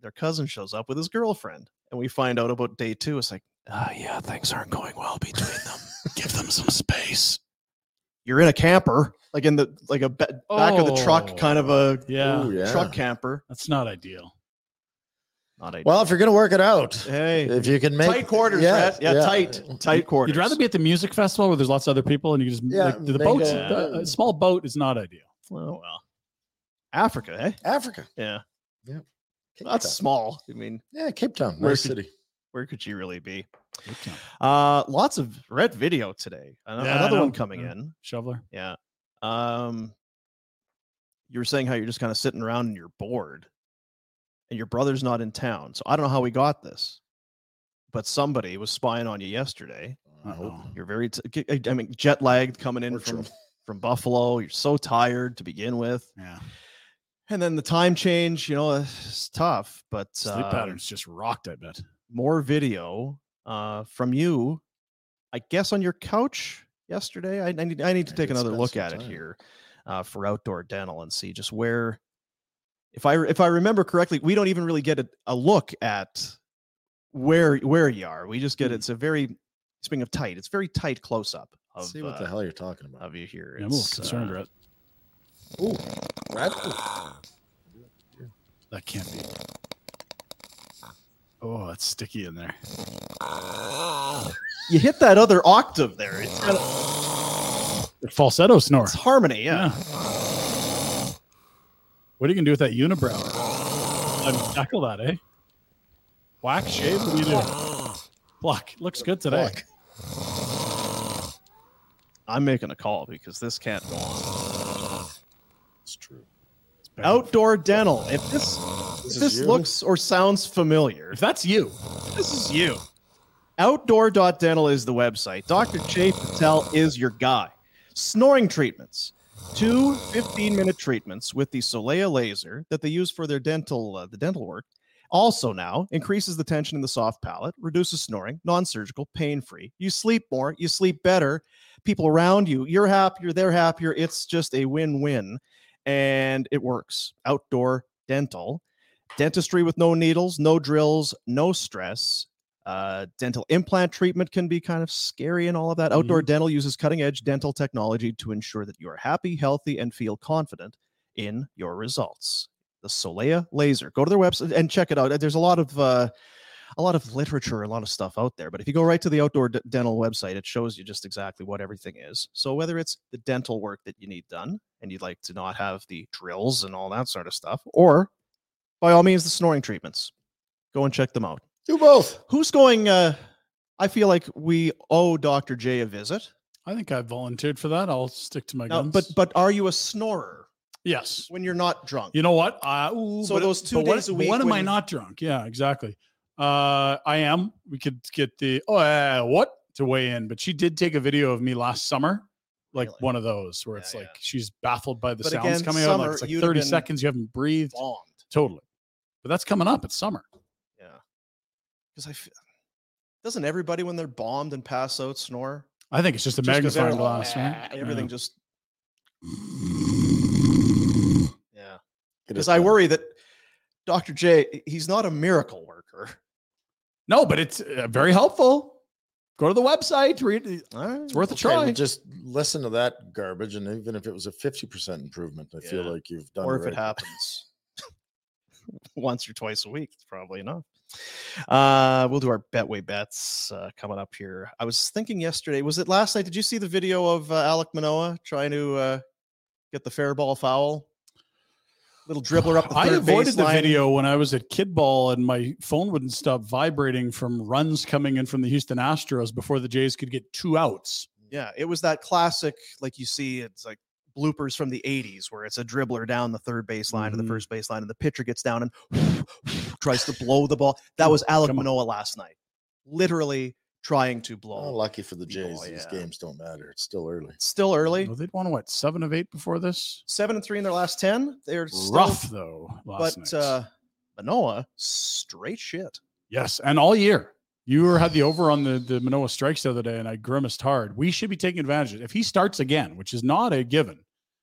S1: Their cousin shows up with his girlfriend, and we find out about day two. It's like, ah, yeah, things aren't going well between them. Give them some space. You're in a camper, like in the like a ba- back of the truck, kind of a
S2: Oh, Yeah.
S4: Ooh, yeah.
S1: truck camper.
S2: That's not ideal.
S1: Not ideal.
S4: Well, if you're going to work it out,
S1: hey,
S4: if you can make
S1: tight quarters,
S4: yeah,
S1: Brett. Yeah, tight, tight quarters.
S2: You'd rather be at the music festival where there's lots of other people and you just
S4: Yeah,
S2: like, the
S4: make
S2: boats.
S4: a-
S2: the- a small boat is not ideal.
S1: Oh well, Africa, eh?
S4: Africa.
S1: Yeah,
S4: Yeah. Cape
S1: that's
S4: Town.
S1: small. I mean,
S4: Yeah, Cape Town,
S1: Where
S4: nice
S1: could-
S4: city.
S1: where could you really be?
S2: Cape Town.
S1: Uh, lots of red video today. Ano-
S2: Yeah, I
S1: Another one
S2: know.
S1: coming
S2: Yeah.
S1: in.
S2: Shoveler.
S1: Yeah. Um, you were saying how you're just kind of sitting around and you're bored, and your brother's not in town. So I don't know how we got this, but somebody was spying on you yesterday.
S2: Uh-oh.
S1: You're very, t- g- I- I mean, jet lagged coming in
S4: We're
S1: from
S4: sure.
S1: from Buffalo. You're so tired to begin with,
S2: Yeah.
S1: and then the time change. You know, it's tough. But
S2: Sleep
S1: um,
S2: patterns just rocked, I bet.
S1: more video uh, from you, I guess, on your couch yesterday. I, I need I need to
S4: I
S1: take
S4: did
S1: another
S4: spend
S1: look
S4: some
S1: at it
S4: time.
S1: here uh, for outdoor dental and see just where, if I if I remember correctly, we don't even really get a, a look at where where you are. We
S4: Hmm.
S1: just get it's a very speaking of tight, it's very tight close up of
S4: See what
S1: uh,
S4: the hell you're talking about.
S1: of you here.
S2: Yeah, I'm a little
S1: It's,
S2: concerned,
S1: uh,
S2: Brett.
S4: Ooh, rat-
S2: That can't be. Oh, that's sticky in there.
S1: You hit that other octave there. It's, kind of-
S2: Falsetto snore.
S1: it's harmony, yeah.
S2: What are you gonna do with that unibrow? i tackle that, eh? Whack, shave, what do you do? Block. Looks good today.
S4: Fuck.
S1: I'm making a call because this can't go on.
S4: It's true.
S1: Outdoor dental. If this if
S4: is
S1: this
S4: you?
S1: looks or sounds familiar,
S2: If that's you,
S1: this is you. Outdoor.dental is the website. Dr. Jay Patel is your guy. Snoring treatments. Two 15-minute treatments with the Solea laser that they use for their dental uh, the dental work. Also now increases the tension in the soft palate, reduces snoring, non-surgical, pain-free. You sleep more, you sleep better. People around you, you're happier, they're happier. It's just a win-win and it works. Outdoor dental. Dentistry with no needles, no drills, no stress. Uh, dental implant treatment can be kind of scary and all of that. Outdoor dental uses cutting edge dental technology to ensure that you are happy, healthy, and feel confident in your results. The Solea laser. Go to their website and check it out. There's a lot of uh, a lot of literature, a lot of stuff out there. But if you go right to the outdoor d- dental website, it shows you just exactly what everything is. So whether it's the dental work that you need done and you'd like to not have the drills and all that sort of stuff, or by all means the snoring treatments, go and check them out
S4: Do both.
S1: who's going uh i feel like we owe dr j a visit
S2: I think I volunteered for that. I'll stick to my
S1: Now,
S2: guns.
S1: but but are you a snorer
S2: yes,
S1: when you're not drunk
S2: you know what? I, ooh,
S1: So
S2: but-
S1: those two
S2: but what-
S1: days a
S2: but
S1: week
S2: When am I
S1: when-
S2: not drunk? Yeah, exactly. Uh, I am. We could get the oh uh, what to weigh in, but she did take a video of me last summer, like
S1: Really?
S2: one of those where it's
S1: Yeah,
S2: like she's baffled by the
S1: But
S2: sounds
S1: again,
S2: coming out. Like
S1: summer,
S2: it's like
S1: you'd have
S2: thirty
S1: been
S2: seconds you haven't breathed.
S1: bombed
S2: Totally, but that's coming up. It's summer.
S1: yeah because i feel doesn't everybody when they're bombed and pass out snore
S2: I think it's just a
S1: Just 'cause
S2: magnifying
S1: everything-
S2: glass, right?
S1: everything
S2: Yeah.
S1: just yeah
S4: It
S1: because
S4: is
S1: i
S4: bad.
S1: worry that dr j he's not a miracle worker
S2: No, but it's uh, very helpful. Go to the website. Read. It's worth a
S4: Okay, well,
S2: try.
S4: just listen to that garbage, and even if it was a fifty percent improvement, I feel
S1: Yeah.
S4: like you've done.
S1: or
S4: the
S1: if it
S4: right-
S1: happens once or twice a week it's probably enough Uh, we'll do our Betway bets uh, coming up here. I was thinking yesterday, was it last night? Did you see the video of uh, Alec Manoa trying to uh, get the fair ball foul? Little dribbler up the
S2: I
S1: third
S2: avoided the
S1: baseline.
S2: video when I was at Kidball and my phone wouldn't stop vibrating from runs coming in from the Houston Astros before the Jays could get two outs.
S1: Yeah, it was that classic, like you see, it's like bloopers from the 80s where it's a dribbler down the third baseline
S2: Mm-hmm.
S1: to the first baseline and the pitcher gets down and tries to blow the ball. That was Alec Manoa last night, literally trying to blow.
S4: lucky for the Jays, these games don't matter. It's still early.
S1: Still early.
S2: they'd won what seven of eight before this.
S1: Seven and three in their last ten. They're still,
S2: Rough though. Last
S1: but
S2: night.
S1: uh, Manoa straight shit.
S2: Yes, and all year. You were- had the over on the, the Manoa strikes the other day, and I grimaced hard. We should be taking advantage of it. If he starts again, which is not a given,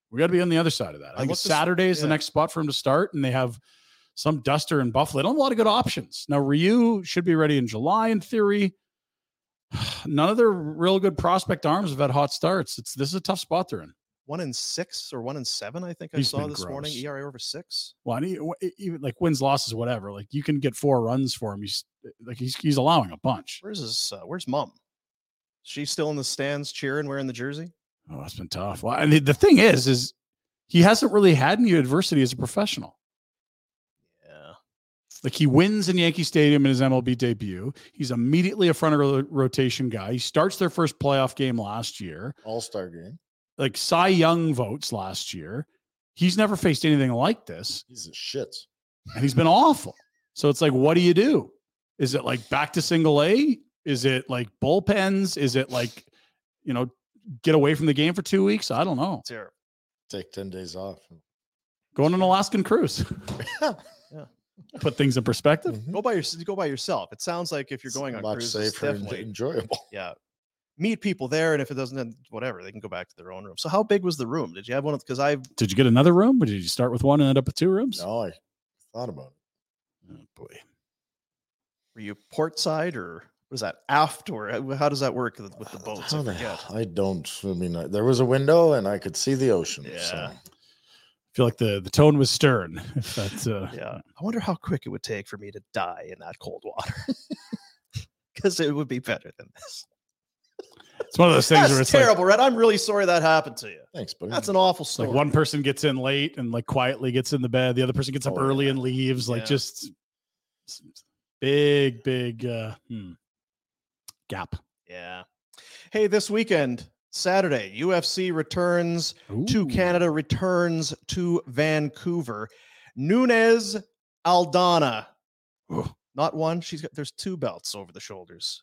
S2: we got to be on the other side of that. I,
S1: I
S2: think
S1: looked this-
S2: Saturday is the
S1: yeah.
S2: next spot for him to start, and they have some duster in Buffalo. They don't have a lot of good options. Now, Ryu should be ready in July in theory. None of their real good prospect arms have had hot starts. It's this is a tough spot they're in.
S1: One in six or one in seven, I think I
S2: He's
S1: saw
S2: been
S1: this morning.
S2: gross.
S1: ERA over six.
S2: Well, and he- wh- even like wins, losses, whatever. Like you can get four runs for him. He's like he's he's allowing a bunch.
S1: Where's his? Uh, where's mom? She's still in the stands cheering, wearing the jersey.
S2: Oh, that's been tough. Well, and the, the thing is, is he hasn't really had any adversity as a professional.
S1: Yeah.
S2: Like he wins in Yankee Stadium in his MLB debut. He's immediately a front ro- rotation guy. He starts their first playoff game last year.
S4: All star game.
S2: Like Cy Young votes last year. He's never faced anything like this,
S4: He's a shit.
S2: and he's been awful. So it's like, what do you do? Is it like back to single A? Is it like bullpens? Is it like, you know, get away from the game for two weeks? I don't know.
S1: Terrible.
S4: Take 10 days off.
S2: Go on an Alaskan cruise.
S1: Yeah.
S2: Put things in perspective.
S1: Go by your, go by yourself. It sounds like if you're going on
S4: much
S1: cruise, it's
S4: safer and
S1: definitely
S4: enjoyable.
S1: Yeah. Meet people there, and if it doesn't, end, whatever, they can go back to their own room. So, how big was the room? Did you have one? Because I
S2: Did you get another room? Or did you start with one and end up with two rooms?
S4: No, I thought about it.
S1: were you port side or was that aft or uh, how does that work with with the
S2: Uh,
S1: boats? I
S4: How the
S1: forget.
S4: hell- I don't. I mean, I, there was a window and I could see the ocean. So
S1: Yeah.
S2: I feel like the, the tone was stern. If that's uh,
S1: Yeah. I wonder how quick it would take for me to die in that cold water. Because it would be better than this.
S2: it's one of those things where
S1: That's
S2: it's like,
S1: terrible, Red. I'm really sorry that happened to you.
S4: thanks, buddy.
S1: That's an awful
S2: it's like
S1: story.
S2: one person gets in late and like quietly gets in the bed. The other person gets up
S4: Oh,
S2: early and leaves. Like
S1: Yeah.
S2: just s- s- big, big uh, hmm, gap.
S1: Yeah. Hey, this weekend, Saturday, UFC returns to
S2: Ooh.
S1: Canada, returns to Vancouver. Nunez Aldana. Not one. She's got there's two belts over the shoulders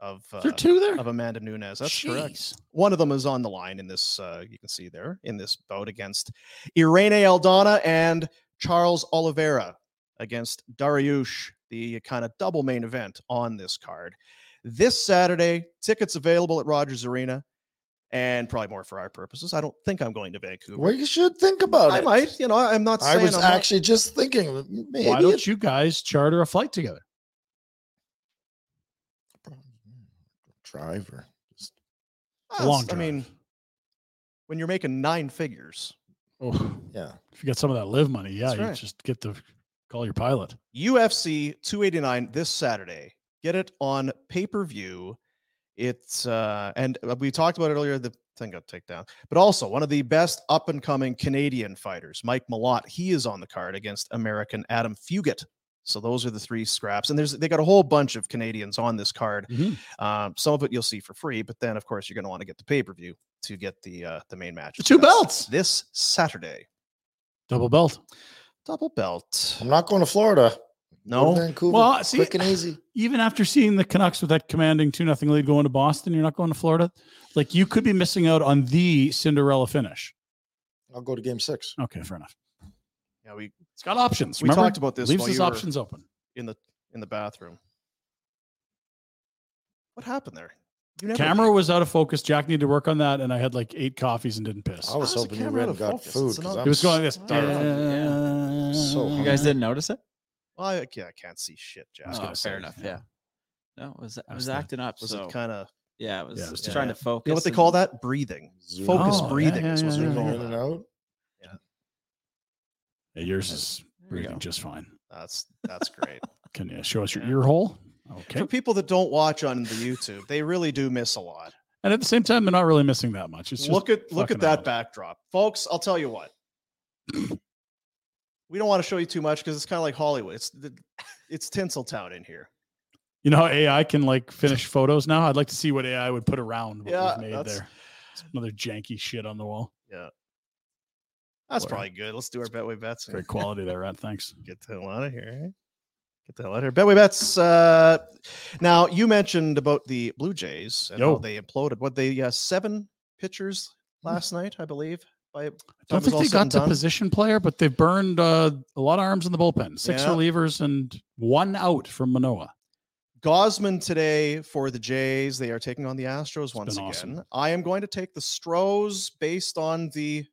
S1: of uh,
S2: Is there two there?
S1: of Amanda Nunez. That's
S2: Jeez.
S1: correct. One of them is on the line in this. Uh, you can see there in this bout against Irene Aldana and Charles Oliveira against Dariush, the kind of double main event on this card. This Saturday, tickets available at Rogers Arena, and probably more for our purposes. I don't think I'm going to Vancouver.
S4: well, you should think about
S1: I
S4: it.
S1: might, you know, I'm not
S4: I
S1: saying
S4: was
S1: I'm not-
S4: actually just thinking that maybe
S2: Why don't
S4: it-
S2: you guys charter a flight together?
S4: driver. Just
S1: Ah,
S2: long
S1: I
S2: drive.
S1: mean, when you're making nine figures,
S2: Oh,
S4: yeah.
S2: if you got some of that live money, yeah,
S1: That's
S2: you
S1: right.
S2: just get to call your pilot.
S1: UFC 289 this Saturday. Get it on pay per view. It's uh, and uh, we talked about it earlier. The thing got taken down, but also one of the best up and coming Canadian fighters, Mike Malott. He is on the card against American Adam Fugit. So those are the three scraps, and there's they got a whole bunch of Canadians on this card.
S2: Mm-hmm.
S1: Um, some of it you'll see for free, but then of course you're going to want to get the pay per view to get the uh, the main match.
S2: The two belts,
S1: this Saturday,
S2: double belt.
S1: double belt.
S4: I'm not going to Florida. Go
S1: No,
S4: to Vancouver.
S2: Well, see-
S4: quick and easy.
S2: even after seeing the Canucks with that commanding 2 nothing lead going to Boston, you're not going to Florida. Like you could be missing out on the Cinderella finish.
S4: I'll go to game six.
S2: Okay, fair enough.
S1: yeah, we
S2: It's got options.
S1: We
S2: Remember,
S1: talked about this
S2: Leaves
S1: while
S2: his
S1: you were-
S2: options open.
S1: in the in the bathroom. What happened there? You never-
S2: Camera was out of focus. Jack needed to work on that, and I had like eight coffees and didn't piss.
S4: I was
S1: How's the
S4: hoping you
S1: camera out
S4: read
S1: of
S4: got
S1: focus?
S4: food.
S1: It's not-
S2: It was going like this.
S4: starving. So
S9: You guys didn't notice it?
S1: Well, I, yeah, I can't see shit, Jack.
S2: was
S9: Oh,
S2: gonna
S9: fair
S2: say,
S9: enough.
S2: yeah.
S9: Yeah. No, it was I
S2: That's
S9: was
S2: the-
S9: acting up.
S1: Was
S9: so
S1: it kind of?
S9: yeah, I was
S2: Yeah, it was
S9: just
S2: terrible.
S9: trying to
S1: You
S9: focus.
S1: know what they call
S9: and-
S1: that? Breathing.
S4: Zoom
S1: Focus
S2: Oh, yeah,
S1: breathing
S2: yeah,
S1: is what's
S2: yeah,
S1: been
S2: yeah,
S1: going
S4: in
S2: yeah.
S4: and
S1: on.
S4: out.
S2: Yeah, yours is
S9: There you
S2: breathing
S9: go.
S2: just fine.
S1: That's that's great.
S2: Can you show us your ear hole?
S1: For people that don't watch on the YouTube, they really do miss a lot.
S2: And at the same time, they're not really missing that much. It's just
S1: look at look
S2: fucking
S1: at that
S2: odd.
S1: backdrop, folks. I'll tell you what. we don't want to show you too much because it's kind of like Hollywood. It's the, it's Tinseltown in here.
S2: You know how AI can like finish photos now? I'd like to see what AI would put around what
S1: Yeah,
S2: we've made
S1: that's-
S2: there. It's another janky shit on the wall.
S1: Yeah, that's
S2: Boy.
S1: probably good. Let's do our betway bets.
S2: Great quality there, Rat. Thanks.
S1: Get the hell out of here. eh? Get the hell out of here. Betway bets. Uh, now you mentioned about the Blue Jays and
S2: Yo. Hmm.
S1: how they imploded. What they uh, seven pitchers last night, I believe. By
S2: I don't think they got to position player, but they burned uh, a lot of arms in the bullpen. Six
S1: Yeah.
S2: relievers and one out from Manoa.
S1: Gosman today for the Jays. They are taking on the Astros once
S2: been
S1: again.
S2: awesome.
S1: I am going to take the Stros based on the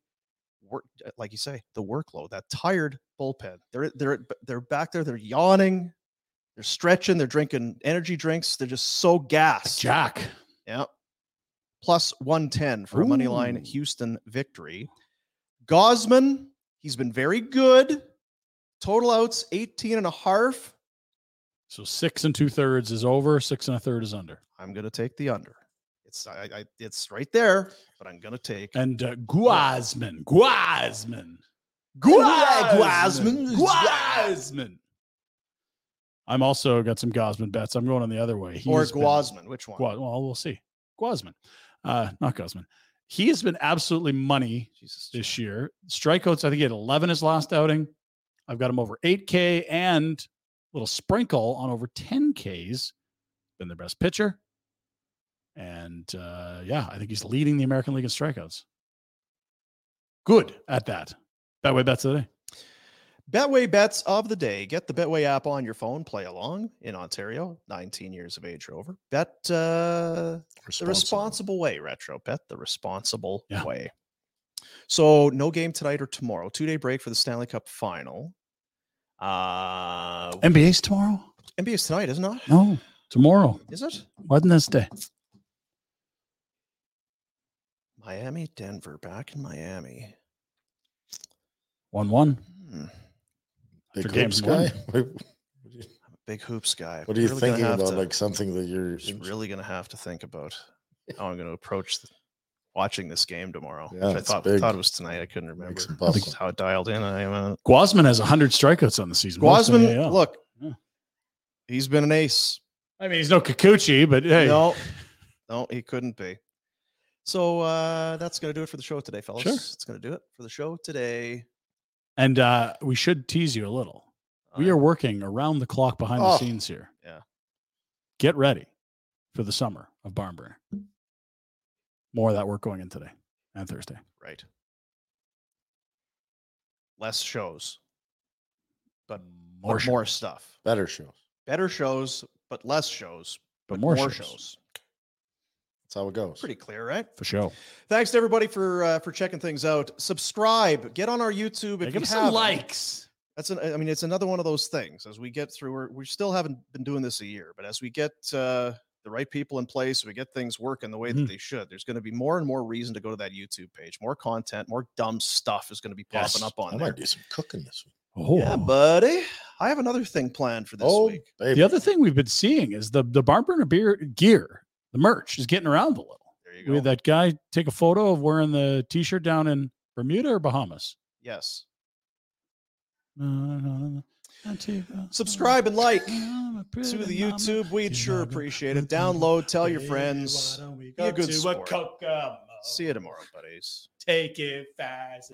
S1: work, like you say, the workload. That tired bullpen. They're they're they're back there. They're yawning. They're stretching. They're drinking energy drinks. They're just so gassed.
S2: Jack.
S1: Yep. Plus one ten for a money line
S2: Ooh.
S1: Houston victory. Gosman. He's been very good. Total outs 18 and a half.
S2: So six and two thirds is over. Six and a third is under.
S1: I'm gonna take the under. It's I, I it's right there, but I'm gonna take
S2: And uh, Guasman, Guasman,
S1: Guasman.
S2: Guasman. I'm also got some Gosman bets. I'm going on the other way. He
S1: or
S2: has been-
S1: Guasman. Which one?
S2: Gua- well, we'll see. Guasman, uh, not Gosman. He has been absolutely money this year. Strikeouts. I think he had 11 his last outing. I've got him over 8K and a little sprinkle on over 10Ks. Been their best pitcher. And uh, yeah, I think he's leading the American League in strikeouts. Good at that. That way, that's today.
S1: Betway bets of the day. Get the Betway app on your phone. Play along in Ontario. 19 years of age or over. Bet uh, the responsible way. Retro bet the responsible way. So no game tonight or tomorrow. Two day break for the Stanley Cup final. Uh,
S2: NBA's tomorrow?
S1: NBA's tonight, isn't it?
S2: No, tomorrow.
S1: Is it?
S2: Wednesday.
S1: Miami, Denver, back in Miami.
S2: 1 1.
S1: Hmm.
S4: Big
S2: After game
S4: hoops
S2: one.
S4: guy. What
S1: Big hoops guy.
S4: what are you
S1: Really gonna
S4: thinking
S1: have
S4: about?
S1: to-
S4: Like something that you're
S1: just really going to have to think about how I'm going to approach th- watching this game tomorrow.
S4: Yeah,
S1: which I
S4: it's
S1: thought,
S4: big.
S1: thought it was tonight. I couldn't remember
S4: some
S1: This
S4: bustle.
S1: is how dialed in I am. on it.
S2: Guasman has 100 strikeouts on the season. Most in the
S1: Guasman,
S2: AL.
S1: look,
S2: Yeah.
S1: he's been an ace.
S2: I mean, he's no Kikuchi, but hey.
S1: No, no, he couldn't be. So uh, that's going to do it for the show today, fellas.
S2: Sure.
S1: It's going to do it for the show today.
S2: And uh, we should tease you a little. We are working around the clock behind
S1: Oh.
S2: the scenes here.
S1: Yeah.
S2: Get ready for the summer of Barnburner. More of that work going in today and Thursday.
S1: Right. Less shows, but
S2: More
S1: more,
S2: shows.
S1: more stuff.
S4: better shows.
S1: Better shows, but less shows,
S2: But more shows.
S1: shows.
S4: That's how it goes.
S1: Pretty clear, right?
S2: For sure.
S1: Thanks to everybody for uh, for checking things out. Subscribe, get on our YouTube. If you
S2: give us some
S1: haven't.
S2: likes.
S1: That's an, I mean, it's another one of those things. As we get through, we're, we still haven't been doing this a year, but as we get uh, the right people in place, we get things working the way that
S2: Mhm.
S1: they should. There's going to be more and more reason to go to that YouTube page. More content, more dumb stuff is going to be popping
S2: Yes,
S1: up on
S4: I
S1: there.
S4: might do some cooking this week.
S2: Oh.
S1: Yeah, buddy. I have another thing planned for this
S4: oh,
S1: week.
S4: baby.
S2: The other thing we've been seeing is the the Barnburner beer gear, the merch is getting around a little.
S1: There you
S2: We
S1: go.
S2: had that guy take a photo of wearing the t-shirt down in Bermuda or Bahamas.
S1: Yes.
S2: Subscribe
S1: Subscribe and like
S2: to
S1: to the YouTube. We'd sure appreciate it. Download, tell your friends.
S2: Be
S1: a good sport.
S2: Kokomo?
S1: See you tomorrow, buddies.
S2: Take it fast.